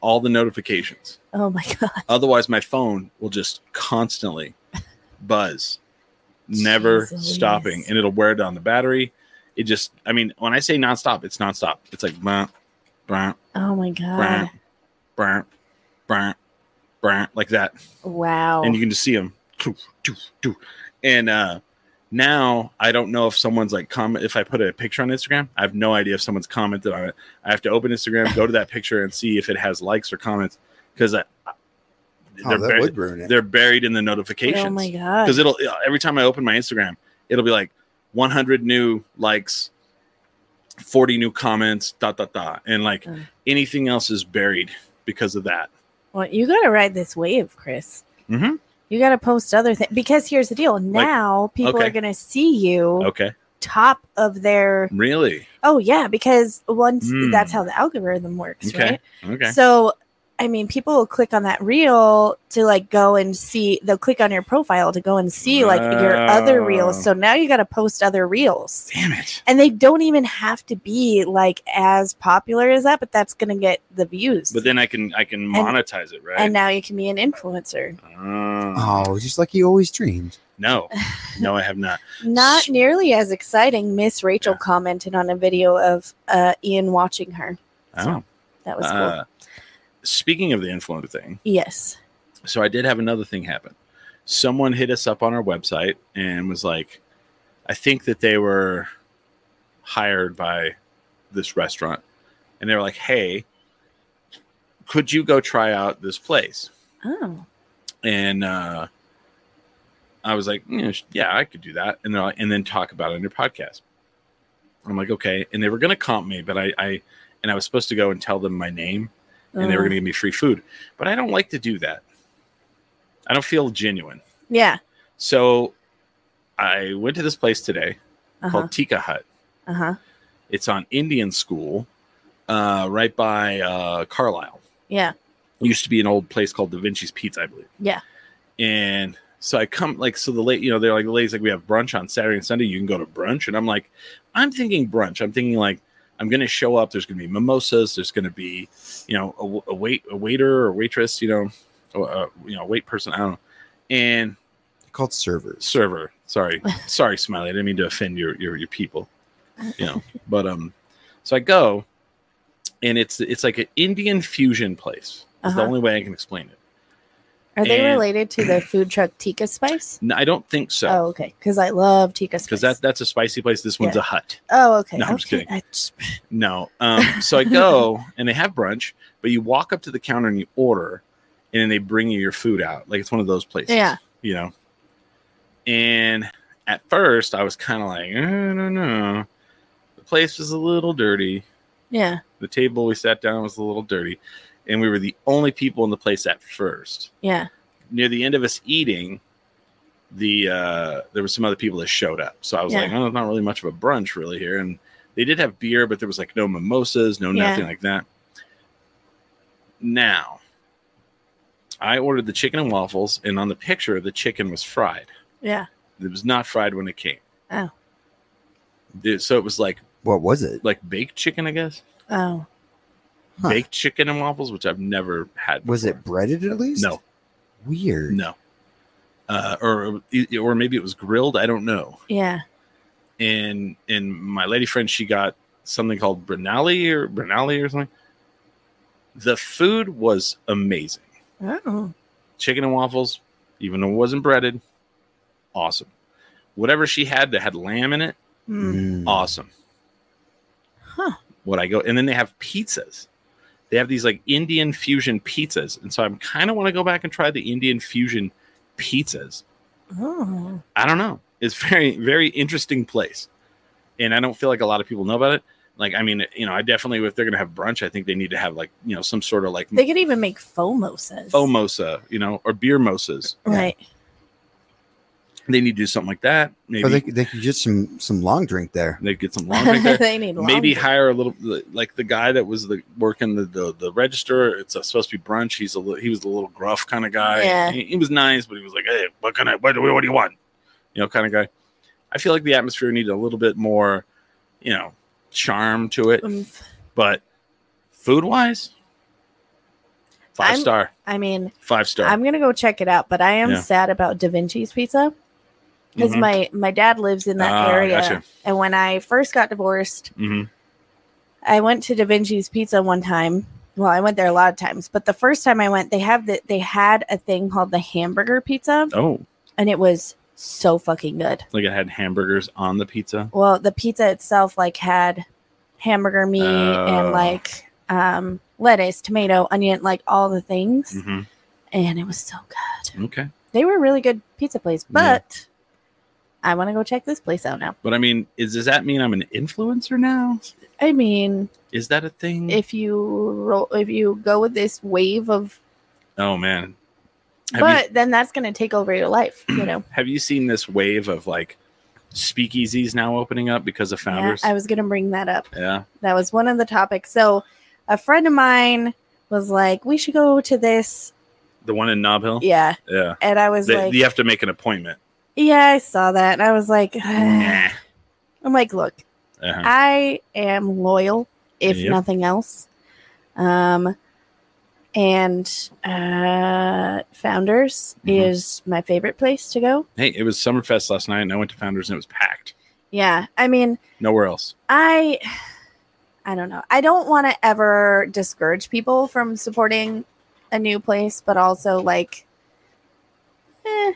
all the notifications. Oh my god. Otherwise, my phone will just constantly buzz, never Jesus. stopping, and it'll wear down the battery. It just, I mean, when I say nonstop, it's nonstop. It's like, bah, bah, Oh my bah, god. bah, bah, bah, like that. Wow. And you can just see them. And uh, now I don't know if someone's like comment. If I put a picture on Instagram, I have no idea if someone's commented on it. I have to open Instagram, go to that picture, and see if it has likes or comments because I. Oh, They're, that bur- would ruin it. they're buried in the oh notifications my god. because it'll every time I open my Instagram, it'll be like 100 new likes, 40 new comments, dot dot dot, and like Mm. anything else is buried because of that. Well, you got to ride this wave, Chris. Mhm. You got to post other things because here's the deal. Now people okay. are going to see you Okay, top of their. really? Oh yeah, because once Mm. that's how the algorithm works, Okay, right? okay. So, I mean, people will click on that reel to like go and see. They'll click on your profile to go and see like your other reels. Wow. So now you got to post other reels Damn it! and they don't even have to be like as popular as that, but that's gonna get the views. But then I can I can monetize it, right? and now you can be an influencer. Oh, Oh, just like he always dreamed. no, no, I have (laughs) not. Not nearly as exciting. Miss Rachel Yeah. commented on a video of uh, Ian watching her. Oh, That was cool. uh, speaking of the influencer thing, yes. so I did have another thing happen. Someone hit us up on our website and was like, I think that they were hired by this restaurant. And they were like, hey, could you go try out this place? Oh. And uh, I was like, "Mm, sh- yeah, I could do that. And, they're like- and then talk about it on your podcast. I'm like, okay. And they were going to comp me, but I, I, and I was supposed to go and tell them my name and they were Oh. going to give me free food. But I don't like to do that. I don't feel genuine. Yeah. So I went to this place today Uh huh. called Tika Hut. Uh huh. It's on Indian School, uh, right by uh, Carlisle. Yeah. It used to be an old place called Da Vinci's Pizza, I believe. Yeah. And so I come like so the late, you know, they're like the ladies like we have brunch on Saturday and Sunday. You can go to brunch, and I'm like, I'm thinking brunch. I'm thinking like I'm gonna show up. There's gonna be mimosas. There's gonna be, you know, a, w- a wait a waiter or waitress, you know, a, a, you know, wait person. I don't know. And They're called servers. server. (laughs) Sorry, sorry, Smiley. I didn't mean to offend your your your people. You (laughs) know, but um, so I go, and it's it's like an Indian fusion place. Is Uh-huh. the only way I can explain it. Are they And- related to (clears throat) the food truck Tika Spice? No, I don't think Oh, so. okay. Because I love Tika Spice. Because that that's a spicy place. This one's Yeah. a hut. Oh, okay. No, I'm just okay. kidding. I just- No. Um, so I (laughs) go and they have brunch, but you walk up to the counter and you order, and then they bring you your food out. Like it's one of those places. Yeah. You know. And at first, I was kind of like, I don't know. The place was a little dirty. yeah. The table we sat down was a little dirty, and we were the only people in the place at first. Yeah. near the end of us eating, the uh, there were some other people that showed up. So I was Yeah. like, oh, not really much of a brunch really here. And they did have beer, but there was like no mimosas, no Yeah. nothing like that. Now, I ordered the chicken and waffles, and on the picture, the chicken was fried. Yeah. It was not fried when it came. Oh. It- so it was like What was it? like baked chicken, I guess. Oh. Huh. Baked chicken and waffles, which I've never had. Was before. it breaded at least? No, Weird. no. Uh, or or maybe it was grilled. I don't know. Yeah. and and my lady friend she got something called Brinelli or Brinelli or something. The food was amazing. Oh. Chicken and waffles, even though it wasn't breaded, awesome. Whatever she had that had lamb in it, Mm. Mm. awesome. Huh. What I go and then they have pizzas. They have these like Indian fusion pizzas, and so I'm kind of want to go back and try the Indian fusion pizzas. Oh. I don't know. It's (laughs) very very interesting place, and I don't feel like a lot of people know about it. Like I mean, you know, I definitely if they're gonna have brunch, I think they need to have like you know some sort of like They could even make FOMOSas. fomosa, you know, or beer mosas. Right. They need to do something like that. Maybe Or they, they could get some some long drink there. they get some long (laughs) drink there. they need Maybe laundry. hire a little like the guy that was the working the the, the register. It's a, supposed to be brunch. He's a li- he was a little gruff kind of guy. Yeah. He, he was nice, but he was like, hey, what can I? What, do- what do you want? You know, kind of guy. I feel like the atmosphere needed a little bit more, you know, charm to it. Um, But food wise, 5 I'm- star, I mean, five star. I'm gonna go check it out, but I am Yeah. sad about Da Vinci's Pizza because Mhm. my my dad lives in that Ah, area, gotcha. and when I first got divorced, Mhm. I went to Da Vinci's Pizza one time. Well, I went there a lot of times, but the first time I went, they have the, they had a thing called the hamburger pizza, Oh, and it was so fucking good. like it had hamburgers on the pizza. Well, the pizza itself like had hamburger meat Oh. and like um, lettuce, tomato, onion, like all the things, hmm and it was so good. Okay. They were a really good pizza place, Yeah. but I want to go check this place out now. But I mean, is does that mean I'm an influencer now? I mean, Is that a thing? if you roll, if you go with this wave of, oh man, have but then that's gonna take over your life, you know. you have you seen this wave of like speakeasies now opening up because of Yeah, founders? I Yeah, was going to bring that up. That was one of the topics. So, a friend of mine was like, "We should go to this." the one in Nob Hill. Yeah, Yeah, and I was They- like, you yeah. have to make an (sighs) appointment. I saw that." And I was like, (sighs) Nah. "I'm like, look, Uh-huh. I am loyal, if Yep. nothing else." Um, and uh, Founders Mhm. is my favorite place to go. Hey, it was Summerfest last night, and I went to Founders, and it was packed. Yeah, I mean, Nowhere else. I I don't know. I don't want to ever discourage people from supporting a new place, but also like eh,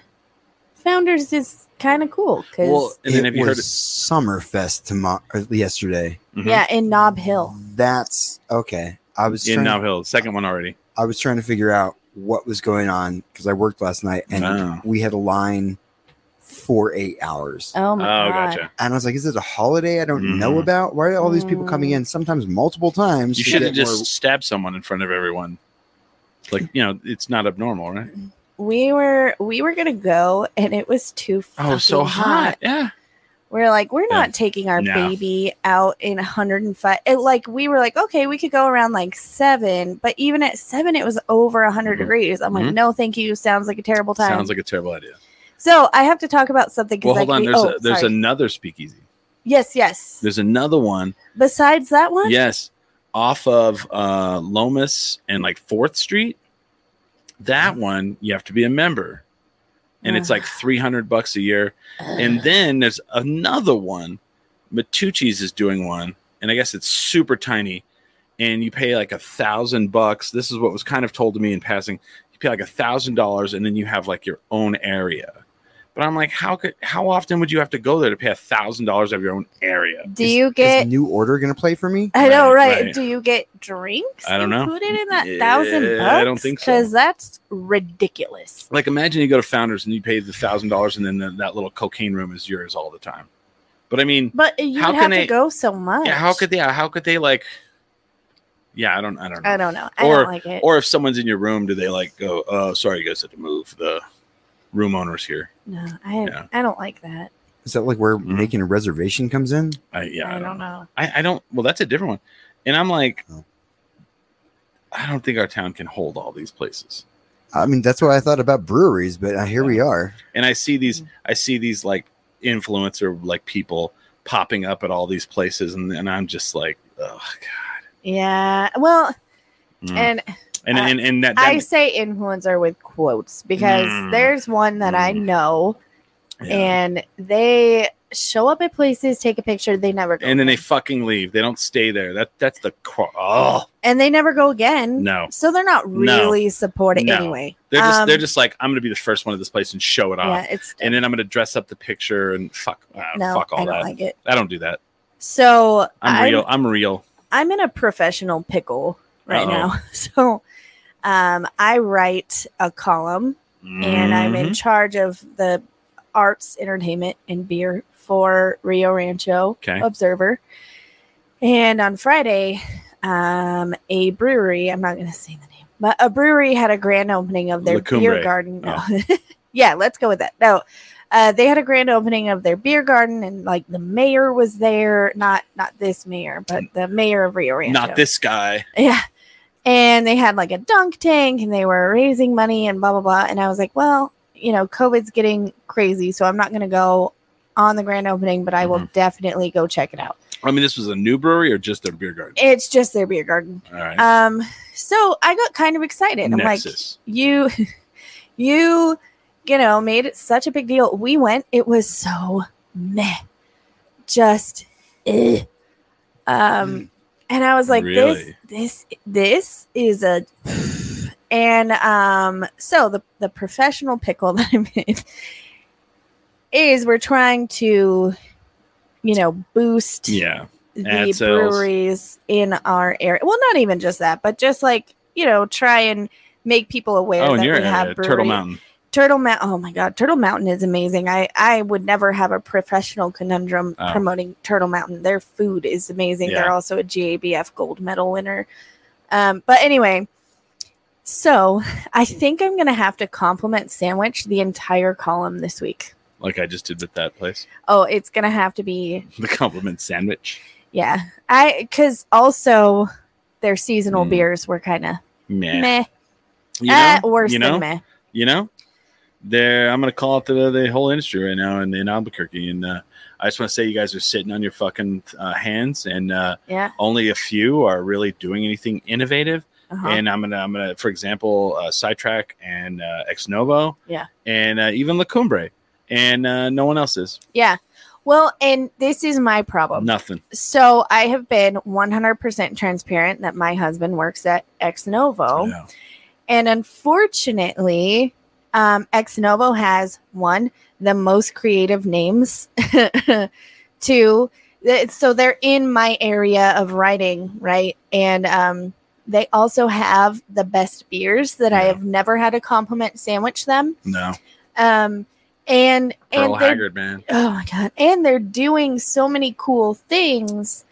Founders is kind of cool cuz and then have it you was heard? Summerfest tomorrow yesterday. Mhm. yeah, in Knob Hill. That's okay. I was in trying, Nob Hill, second one already. I was trying to figure out what was going on because I worked last night and Oh. we had a line for eight hours. Oh Oh, my god. gotcha. And I was like, is it a holiday I don't know Mhm. about? Why are all these people coming Mm. in sometimes multiple times? You to should have get just more- stabbed someone in front of everyone. Like you know, it's not abnormal, right? We were we were going to go and it was too Oh, so fucking hot. Yeah. We're like we're Yeah. not taking our No. baby out in 105 it, like we were like okay, we could go around like 7, but even at 7 it was over 100 Mhm. degrees. I'm Mhm. like no, thank you. Sounds like a terrible time. Sounds like a terrible idea. So I have to talk about something. 'cause, Well, like, hold on. we- There's oh, a, there's sorry. another speakeasy. yes, yes. There's another one. Besides that one, Yes, off of uh, Lomas and like Fourth Street. That one you have to be a member, and it's like three hundred bucks a year. And then there's another one. Matucci's is doing one, and I guess it's super tiny. And you pay like a thousand bucks. This is what was kind of told to me in passing. you pay like a thousand dollars and then you have like your own area. But I'm like, how could how often would you have to go there to pay a thousand dollars of your own area? Do Is- you is get? New Order gonna play for me? I know, Right, right? right. Do you get drinks? I don't know. Included in that Yeah, thousand bucks? I don't think so. Because that's ridiculous. Like imagine you go to Founders and you pay the thousand dollars and then the, that little cocaine room is yours all the time. But I mean, But you How would have can to they- go so much. yeah, how could they? How could they like? Yeah, I don't. I don't know. I don't know. I Or- don't like it. Or if someone's in your room, do they like go? Oh, sorry, you guys have to move. The room owner's here. no, I Yeah. I don't like that. Is that like where Mhm. making a reservation comes in? I yeah. I, don't, know. I, I don't. Well, that's a different one. And I'm like, Oh. I don't think our town can hold all these places. I mean, that's what I thought about breweries, but uh, here we are. And I see these. Mm. I see these like influencer like people popping up at all these places, and, and I'm just like, oh Yeah. Well, god. Mm. and And I- and, and that, that I say influencer with quotes because Mm. there's one that I Mm. know, yeah. and they show up at places, take a picture, they never go, and then they again. fucking leave. They don't stay there. That that's the cro- oh and they never go again. no. So they're not No. really supported No. anyway. They're just Um, they're just like I'm gonna be the first one at this place and show it off, yeah, it's and then I'm gonna dress up the picture and fuck uh, no, fuck I all don't that. like it. I don't do that. So I'm, I'm real. I'm real. I'm in a professional pickle right Uh-oh. now. (laughs) So um, I write a column and I'm in Mhm. charge of the arts, entertainment, and beer for Rio Rancho Okay. Observer. And on Friday, um, a brewery, I'm not going to say the name, but a brewery had a grand opening of their La Cumbre. beer garden. No. Oh. (laughs) yeah, let's go with that. No. Uh, they had a grand opening of their beer garden, and like the mayor was there. Not not this mayor, but the mayor of Rio Rancho. Not this guy. Yeah. And they had like a dunk tank and they were raising money and blah, blah, blah. And I was like, well, you know, COVID's getting crazy. So I'm not going to go on the grand opening, but I will definitely go check it out. I mean, this was a new brewery or just a beer garden. It's just their beer garden. All right. Um, so I got kind of excited. I'm like, Nexus. you, (laughs) you, you know, made it such a big deal. We went, it was so meh, just, eh. um, and I was like, Really? this, this, this is a, and um, so the the professional pickle (laughs) that I'm in is we're trying to, you know, boost yeah. the Ad sales. breweries in our area. Well, not even just that, but just like you know, try and make people aware Oh, and that we you're have at breweries. Turtle Mountain. Turtle Mountain. Oh my God, Turtle Mountain is amazing. I I would never have a professional conundrum Oh. promoting Turtle Mountain. Their food is amazing. They're Yeah. also a GABF gold medal winner. Um, but anyway, so I think I'm gonna have to compliment Sandwich the entire column this week. Like I just did with that place, (laughs) Oh, it's gonna have to be the compliment sandwich. yeah, I because also their seasonal Mm. beers were kind of Meh. meh, You eh, know? worse you know? than meh. you know there i'm gonna call out the, the whole industry right now in, in albuquerque and uh, i just want to say you guys are sitting on your fucking uh, hands and uh, Yeah, only a few are really doing anything innovative uh-huh. and i'm gonna i'm gonna for example uh, sidetrack and uh, ex novo Yeah. and uh, even la cumbre and uh, no one else is yeah. Well, and this is my problem. nothing So I have been 100% transparent that my husband works at Ex Novo, Yeah. and unfortunately, um, Ex Novo has one the most creative names. (laughs) Two, th- so they're in my area of writing, right? And um, they also have the best beers that I Yeah. have never had a compliment sandwich them. no Um, and Pearl and they're haggard man oh my god and they're doing so many cool things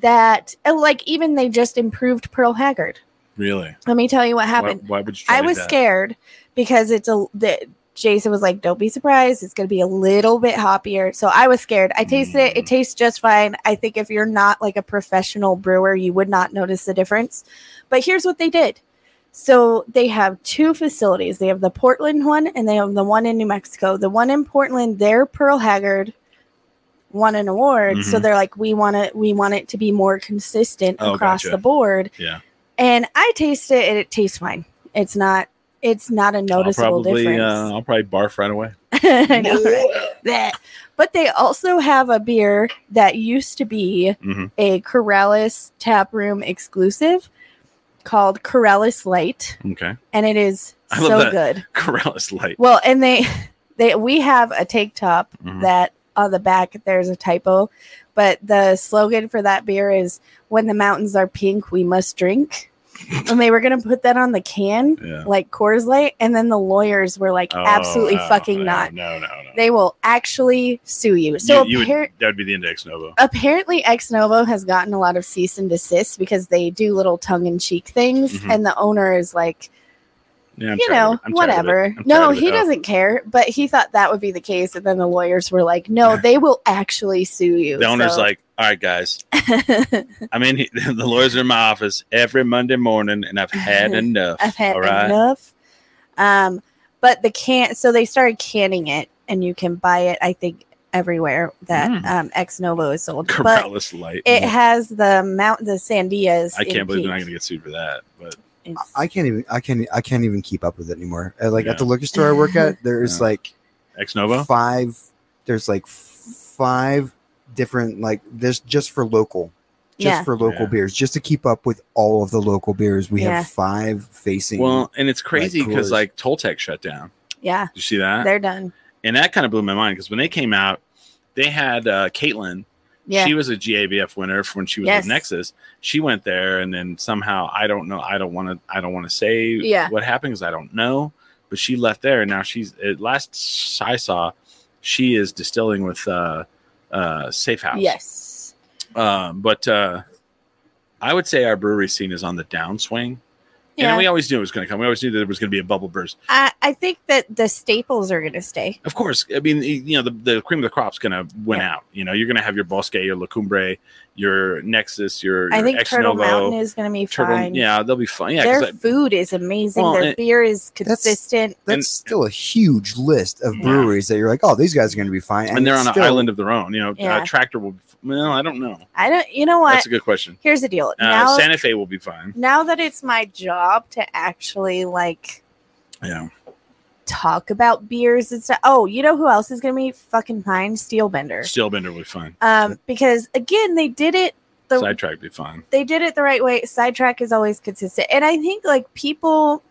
that and, like even they just improved pearl haggard really let me tell you what why, happened why would you try i was that? scared because it's a the, jason was like don't be surprised it's going to be a little bit hoppier so i was scared i tasted it Mm. it tastes just fine i think if you're not like a professional brewer you would not notice the difference but here's what they did so they have two facilities they have the portland one and they have the one in new mexico the one in portland their pearl haggard won an award so Mhm. they're like we want to we want it to be more consistent Oh, across gotcha. the board Yeah. and i taste it and it tastes fine it's not it's not a I'll noticeable probably uh, difference I'll probably barf right away. (laughs) I know, right? Bleh. but they also have a beer that used to be Mhm. a corellis tap room exclusive called corellis light Okay, (laughs) and it is I love so that. good. Corellis light. Well, and they (laughs) they we have a take top Mhm. that on the back there's a typo, but the slogan for that beer is "When the mountains are pink, we must drink." and they were gonna put that on the can, Yeah. like Coors Light, and then the lawyers were like, Oh, "Absolutely no, fucking no, not! No, no, no. They will actually sue you." So you, you would, appar- that would be the index novo. apparently ex novo has gotten a lot of cease and desist because they do little tongue-in-cheek things Mhm. and the owner is like Yeah, I'm you tired of know it. I'm tired of it. whatever I'm no tired of it. he Oh, doesn't care but he thought that would be the case and then the lawyers were like no they will actually sue you The owner's So- like, all right, guys, (laughs) I'm in. Here, (laughs) the lawyers are in my office every Monday morning, and I've (laughs) had enough. i've had all right, enough um but the can so they started canning it and you can buy it i think everywhere that Mm. um ex novo is sold but Corrales light. it has the mount the sandias I in can't believe pink. they're not going to get sued for that. But It's- I can't even. I can't. I can't even keep up with it anymore. Uh, Like Yeah. Oh, at the liquor store I work at, there's Yeah. like ex novo. five. There's like five different like this just for local, just yeah for local Yeah. beers, just to keep up with all of the local beers. We Yeah. have five facing. Well, and it's crazy Coors. because like, Toltec shut down. yeah Did you see that? they're done and that kind of blew my mind because when they came out, they had uh, Caitlin. yeah She was a GABF winner for when she was Yes. with Nexus. She went there, and then somehow I don't know. I don't want to. I don't want to say Yeah. what happened because I don't know. But she left there, and now she's. At last I saw, she is distilling with uh, uh, Safe House. yes Um, but uh, I would say our brewery scene is on the downswing. yeah And we always knew it was going to come. We always knew that there was going to be a bubble burst. I, I think that the staples are going to stay. Of course, I mean, you know, the, the cream of the crop's going to win Yeah. out. You know, you're going to have your Bosque, your La Cumbre, your Nexus, your, I your think Ex Turtle Novo, Mountain is going to be Turtle- fine. Yeah, they'll be fine. Yeah, 'cause Their I- food is amazing. Well, Their and- beer is That's- consistent. that's and- still a huge list of Yeah. breweries that you're like, oh, these guys are going to be fine, and, they're it's on an still- island of their own. You know, Yeah. uh, Tractor will. Well, I don't know. I don't. You know what? That's a good question. Here's the deal. Uh, now, Santa Fe will be fine. now that it's my job to actually like Yeah. talk about beers and stuff. Oh, you know who else is going to be fucking fine? Steelbender. Steelbender will be fine. Um, because again, they did it. The, Sidetrack will be fine. they did it the right way. Sidetrack is always consistent. And I think like people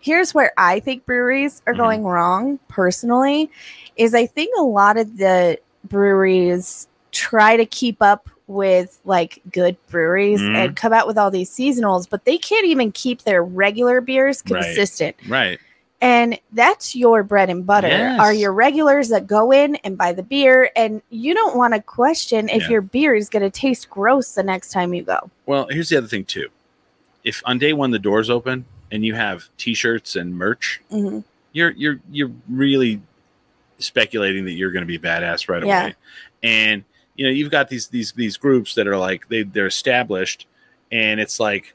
here's where I think breweries are Mhm. going wrong personally is I think a lot of the breweries try to keep up with like good breweries Mhm. and come out with all these seasonals, but they can't even keep their regular beers Right. consistent. Right. And that's your bread and butter are Yes. your regulars that go in and buy the beer. And you don't want to question if Yeah. your beer is going to taste gross the next time you go. Well, here's the other thing too. If on day one the doors open and you have T-shirts and merch, hmm you're you're you're really speculating that you're going to be badass right Yeah. away. And you know you've got these these these groups that are like they they're established, and it's like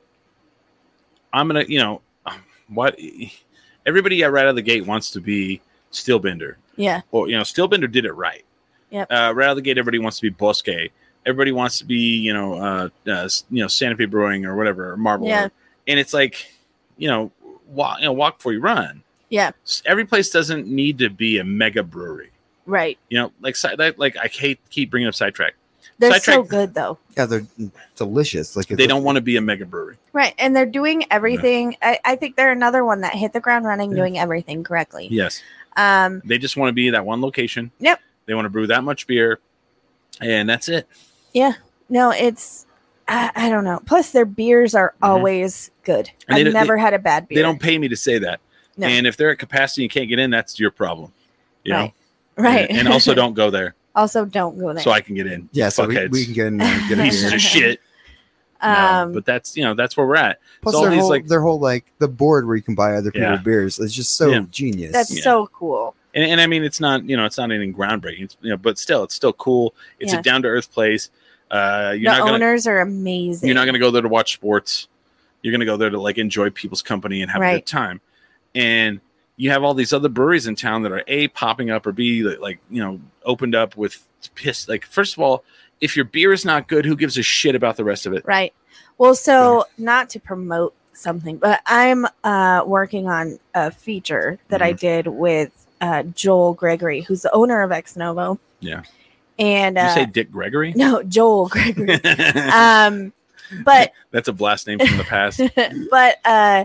I'm gonna you know (sighs) what everybody right out of the gate wants to be Steelbender Yeah. or you know Steelbender did it right. Yep. Uh, right out of the gate, everybody wants to be Bosque. Everybody wants to be you know uh, uh s- you know Santa Fe Brewing or whatever or Marble. Yeah. And it's like you know walk you know walk before you run. Yeah. S- Every place doesn't need to be a mega brewery. Right. You know, like si- like, like I hate keep bringing up sidetrack. They're Sidetrack- so good though. Yeah, they're delicious. Like They don't want to be a mega brewery. Right. And they're doing everything. I, I think they're another one that hit the ground running, Yeah. doing everything correctly. Yes. Um, They just want to be that one location. Yep. They want to brew that much beer, and that's it. no, it's, I, I don't know. Plus, their beers are Mhm. always good. And they I've don't- they- never had a bad beer. They don't pay me to say that. No. And if they're at capacity and can't get in, that's your problem. You know? Right. right. And, and also don't go there (laughs) also don't go there. so I can get in. Yeah, so we, Fuckheads. we can get in there (laughs) and get a Pieces beer. of shit. No, um, but that's you know that's where we're at. Plus, all their these, whole, like- their whole like the board where you can buy other people's Yeah. beers is just so Yeah. genius. that's yeah. so cool. And, and I mean it's not you know it's not anything groundbreaking. It's, you know, but still it's still cool. It's Yeah. a down to earth place. Uh, you're the not gonna owners are amazing. you're not gonna go there to watch sports. You're gonna go there to like enjoy people's company and have a Right. good time. And you have all these other breweries in town that are a popping up or b like, like you know opened up with piss. Like first of all, if your beer is not good, who gives a shit about the rest of it? Right. Well, so not to promote something, but I'm uh, working on a feature that Mm-hmm. I did with uh, Joel Gregory, who's the owner of Ex Novo. Yeah. And you uh, say Dick Gregory? (laughs) no, (laughs) Joel Gregory. um, but That's a blast name from the past. (laughs) but uh,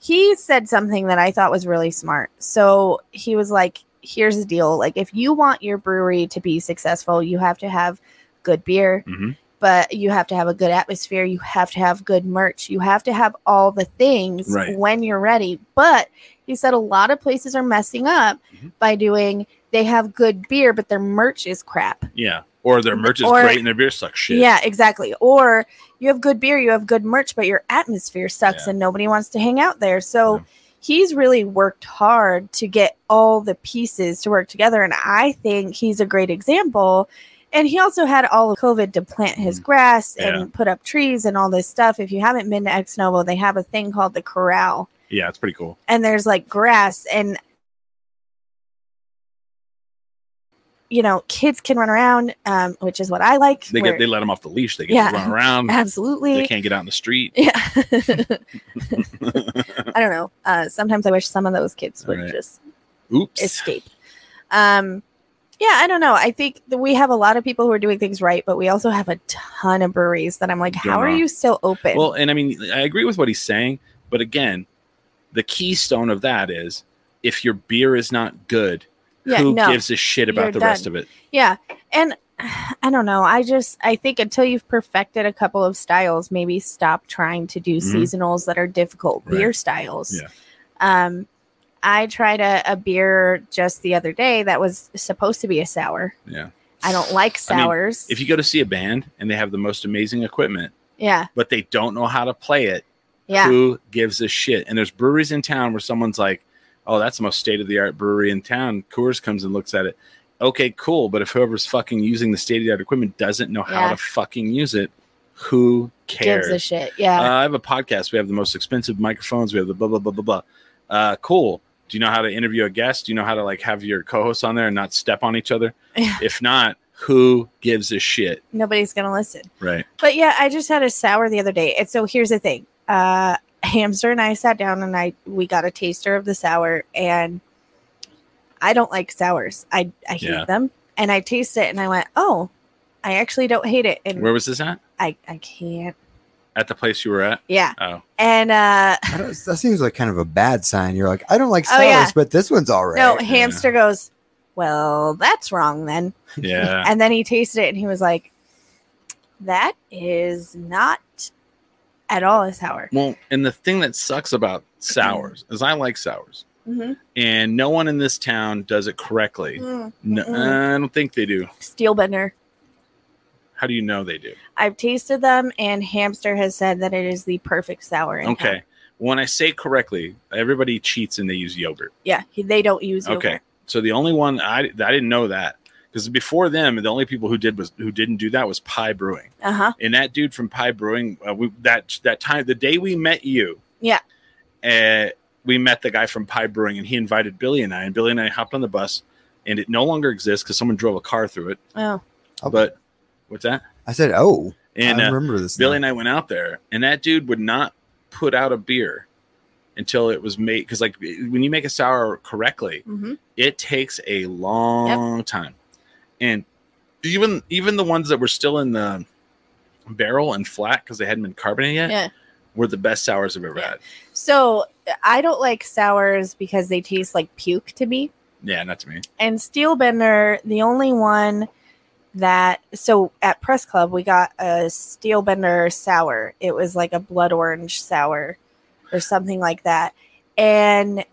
he said something that I thought was really smart. So he was like, here's the deal. Like, if you want your brewery to be successful, you have to have good beer, Mhm. but you have to have a good atmosphere. You have to have good merch. You have to have all the things Right. when you're ready. But he said a lot of places are messing up Mhm. by doing, they have good beer, but their merch is crap. Yeah. Or their merch is Or- great and their beer sucks shit. Yeah, exactly. Or you have good beer, you have good merch, but your atmosphere sucks Yeah. and nobody wants to hang out there. So Yeah. he's really worked hard to get all the pieces to work together. And I think he's a great example. And he also had all of COVID to plant his Mhm. grass Yeah. and put up trees and all this stuff. If you haven't been to Ex Novo, they have a thing called the corral Yeah, it's pretty cool. and there's like grass and you know kids can run around um, which is what i like They where- get they let them off the leash. They get Yeah. to run around. They absolutely can't get out in the street. (laughs) yeah (laughs) i don't know uh, sometimes i wish some of those kids would Right. just Oops. escape um yeah i don't know i think that we have a lot of people who are doing things right but we also have a ton of breweries that i'm like Don't how are know. you still open Well, and I mean, I agree with what he's saying, but again, the keystone of that is if your beer is not good, yeah who no gives a shit about You're the rest done. of it? Yeah. And (sighs) I don't know. I just I think until you've perfected a couple of styles, maybe stop trying to do Mhm. seasonals that are difficult Right. beer styles. Yeah. Um I tried a, a beer just the other day that was supposed to be a sour. Yeah. I don't like I mean, sours. If you go to see a band and they have the most amazing equipment, yeah. but they don't know how to play it, Yeah. who gives a shit? And there's breweries in town where someone's like, "Oh, that's the most state of the art brewery in town." Coors comes and looks at it. Okay, cool, but if whoever's fucking using the state of the art equipment doesn't know how Yeah. to fucking use it, who cares? Gives a shit. Yeah. Uh, I have a podcast. We have the most expensive microphones. We have the blah blah blah blah blah. Uh, cool. Do you know how to interview a guest? Do you know how to like have your co-hosts on there and not step on each other? (laughs) Yeah. If not, who gives a shit? Nobody's gonna listen. Right. But yeah, I just had a sour the other day. And so here's the thing. Uh Hamster and I sat down and I we got a taster of the sour and I don't like sours. I I hate Yeah. them. And I taste it and I went, "Oh, I actually don't hate it." And Where was this at? I I can't. At the place you were at? Yeah. Oh, And uh I don't, that seems like kind of a bad sign. You're like, I don't like Oh, sours, yeah. but this one's all right. no, Hamster goes, "Well, that's wrong then." yeah. And then he tasted it and he was like, "That is not at all a sour." well, and the thing that sucks about sours is I like sours, Mhm. and no one in this town does it correctly. Mm. No, Mm-mm. I don't think they do. Steel bender. How do you know they do? I've tasted them, and Hamster has said that it is the perfect sour. in Okay. town. When I say correctly, everybody cheats and they use yogurt. Yeah, he- they don't use yogurt. Okay. So the only one I I didn't know that because before them, the only people who did was who didn't do that was Pie Brewing, Uh huh. and that dude from Pie Brewing, uh, we, that that time the day we met you, Yeah. uh, we met the guy from Pie Brewing, and he invited Billy and I, and Billy and I hopped on the bus, and it no longer exists because someone drove a car through it. Oh, Oh. But what's that? I said, oh, And I uh, remember this. Billy and now. I went out there, and that dude would not put out a beer until it was made. Because like when you make a sour correctly, hmm it takes a long time and even even the ones that were still in the barrel and flat because they hadn't been carbonated yet Yeah. were the best sours i've ever Yeah. had So I don't like sours because they taste like puke to me. yeah not to me And Steel Bender, the only one that so at Press Club we got a Steel Bender sour. It was like a blood orange sour or something like that. And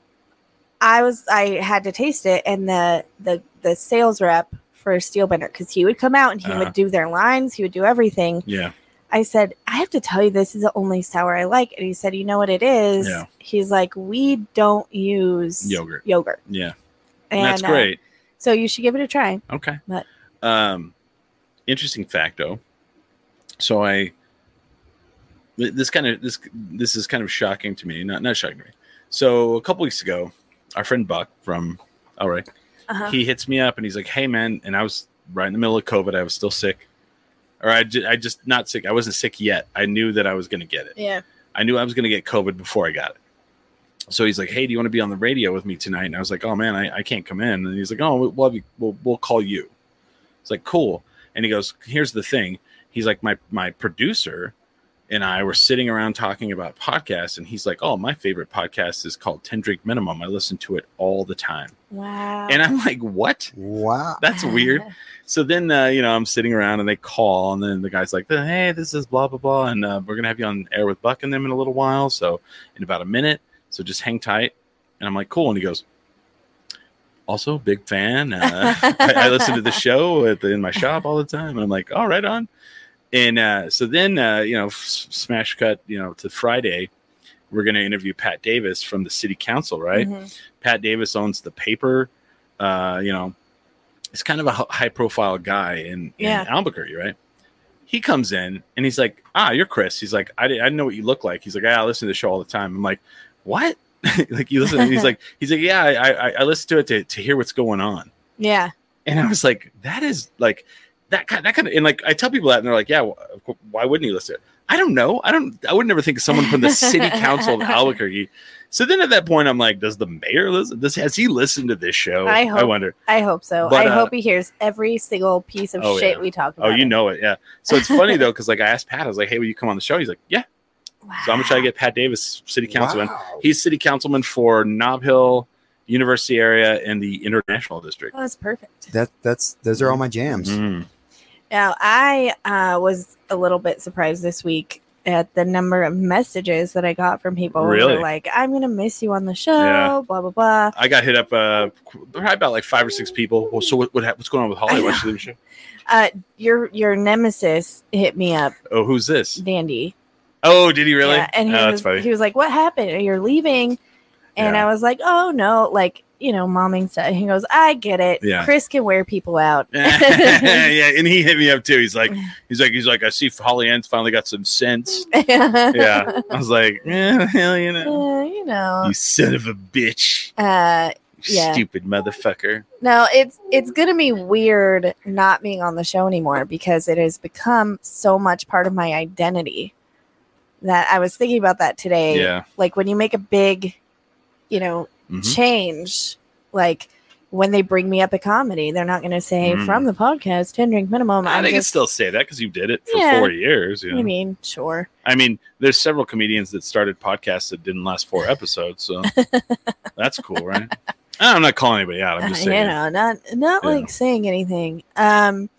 I was I had to taste it and the the the sales rep for Steel Bender cuz he would come out and he Uh-huh. would do their lines, he would do everything. yeah I said, I have to tell you, this is the only sour I like. And he said, You know what it is? Yeah. He's like, We don't use Yogurt. Yogurt. yeah And, that's uh, great so you should give it a try. okay but- um interesting fact though so i th- this kind of this this is kind of shocking to me not not shocking to me so a couple weeks ago our friend buck from all right Uh-huh. he hits me up and he's like, "Hey man," and I was right in the middle of COVID. I was still sick, or I ju- I just not sick. I wasn't sick yet. I knew that I was going to get it. Yeah. I knew I was going to get COVID before I got it. So he's like, "Hey, do you want to be on the radio with me tonight?" And I was like, "Oh man, I, I can't come in." And he's like, "Oh, we'll have you, we'll we'll call you." It's like cool. And he goes, "Here's the thing." He's like, "My my producer and I were sitting around talking about podcasts, and he's like, "Oh, my favorite podcast is called Ten Drink Minimum. I listen to it all the time." Wow. And I'm like, "What? Wow. (laughs) That's weird." So then, uh, you know, I'm sitting around and they call, and then the guy's like, "Hey, this is blah blah blah, and uh, we're gonna have you on air with Buck and them in a little while, so in about a minute, so just hang tight." And I'm like, "Cool," and he goes, "Also, big fan. Uh, I, I listen to the show at the, in my shop all the time." And I'm like, "All right, on." And uh, so then, uh, you know, s- smash cut, you know, to Friday, we're gonna interview Pat Davis from the City Council, right? Mhm. Pat Davis owns the paper. Uh, you know, he's kind of a high profile guy in, in Yeah. Albuquerque, right? He comes in and he's like, "Ah, you're Chris." He's like, "I didn't, I didn't know what you look like." He's like, "Ah, "I listen to the show all the time." I'm like, "What?" (laughs) like you listen? He's like, "He's like, yeah, I, I I listen to it to to hear what's going on." Yeah. And I was like, "That is like that kind that kind of." And like I tell people that, and they're like, "Yeah, wh- of cour- why wouldn't you listen?" to it?" I don't know. I don't. I would never think of someone from the city (laughs) council of Albuquerque. So then, at that point, I'm like, "Does the mayor listen? Does has he listened to this show?" I I hope- wonder. I hope so. But, I uh, hope he hears every single piece of oh, shit yeah. we talk Oh, about. you know it, yeah. So it's funny though, because like I asked Pat, I was like, "Hey, will you come on the show?" He's like, "Yeah." Wow. So I'm gonna try to get Pat Davis, city councilman. Wow. He's city councilman for Knob Hill, University area, and the International District. Oh, that's perfect. That that's those are all my jams. Mm. Now, I uh, was a little bit surprised this week at the number of messages that I got from people. who were Really? Like, I'm going to miss you on the show, Yeah. blah, blah, blah. I got hit up uh, probably about like five or six people. Well, so what, what hap- what's going on with Holly? I Why she leaving the show? Uh, your your nemesis hit me up, Oh, who's this? Dandy. Oh, did he really? Yeah, and he, oh, that's was, funny. he was like, What happened? You're leaving. And Yeah. I was like, Oh no, like, you know, momming stuff. He goes, I get it. Yeah. Chris can wear people out. (laughs) (laughs) yeah, and he hit me up too. He's like, he's like, he's like, I see Holly Ann's finally got some sense. Yeah, I was like, eh, hell, you know. Yeah, you know. You son of a bitch. Uh you Yeah. Stupid motherfucker. no, it's it's gonna be weird not being on the show anymore because it has become so much part of my identity that I was thinking about that today. Yeah. Like when you make a big, you know, Mhm. change. Like when they bring me up a comedy, they're not going to say Mm. from the podcast 10 drink minimum. I Um, I'm think I just, still say that because you did it for Yeah. four years. You know? I mean, sure. there's several comedians that started podcasts that didn't last four episodes, (laughs) so that's cool, right? Ah, I'm not calling anybody out. I'm just uh, (laughs) you saying. know, not not Yeah. like saying anything. Um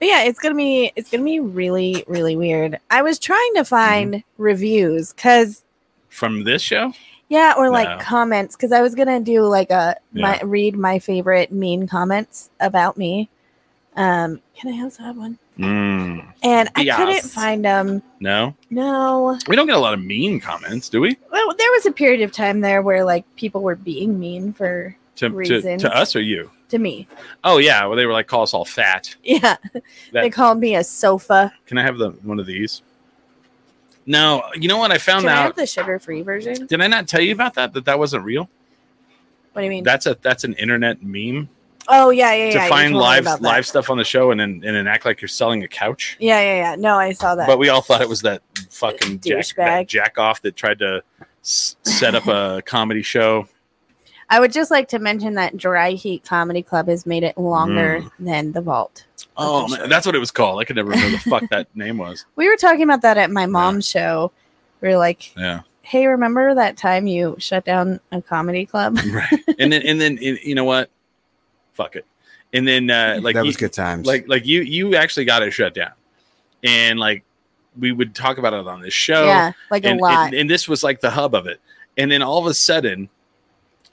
but yeah, it's going to be it's going to be really really weird. I was trying Mm-hmm. to find reviews cuz From this show, yeah, or like No. comments cuz I was going to do like a my, Yeah. read my favorite mean comments about me. Um can I also have one? Mm, And I couldn't Yes. find them. no, No. we don't get a lot of mean comments, do we? well, there was a period of time there where like people were being mean for To, to, Reasons. to us or you? to me. (laughs) Oh yeah, well they were like call us all fat. Yeah, they That- called me a sofa. Can I have the one of these? No, you know what I found Can I out. have the sugar-free version? Did I not tell you about that? That that wasn't real. What do you mean? That's a that's an internet meme. oh yeah, yeah, yeah. to you find told me live about that. live stuff on the show and then and then act like you're selling a couch. Yeah, yeah, yeah. No, I saw that. But we all thought it was that (laughs) fucking jack, Douchebag. that jack off that tried to s- set up (laughs) a comedy show. I would just like to mention that Dry Heat Comedy Club has made it longer Mm. than the Vault. Oh, man, that's what it was called. I could never remember the fuck that name was. We were talking about that at my mom's show. We were like, (laughs) Yeah, "Hey, remember that time you shut down a comedy club?" right. And then and then and, you know what? Fuck it. And then uh, like that you- was good times. Like like you you actually got it shut down, and like we would talk about it on this show. yeah, like and, a lot. And, and this was like the hub of it. And then all of a sudden,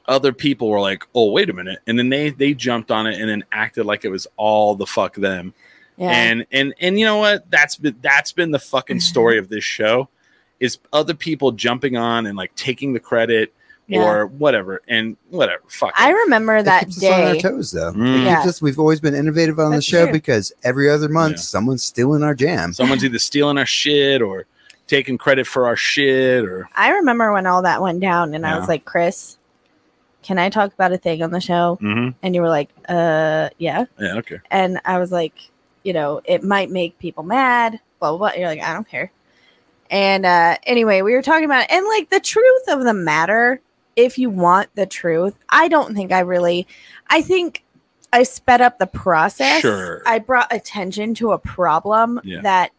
other people were like, "Oh, wait a minute!" And then they they jumped on it and then acted like it was all the fuck them. yeah. And and and you know what? That's been that's been the (laughs) fucking story of this show, is other people jumping on and like taking the credit Yeah. or whatever and whatever. Fuck. I it. remember It that keeps us on day. our toes though. Mm. It Yeah. keeps us- we've always been innovative on That's the show true. because every other month Yeah. someone's stealing our jam. Someone's either stealing our shit or taking credit for our shit or I remember when all that went down and I was Yeah. like, Chris, can I talk about a thing on the show? Mhm. And you were like, uh, yeah. yeah, okay. And I was like, you know, it might make people mad, blah, blah, blah. And You're like, I don't care. And uh, anyway, we were talking about it. And like the truth of the matter, if you want the truth, I don't think I really, I think I sped up the process. Sure. I brought attention to a problem Yeah. that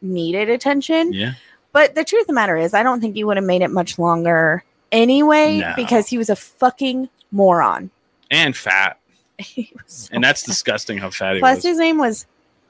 needed attention Yeah. But the truth of the matter is, I don't think he would have made it much longer anyway No. because he was a fucking moron. (laughs) and fat, He was and that's disgusting how fat he Plus, was. his name was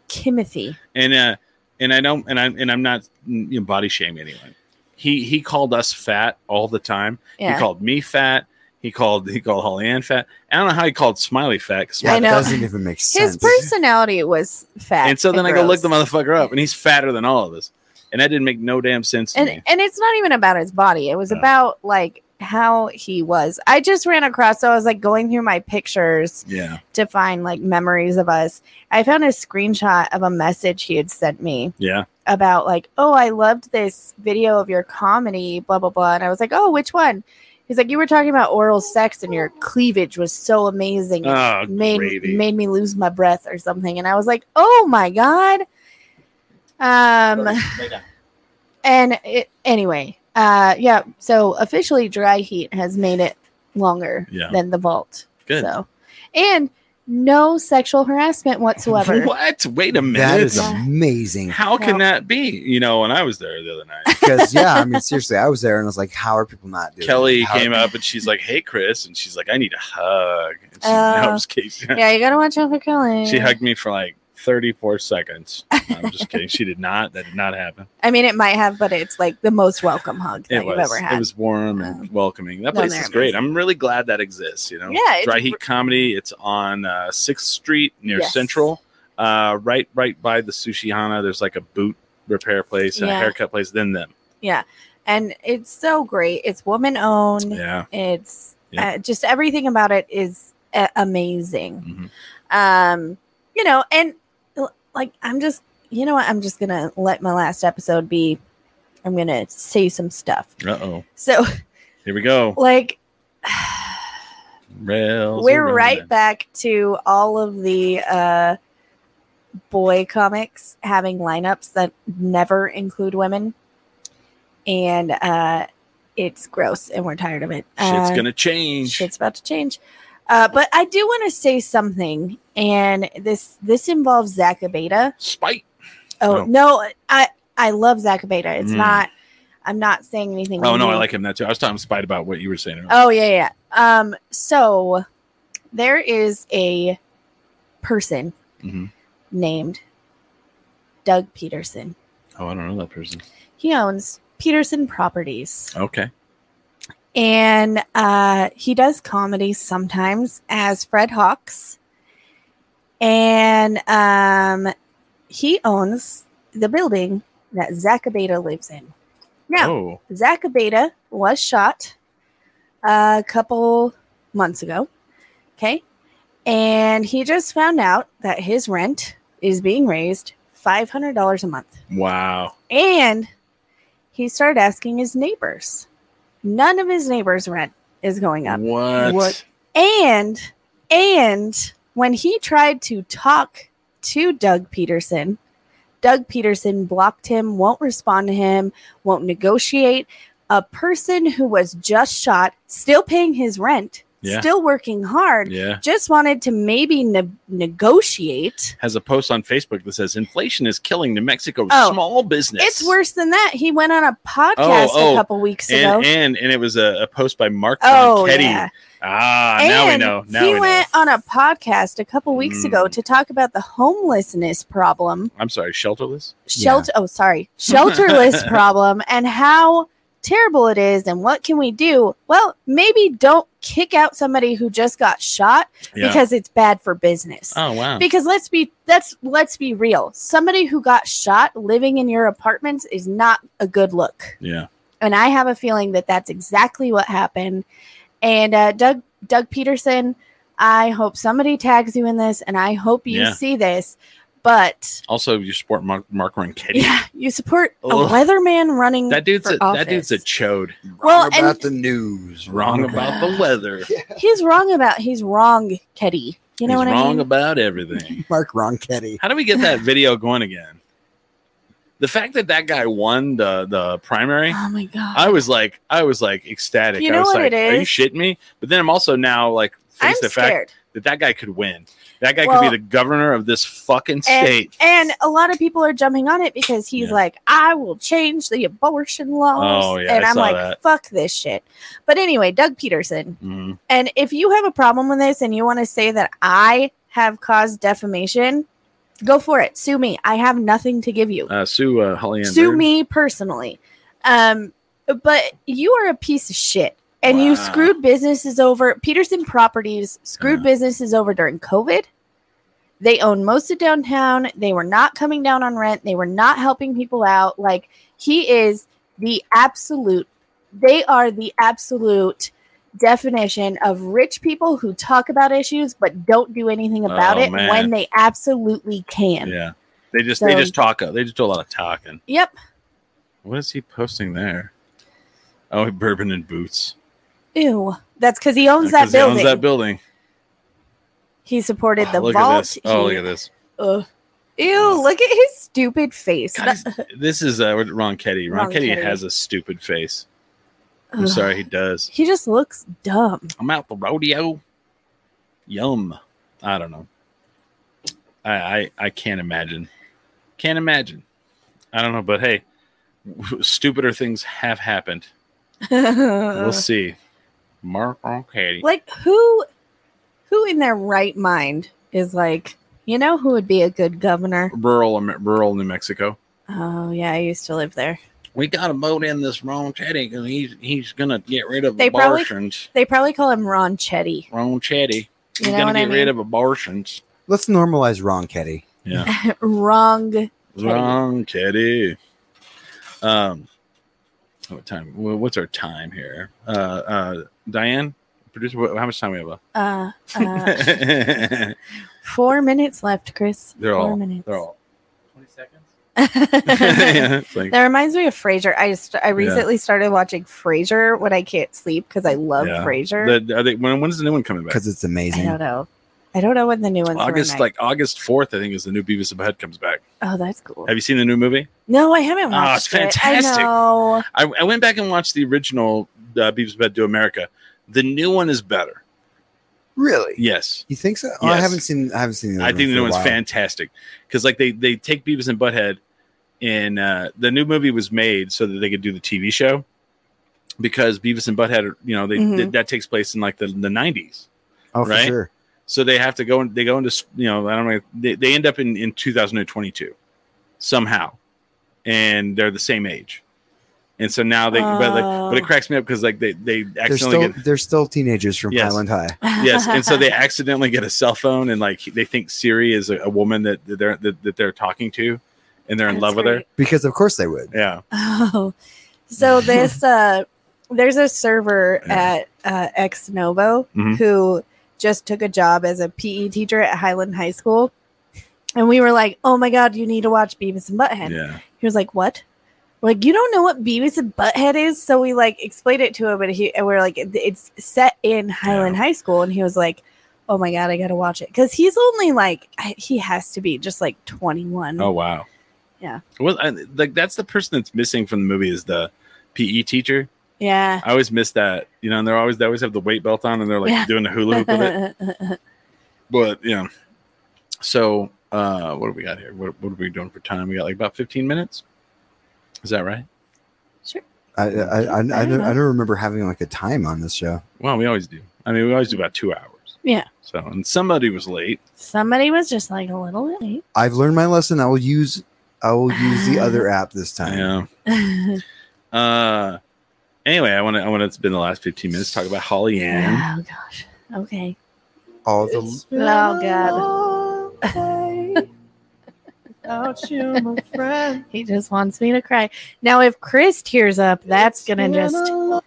Timothy. and uh, and I don't, and I'm, and I'm not mm, you know, body shaming anyone. He he called us fat all the time. He Yeah. called me fat. He called he called Holly Ann fat. I don't know how he called Smiley fat. 'cause I it know. doesn't even make sense. His personality was fat. and so then I go look gross. the motherfucker up, and he's fatter than all of us, and that didn't make no damn sense to and me. and it's not even about his body it was No. about like how he was i just ran across so i was like going through my pictures Yeah, to find like memories of us i found a screenshot of a message he had sent me yeah. about like oh i loved this video of your comedy blah blah blah and i was like oh which one he's like you were talking about oral sex and your cleavage was so amazing It Oh, made gravy. made me lose my breath or something and i was like oh my god (laughs) um and it, anyway, uh, yeah. So officially, dry heat has made it longer Yeah. than the vault. Good. So, and no sexual harassment whatsoever. (laughs) What? Wait a minute. that is Yeah. amazing. How can Yeah. that be? You know, when I was there the other (laughs) night, Because yeah, I mean seriously, I was there and I was like, how are people not doing? Kelly it? How- came up and she's like, "Hey, Chris," and she's like, "I need a hug." And she Oh. (laughs) helps Kate. yeah, you gotta watch out for Kelly. She hugged me for like 34 seconds. I'm just kidding. She did not. That did not happen. I mean, it might have, but it's like the most welcome hug (laughs) that It you've was. ever It had. Um, was warm and welcoming. That No, place they're is great. amazing. I'm really glad that exists. You know, Yeah, it's Dry a Heat Comedy. It's on uh, Sixth Street near Yes. Central, uh, right, right by the Sushi Hana. There's like a boot repair place and a Yeah. haircut place. Then them. and it's so great. It's woman owned. Yeah. It's Yeah. uh, just everything about it is uh, amazing. Mhm. um you know and l- like i'm just you know what i'm just gonna let my last episode be i'm gonna say some stuff Uh oh. so (laughs) Here we go. like Rails. we're are right running. back to all of the uh boy comics having lineups that never include women and uh it's gross and we're tired of it Shit's Uh, gonna change. shit's about to change. Uh, but I do want to say something, and this this involves Zach Abeda. Spite. Oh, Oh. no, I I love Zach Abeda. It's Mm. not. I'm not saying anything. Oh no, I new. like him that too. I was talking spite about what you were saying. earlier. Oh yeah, yeah. yeah. Um, so there is a person Mhm. named Doug Peterson. oh, I don't know that person. He owns Peterson Properties. Okay. and uh, he does comedy sometimes as Fred Hawkes, and um, he owns the building that Zacabeta lives in. Yeah. Oh. Zacabeta was shot a couple months ago, okay, and he just found out that his rent is being raised five hundred dollars a month. Wow. And he started asking his neighbors. None of his neighbors' rent is going up. What? What? And and when he tried to talk to Doug Peterson, Doug Peterson blocked him, won't respond to him, won't negotiate. A person who was just shot, still paying his rent, Yeah. still working hard, Yeah. just wanted to maybe ne- negotiate. Has a post on Facebook that says inflation is killing New Mexico's Oh. small business. It's worse than that. He went on a podcast oh, a couple weeks ago. And, and and it was a, a post by Mark Oh, Teddy. yeah. Ah, now we And know. Now he we went know. on a podcast a couple weeks ago Mm. to talk about the homelessness problem, I'm sorry, shelterless. shelter. Oh, sorry, (laughs) shelterless problem, and how terrible it is, and what can we do? Well, maybe don't kick out somebody who just got shot Yeah. because it's bad for business. oh wow. Because let's be that's let's be real. Somebody who got shot living in your apartments is not a good look. yeah. and I have a feeling that that's exactly what happened. And uh, Doug Doug Peterson, I hope somebody tags you in this, and I hope you Yeah. see this. But Also, you support Mark Mark Ronchetti. yeah, you support Ugh. a weatherman running. That dude's for a, office. that dude's a chode. Well, wrong and- about the news. Wrong about the weather. he's wrong about he's wrong, Ketty. You know He's what wrong I mean? about everything. Mark Ronchetti. How do we get that video going again? The fact that that guy won the the primary, oh my god! I was like, I was like ecstatic. You I know was what like, it Are you is? shitting me? But then I'm also now like I'm face the fact scared. that that guy could win. That guy could Well- be the governor of this fucking state. And a lot of people are jumping on it because he's Yeah. like, I will change the abortion laws. Oh, yeah, and I I'm saw like, that. fuck this shit. But anyway, Doug Peterson. Mhm. And if you have a problem with this and you want to say that I have caused defamation, go for it. Sue me. I have nothing to give you. Uh, sue uh, Holly Ann Sue Bird. me personally. Um, but you are a piece of shit. And Wow. you screwed businesses over. Peterson Properties screwed Uh. businesses over during COVID. They owned most of downtown. They were not coming down on rent. They were not helping people out. Like he is the absolute, they are the absolute definition of rich people who talk about issues but don't do anything about Oh, it man. when they absolutely can. Yeah, they just they So- just talk. They just do a lot of talking. Yep. What is he posting there? Oh, bourbon and boots. Ew. That's because he owns that 'Cause he building. owns that building. He supported the look at vault. this. Oh, He- look at this. Ugh. Ew, look at his stupid face. God, he's- this is uh, Ron Ketty. Ron, Ron Ketty, Ketty. has a stupid face. Ugh. I'm sorry, he does. He just looks dumb. I'm out the rodeo. Yum. I don't know. I I, I can't imagine. Can't imagine. I don't know, but hey, stupider things have happened. (laughs) Uh. we'll see. Mark Ron Ketty. like who who in their right mind is like, you know who would be a good governor? rural Am- rural New Mexico. Oh yeah, I used to live there. We got to vote in this Ron Chetty because he's he's gonna get rid of They probably- abortions. They probably call him Ron Chetty. Ron Chetty. You know what I mean? of abortions. Let's normalize Ron Ketty. Yeah, Wrong. Ron Chetty. Um, oh, what time? wh- What's our time here? Uh, uh, Diane, producer, wh- how much time we have? Uh, (laughs) uh left? four minutes left, Chris. they're four all. minutes. (laughs) They're all. (laughs) Twenty seconds. Yeah, it's like- That reminds me of Frasier. I just I recently started watching Frasier when I can't sleep because I love Yeah. Frasier. the, are they, when, when's the new one coming back? because it's I amazing. don't know. I don't know when the new one's coming August back. like August fourth, I think, is the new Beavis and Butthead comes back. Oh, that's cool. Have you seen the new movie? No, I haven't Oh, watched it's It. fantastic. I know. I, I went back and watched the original uh, Beavis Bed to America. The new one is better. Really? Yes, You think so? Oh, I Yes. haven't seen. I haven't seen. I think the new new one's fantastic because like they they take Beavis and Butthead, and uh, the new movie was made so that they could do the TV show because Beavis and Butthead, are- you know, they, Mm-hmm. Mhm. that takes place in like the the nineties. Oh, for right? sure. So they have to go and they go into s- you know I don't know they, they end up in in 2022 somehow, and they're the same age, and so now they but like but it Oh. cracks me up because like they they Ah. They're accidentally still get they're still teenagers from Yes. Highland High. yes and (laughs) so they accidentally get a cell phone and like they think siri is a, a woman that, that they're that, that they're talking to and they're in That's love with her great. Because of course they would. yeah Oh, (laughs) so this uh, there's a server Yeah. at uh, Ex Novo Mhm. who just took a job as a PE teacher at Highland High School, and we were like, "Oh my god, you need to watch Beavis and Butthead." yeah He was like, "What?" We're like, "You don't know what Beavis and Butthead is?" So we like explained it to him, and he and we're like, "It- "It's set in Highland High School," and he was like, "Oh my god, I gotta watch it," because he's only like I- he has to be just like twenty one. oh wow Yeah. well I, like that's the person that's missing from the movie is the pe teacher yeah. i always miss that you know and they're always they always have the weight belt on and they're like Yeah. doing the hula hoop with (laughs) it but yeah so uh what do we got here what, what are we doing for time we got like about 15 minutes is that right I I I, I, don't, I don't know. don't remember having like a time on this show. well we always do i mean we always do about two hours Yeah. so and somebody was late Somebody was just like a little late. (laughs) I've learned my lesson. I will use I will use the other app this time. yeah Uh, anyway, I want to. I want to spend the last fifteen minutes talking about Holly Ann. oh gosh. Okay. All the (laughs) Oh god. (laughs) Without you, my friend. He just wants me to cry. Now if Chris tears up, that's gonna just I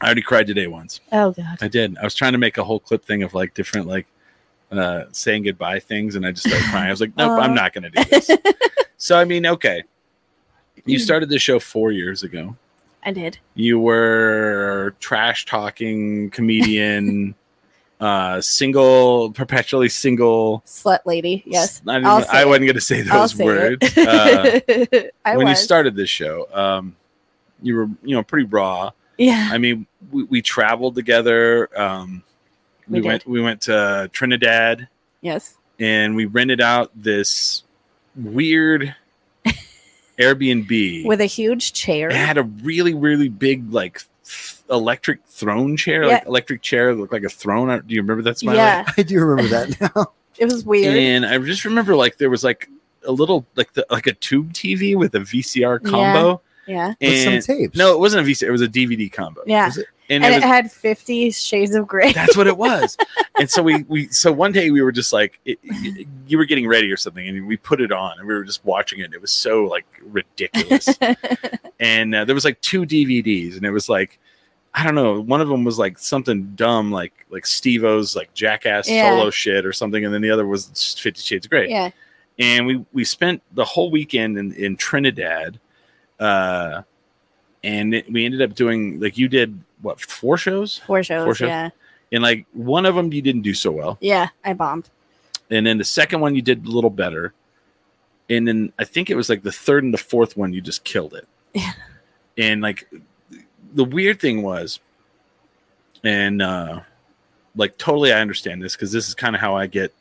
already cried today once. oh god. I did. I was trying to make a whole clip thing of like different like uh saying goodbye things, and I just started crying. I was like, nope, I'm Uh. not going to do (laughs) this. so I mean, okay, you Hmm. started the show four years ago. I did. You were trash talking (laughs) comedian, uh, single, perpetually single. Slut lady. (laughs) Yes. I, didn't, I'll say I it. wasn't going to say those I'll say (laughs) words. It. Uh, (laughs) I when was. you started this show, um, you were you know pretty raw. yeah. I mean, we, we traveled together. Um, We We, did. went we went to Trinidad Yes. and we rented out this (laughs) weird Airbnb. With a huge chair. it had a really really big like th- electric throne chair, like electric chair that looked like a throne. I- Do you remember that smile? Yeah. (laughs) I do remember that now. (laughs) It was weird. And I just remember like there was like a little like the like a tube TV with a VCR combo. yeah. With some And tapes. no, it wasn't a VCR, it was a DVD combo. Yeah. Was it- And, And, it it, was had 50 shades of (laughs) gray. That's what it was. and so we we so one day we were just like it, it- you were getting ready or something, and we put it on and we were just watching it. And it was so like ridiculous. (laughs) and uh, there was like two DVDs, and it was like I don't know. One of them was like something dumb, like like Steve O's like jackass Yeah. solo shit or something, and then the other was just Fifty Shades of Grey. (laughs) yeah. And we we spent the whole weekend in in Trinidad. Uh, and it, we ended up doing like you did what four shows Four shows. Four shows. Yeah. and like one of them you didn't do so well Yeah. I bombed. (laughs) and then the second one you did a little better and then i think it was like the third and the fourth one you just killed it Yeah. and like the weird thing was and uh like totally i understand this because this is kind of how i get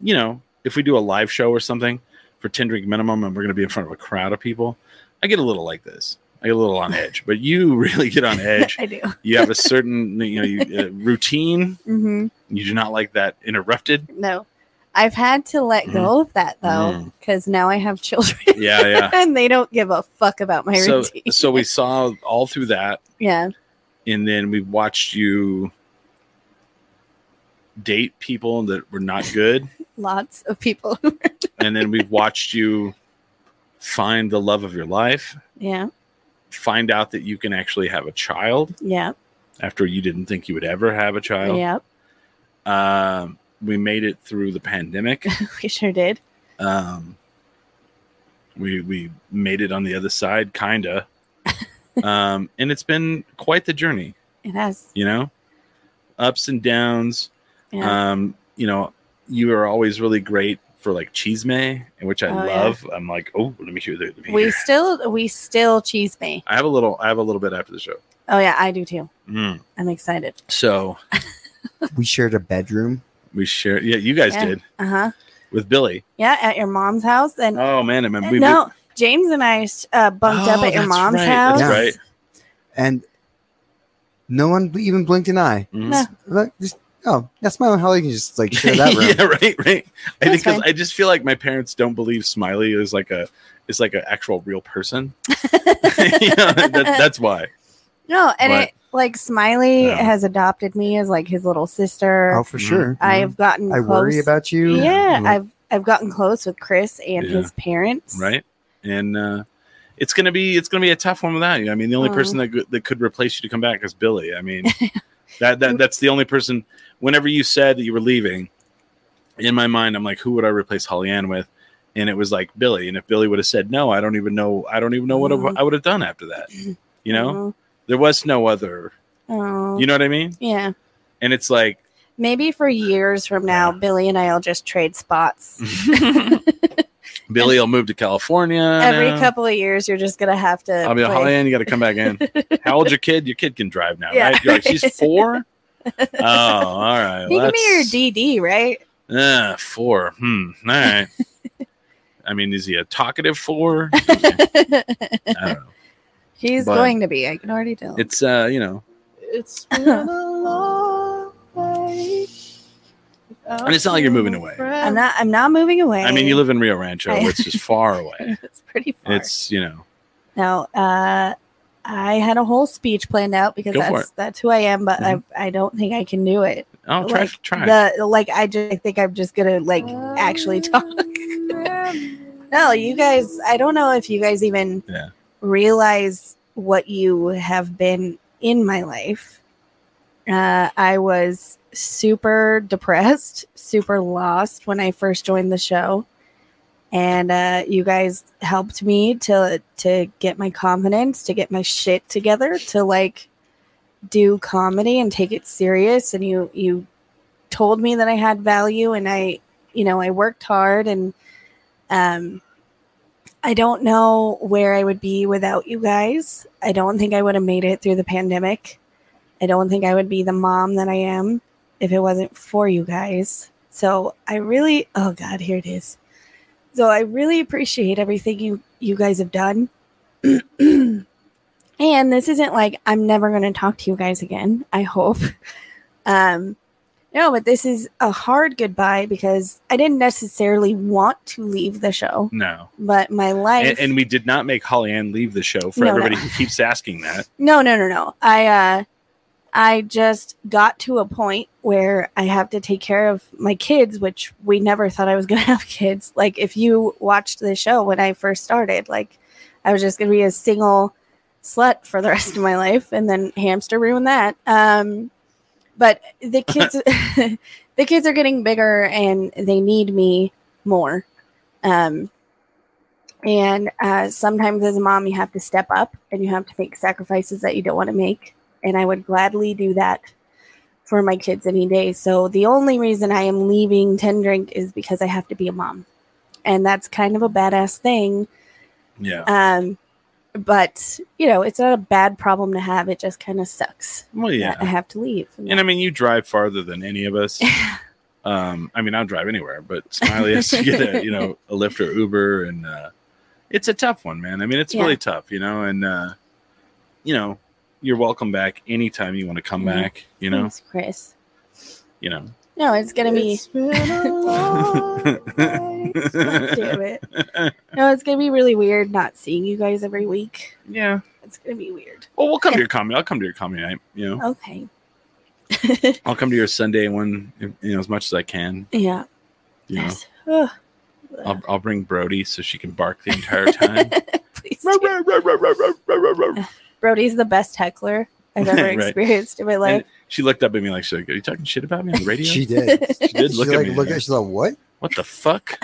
you know if we do a live show or something for 10 drink minimum and we're going to be in front of a crowd of people i get a little like this i get a little on edge but you (laughs) really get on edge I do. you have a certain you know you, uh, routine hmm you do not like that (laughs) interrupted No. I've had to let Mm-hmm. go of that though, Mm. because now I have children (laughs) yeah yeah and they don't give a fuck about my so, routine. so we saw all through that (laughs) yeah. and then we watched you date people that were not good Lots of people. (laughs) and then we watched you find the love of your life yeah. find out that you can actually have a child Yeah. after you didn't think you would ever have a child Yeah. um, we made it through the pandemic (laughs) We sure did. um, we we made it on the other side kinda um, and it's been quite the journey It has. you know ups and downs Yeah. um you know you are always really great for like cheese may which i Oh, yeah. love i'm like oh let me hear that let me we hear. still we still cheese me. i have a little i have a little bit after the show Oh yeah, I do too. Mm. I'm excited. so We shared a bedroom. we share yeah you guys Yeah. did Uh huh. with billy Yeah, at your mom's house and oh man i mean, we, no, James and I uh, bunked up Oh, at your that's mom's right, house. that's Yeah. right And no one even blinked an eye. Mhm. No. Like, just, oh, that's my own. How you can just like share (laughs) that room. yeah right right i That's think 'cause fine. i just feel like my parents don't believe smiley is like a is like an actual real (laughs) person (laughs) yeah, that, that's why No, and But- it like Smiley Yeah. has adopted me as like his little sister. Oh, for sure. I've gotten I close. worry about you. Yeah, Like, I've I've gotten close with Chris and Yeah. his parents. right? And uh, it's gonna be it's gonna be a tough one without you. I mean, the only Mm. person that go- that could replace you to come back is Billy. I mean, that, that that's the only person. Whenever you said that you were leaving, in my mind, I'm like, who would I replace Holly Ann with? And it was like Billy. And if Billy would have said no, I don't even know. I don't even know what I w- I would have done after that. You Mm-hmm. know, there was no other. Oh. You know what I mean? yeah. And it's like, (laughs) Maybe for years from now, Billy and I'll just trade spots. (laughs) Billy will move to California. Every now. couple of years, you're just gonna have to. I'll be like, play- Holly Ann, you got to come back (laughs) in. How old's your kid? Your kid can drive now, Yeah. right? You're like, (laughs) she's four? Oh, all right. You well, give me your that's- DD, right? (laughs) Uh, four. Hmm. All right. I mean, is he a talkative four? I don't know. He's But- going to be. I can already tell. It's, uh, you know, It's and it's not like you're moving away. I'm not. I'm not moving away. I mean, you live in Rio Rancho, I- which is far away. (laughs) it's pretty (laughs) far. It's, you know, Now, uh, I had a whole speech planned out because Go for that's that's who I am, but I I don't think I can do it. oh, try, like try. the like I just I think I'm just gonna like actually talk. No, you guys. I don't know if you guys even Yeah. realize what you have been in my life. Uh, I was super depressed, super lost when I first joined the show, and uh, you guys helped me to to get my confidence, to get my shit together, to like do comedy and take it serious. And you you told me that I had value, and I you know I worked hard, and um, I don't know where I would be without you guys. I don't think I would have made it through the pandemic. I don't think I would be the mom that I am if it wasn't for you guys. So I really, oh God, here it is. So I really appreciate everything you you guys have done. (clears throat) and this isn't like I'm never going to talk to you guys again. I hope. (laughs) Um, no, but this is a hard goodbye because I didn't necessarily want to leave the show, No. but my life. And, and we did not make Holly Ann leave the show for No, no. everybody who keeps asking that. No, no, no, no. I uh I just got to a point where I have to take care of my kids, which we never thought I was (laughs) going to have kids. Like if you watched the show when I first started, like I was just going to be a single slut for the rest of my life and then hamster ruined that. Um but (laughs) the kids (laughs) the kids are getting bigger and they need me more. Um and uh, sometimes as a mom, you have to step up and you have to make sacrifices that you don't want to make. And I would gladly do that for my kids any day. So the only reason I am leaving Ten Drink is because I have to be a mom. And that's kind of a badass thing. (laughs) Yeah. Um, but, you know, it's not a bad problem to have. It just kind of sucks. Well, yeah. that I have to leave. And I mean, you drive farther than any of (laughs) us. um, I mean, I'll drive anywhere, but Smiley has to get a you (laughs) know a Lyft or Uber, and uh, it's a tough one, man. I mean, it's Yeah. really tough, you know. And uh, you know, you're welcome back anytime you want to come Mhm. back. You know, Thanks, Chris. you know. No, it's going to be. (laughs) Damn it. No, it's going to be really weird not seeing you guys every week. yeah. It's gonna be weird. (laughs) Well, we'll come to your comedy. I'll come to your comedy night. You know, Okay. I'll come to your Sunday one. if- You know, as much as I can. Yeah. You know, Yes. (laughs) Ugh. I'll, I'll bring Brody so she can bark the entire (laughs) time. Please do. Brody's the best heckler I've ever (laughs) Right. experienced in my life. She looked up at me like, she's like, "Are you talking shit about (laughs) me on the radio?" (laughs) She did. She did She look like at me. look at. She's like, what? what the (laughs) fuck?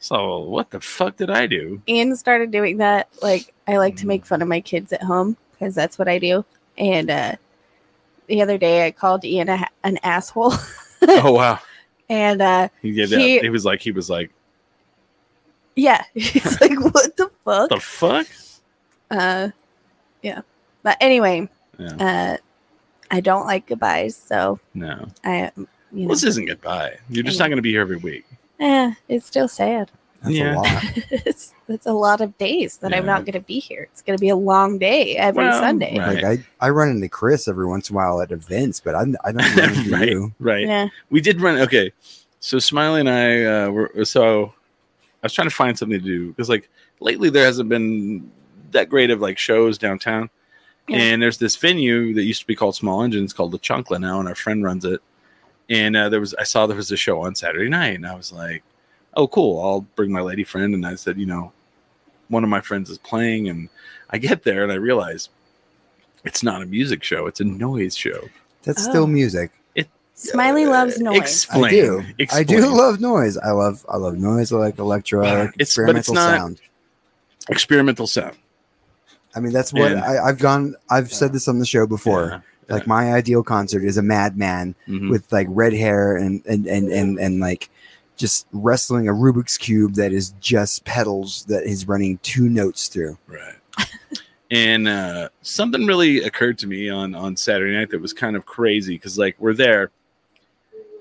So what the fuck did I do? (laughs) Ian started doing that. Like I like to Mm. make fun of my kids at home because that's what I do. And uh the other day I called Ian a, an asshole (laughs) Oh wow, and uh he gave that. He- He was like, he was like, yeah, (laughs) (laughs) he's like what the fuck? the fuck? uh yeah. But anyway, Yeah. uh I don't like goodbyes, so No, I you Well, know this isn't goodbye. You're just not going to be here every week. eh, it's still sad. That's Yeah. a lot. it's that's a lot of days that I'm Yeah. not going to be here. It's going to be a long day every Well, Sunday. right. Like I, I run into Chris every once in a while at events, but I, I don't run (laughs) into right, you. right. Yeah. We did run. Okay, so Smiley and I uh, were so. I was trying to find something to do because, like, lately there hasn't been that great of like shows downtown. Yeah. And there's this venue that used to be called Small Engine. It's called La Chancla now, and our friend runs it. And uh, there was, I saw there was a show on Saturday night, and I was like, "Oh, cool! I'll bring my lady friend." And I said, "You know, one of my friends is playing," and I get there and I realize it's not a music show; it's a noise show. That's Oh. still music. Smiley loves noise. Explain. I do. I do Explain. love noise. I love I love noise. I like electro. I like It's- but it's experimental not- sound. experimental sound. I mean, that's what And- I, I've gone. I've said this on the show before. Yeah, Like my ideal concert is a madman yeah. Mhm. with like red hair and and and and and like just wrestling a Rubik's cube that is just pedals that he's running two notes through. Right. (laughs) and uh, something really occurred to me on on Saturday night that was kind of crazy because like we're there,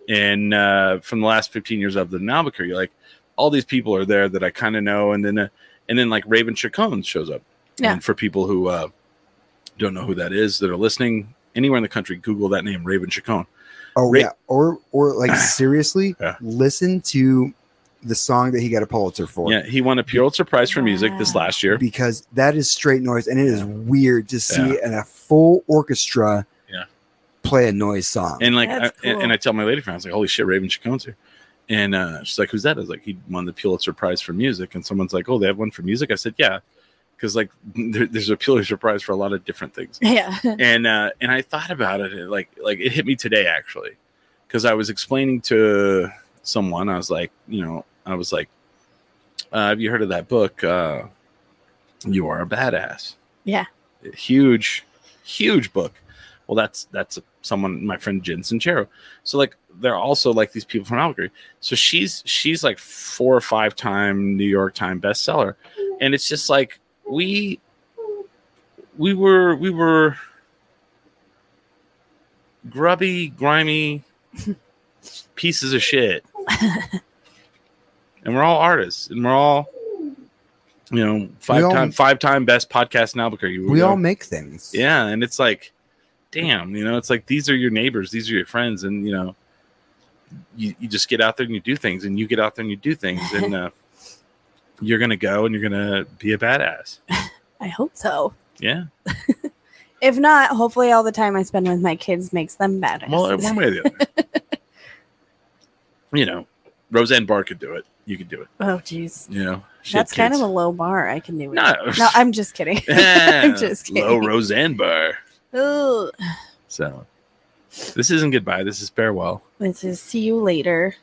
and uh, from the last fifteen years I've lived in Albuquerque, like all these people are there that I kind of know, and then uh, and then like Raven Chacon shows up. Yeah. And for people who uh, don't know who that is that are listening anywhere in the country, Google that name, Raven Chacon. Oh Ra- yeah, or (clears throat) or like seriously, Yeah. listen to the song that he got a Pulitzer for. Yeah, he won a Pulitzer Prize for music this Wow. last year. because that is straight noise and it is weird to see in a full orchestra Yeah. play a noise song. And like, I, That's and, cool. and I tell my lady friend, I was like, "Holy shit, Raven Chacon's here," and uh, she's like, "Who's that?" I was like, "He won the Pulitzer Prize for music." And someone's like, "Oh, they have one for music." I said, "Yeah," because like, (laughs) there, there's a Pulitzer Prize for a lot of different things. yeah. (laughs) and uh, and I thought about it, it, like like it hit me today actually, because I was explaining to someone, I was like, you know, I was like, uh, "Have you heard of that book? Uh, you are a badass." Yeah. Huge, huge book well that's that's someone my friend jen sincero so like they're also like these people from albuquerque so she's she's like four or five time new york time bestseller and it's just like we we were we were grubby grimy pieces of shit. and we're all artists, and we're all, you know, five all- time five time best podcast in Albuquerque. We We're- all make things. yeah, and it's like, damn, you know, it's like these are your neighbors, these are your friends, and you know, you, you just get out there and you do things, and you get out there and you do things, and uh, (laughs) you're gonna go and you're gonna be a badass. I hope so. Yeah. If not, hopefully all the time I spend with my kids makes them badass. Well, (laughs) one way or the other. you know, Roseanne Barr could do it. You could do it. oh, jeez. You know, She had That's kind of kids. a low bar. I can do it. no. No, (laughs) I'm just kidding. (laughs) I'm just kidding. Low Roseanne Barr. Ugh. So this isn't goodbye. This is farewell. This is see you later.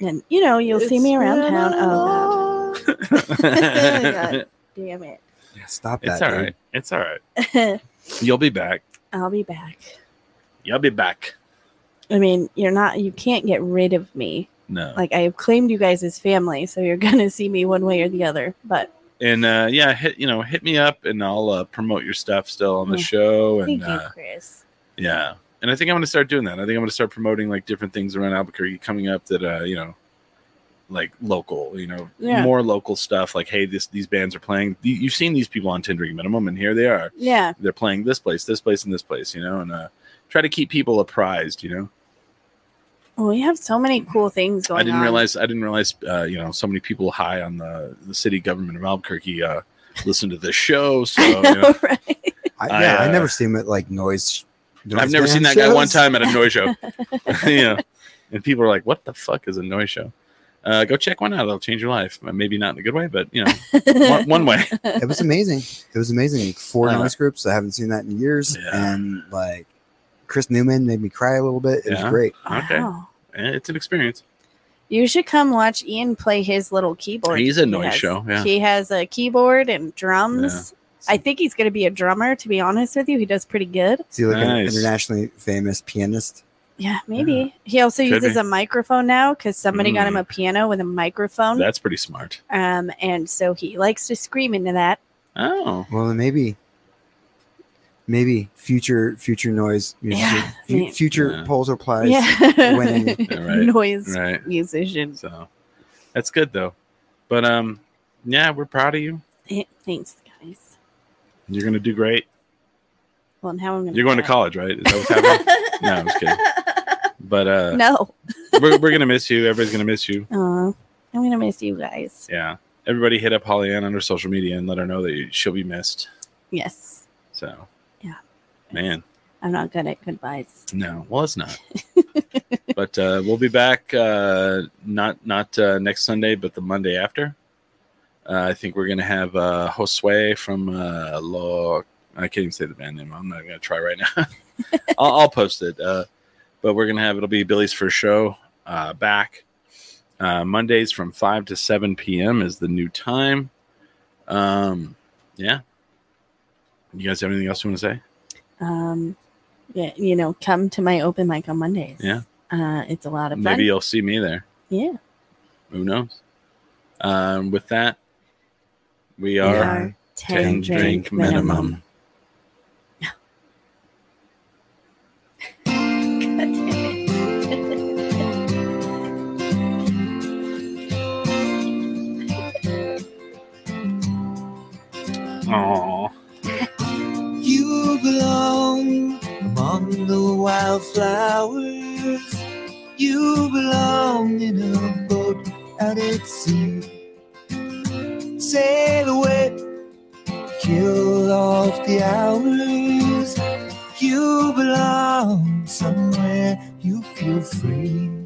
And you know, you'll see me around town. Oh, (laughs) (laughs) God. (laughs) it's God damn it. Stop that. all dude. right. It's all right. You'll be back. (laughs) I'll be back. You'll be back. I mean, you're not, you can't get rid of me. No. Like, I have claimed you guys as family, so you're (laughs) going to see me one way or the other. But and uh, yeah, hit you know, hit me up and I'll uh, promote your stuff still on the Yeah. show. And thank you, uh, Chris. yeah, and I think I'm gonna start doing that. I think I'm gonna start promoting like different things around Albuquerque coming up that uh, you know, like local, you know, Yeah. more local stuff. Like, hey, this these bands are playing. You- You've seen these people on Tendering Minimum, and here they are. Yeah. They're playing this place, this place, and this place. You know, and uh, try to keep people apprised. You know. Well, we have so many cool things going on. I didn't (laughs) realize I didn't realize uh, you know so many people high on the, the city government of Albuquerque uh, listen to this show. So you (laughs) know, right? I, yeah, I, I uh, never seen it like noise. I've noise never seen band that guy one shows. time at a noise (laughs) show. (laughs) you know, and people are like, "What the fuck is a noise show?" Uh, go check one out; it'll change your life. Uh, Maybe not in a good way, but (laughs) you know, one, one way. It was amazing. It was amazing. Like four Uh, noise groups. I haven't seen that in years. Yeah. And like Chris Newman made me cry a little bit. It Yeah. was great. Okay. Wow. Eh, It's an experience. You should come watch Ian play his little keyboard. He's a he noise has. show, yeah. He has a keyboard and drums. Yeah. I think he's going to be a drummer, to be honest with you. He does pretty good. See, like an Nice. internationally famous pianist. Yeah, maybe. He also Could uses be. a microphone now because somebody got him Mm. a piano with a microphone. That's pretty smart. um, and so he likes to scream into that. Oh, Well, then maybe, maybe future future noise musician, Yeah, fu- man. future Yeah. Pulitzer Prize. yeah. winning. (laughs) Yeah, right. Noise right. musician. So that's good though. But um, yeah, we're proud of you. Eh, Thanks, guys. You're gonna do great. Well, now I'm going You're going to college, right? Is that what's (laughs) happening? no, I'm just kidding. But uh, No. we're, we're gonna miss you. Everybody's gonna miss you. Aw, I'm going to miss you guys. Yeah. Everybody hit up Holly Ann on her social media and let her know that you- she'll be missed. Yes. So. Yeah. Man, I'm not good at goodbyes. no. Well, it's not. but uh, we'll be back. Uh, not not uh, next Sunday, but the Monday after. Uh, I think we're gonna have uh, Josue from uh, Lo. I can't even say the band name. I'm not gonna try right now. (laughs) I'll, I'll post it. Uh, but we're gonna have it'll be Billy's first show uh, back uh, Mondays from five to seven p.m. is the new time. Um, yeah. You guys have anything else you want to say? Um, yeah, you know, come to my open mic on Mondays. Yeah. Uh, it's a lot of fun. Maybe you'll see me there. yeah. Who knows? Um, with that, we We are. are 10, Ten drink, drink minimum. minimum. Aww. You belong among the wildflowers. You belong in a boat out at sea. Sail away, kill off the hours. You belong somewhere you feel free.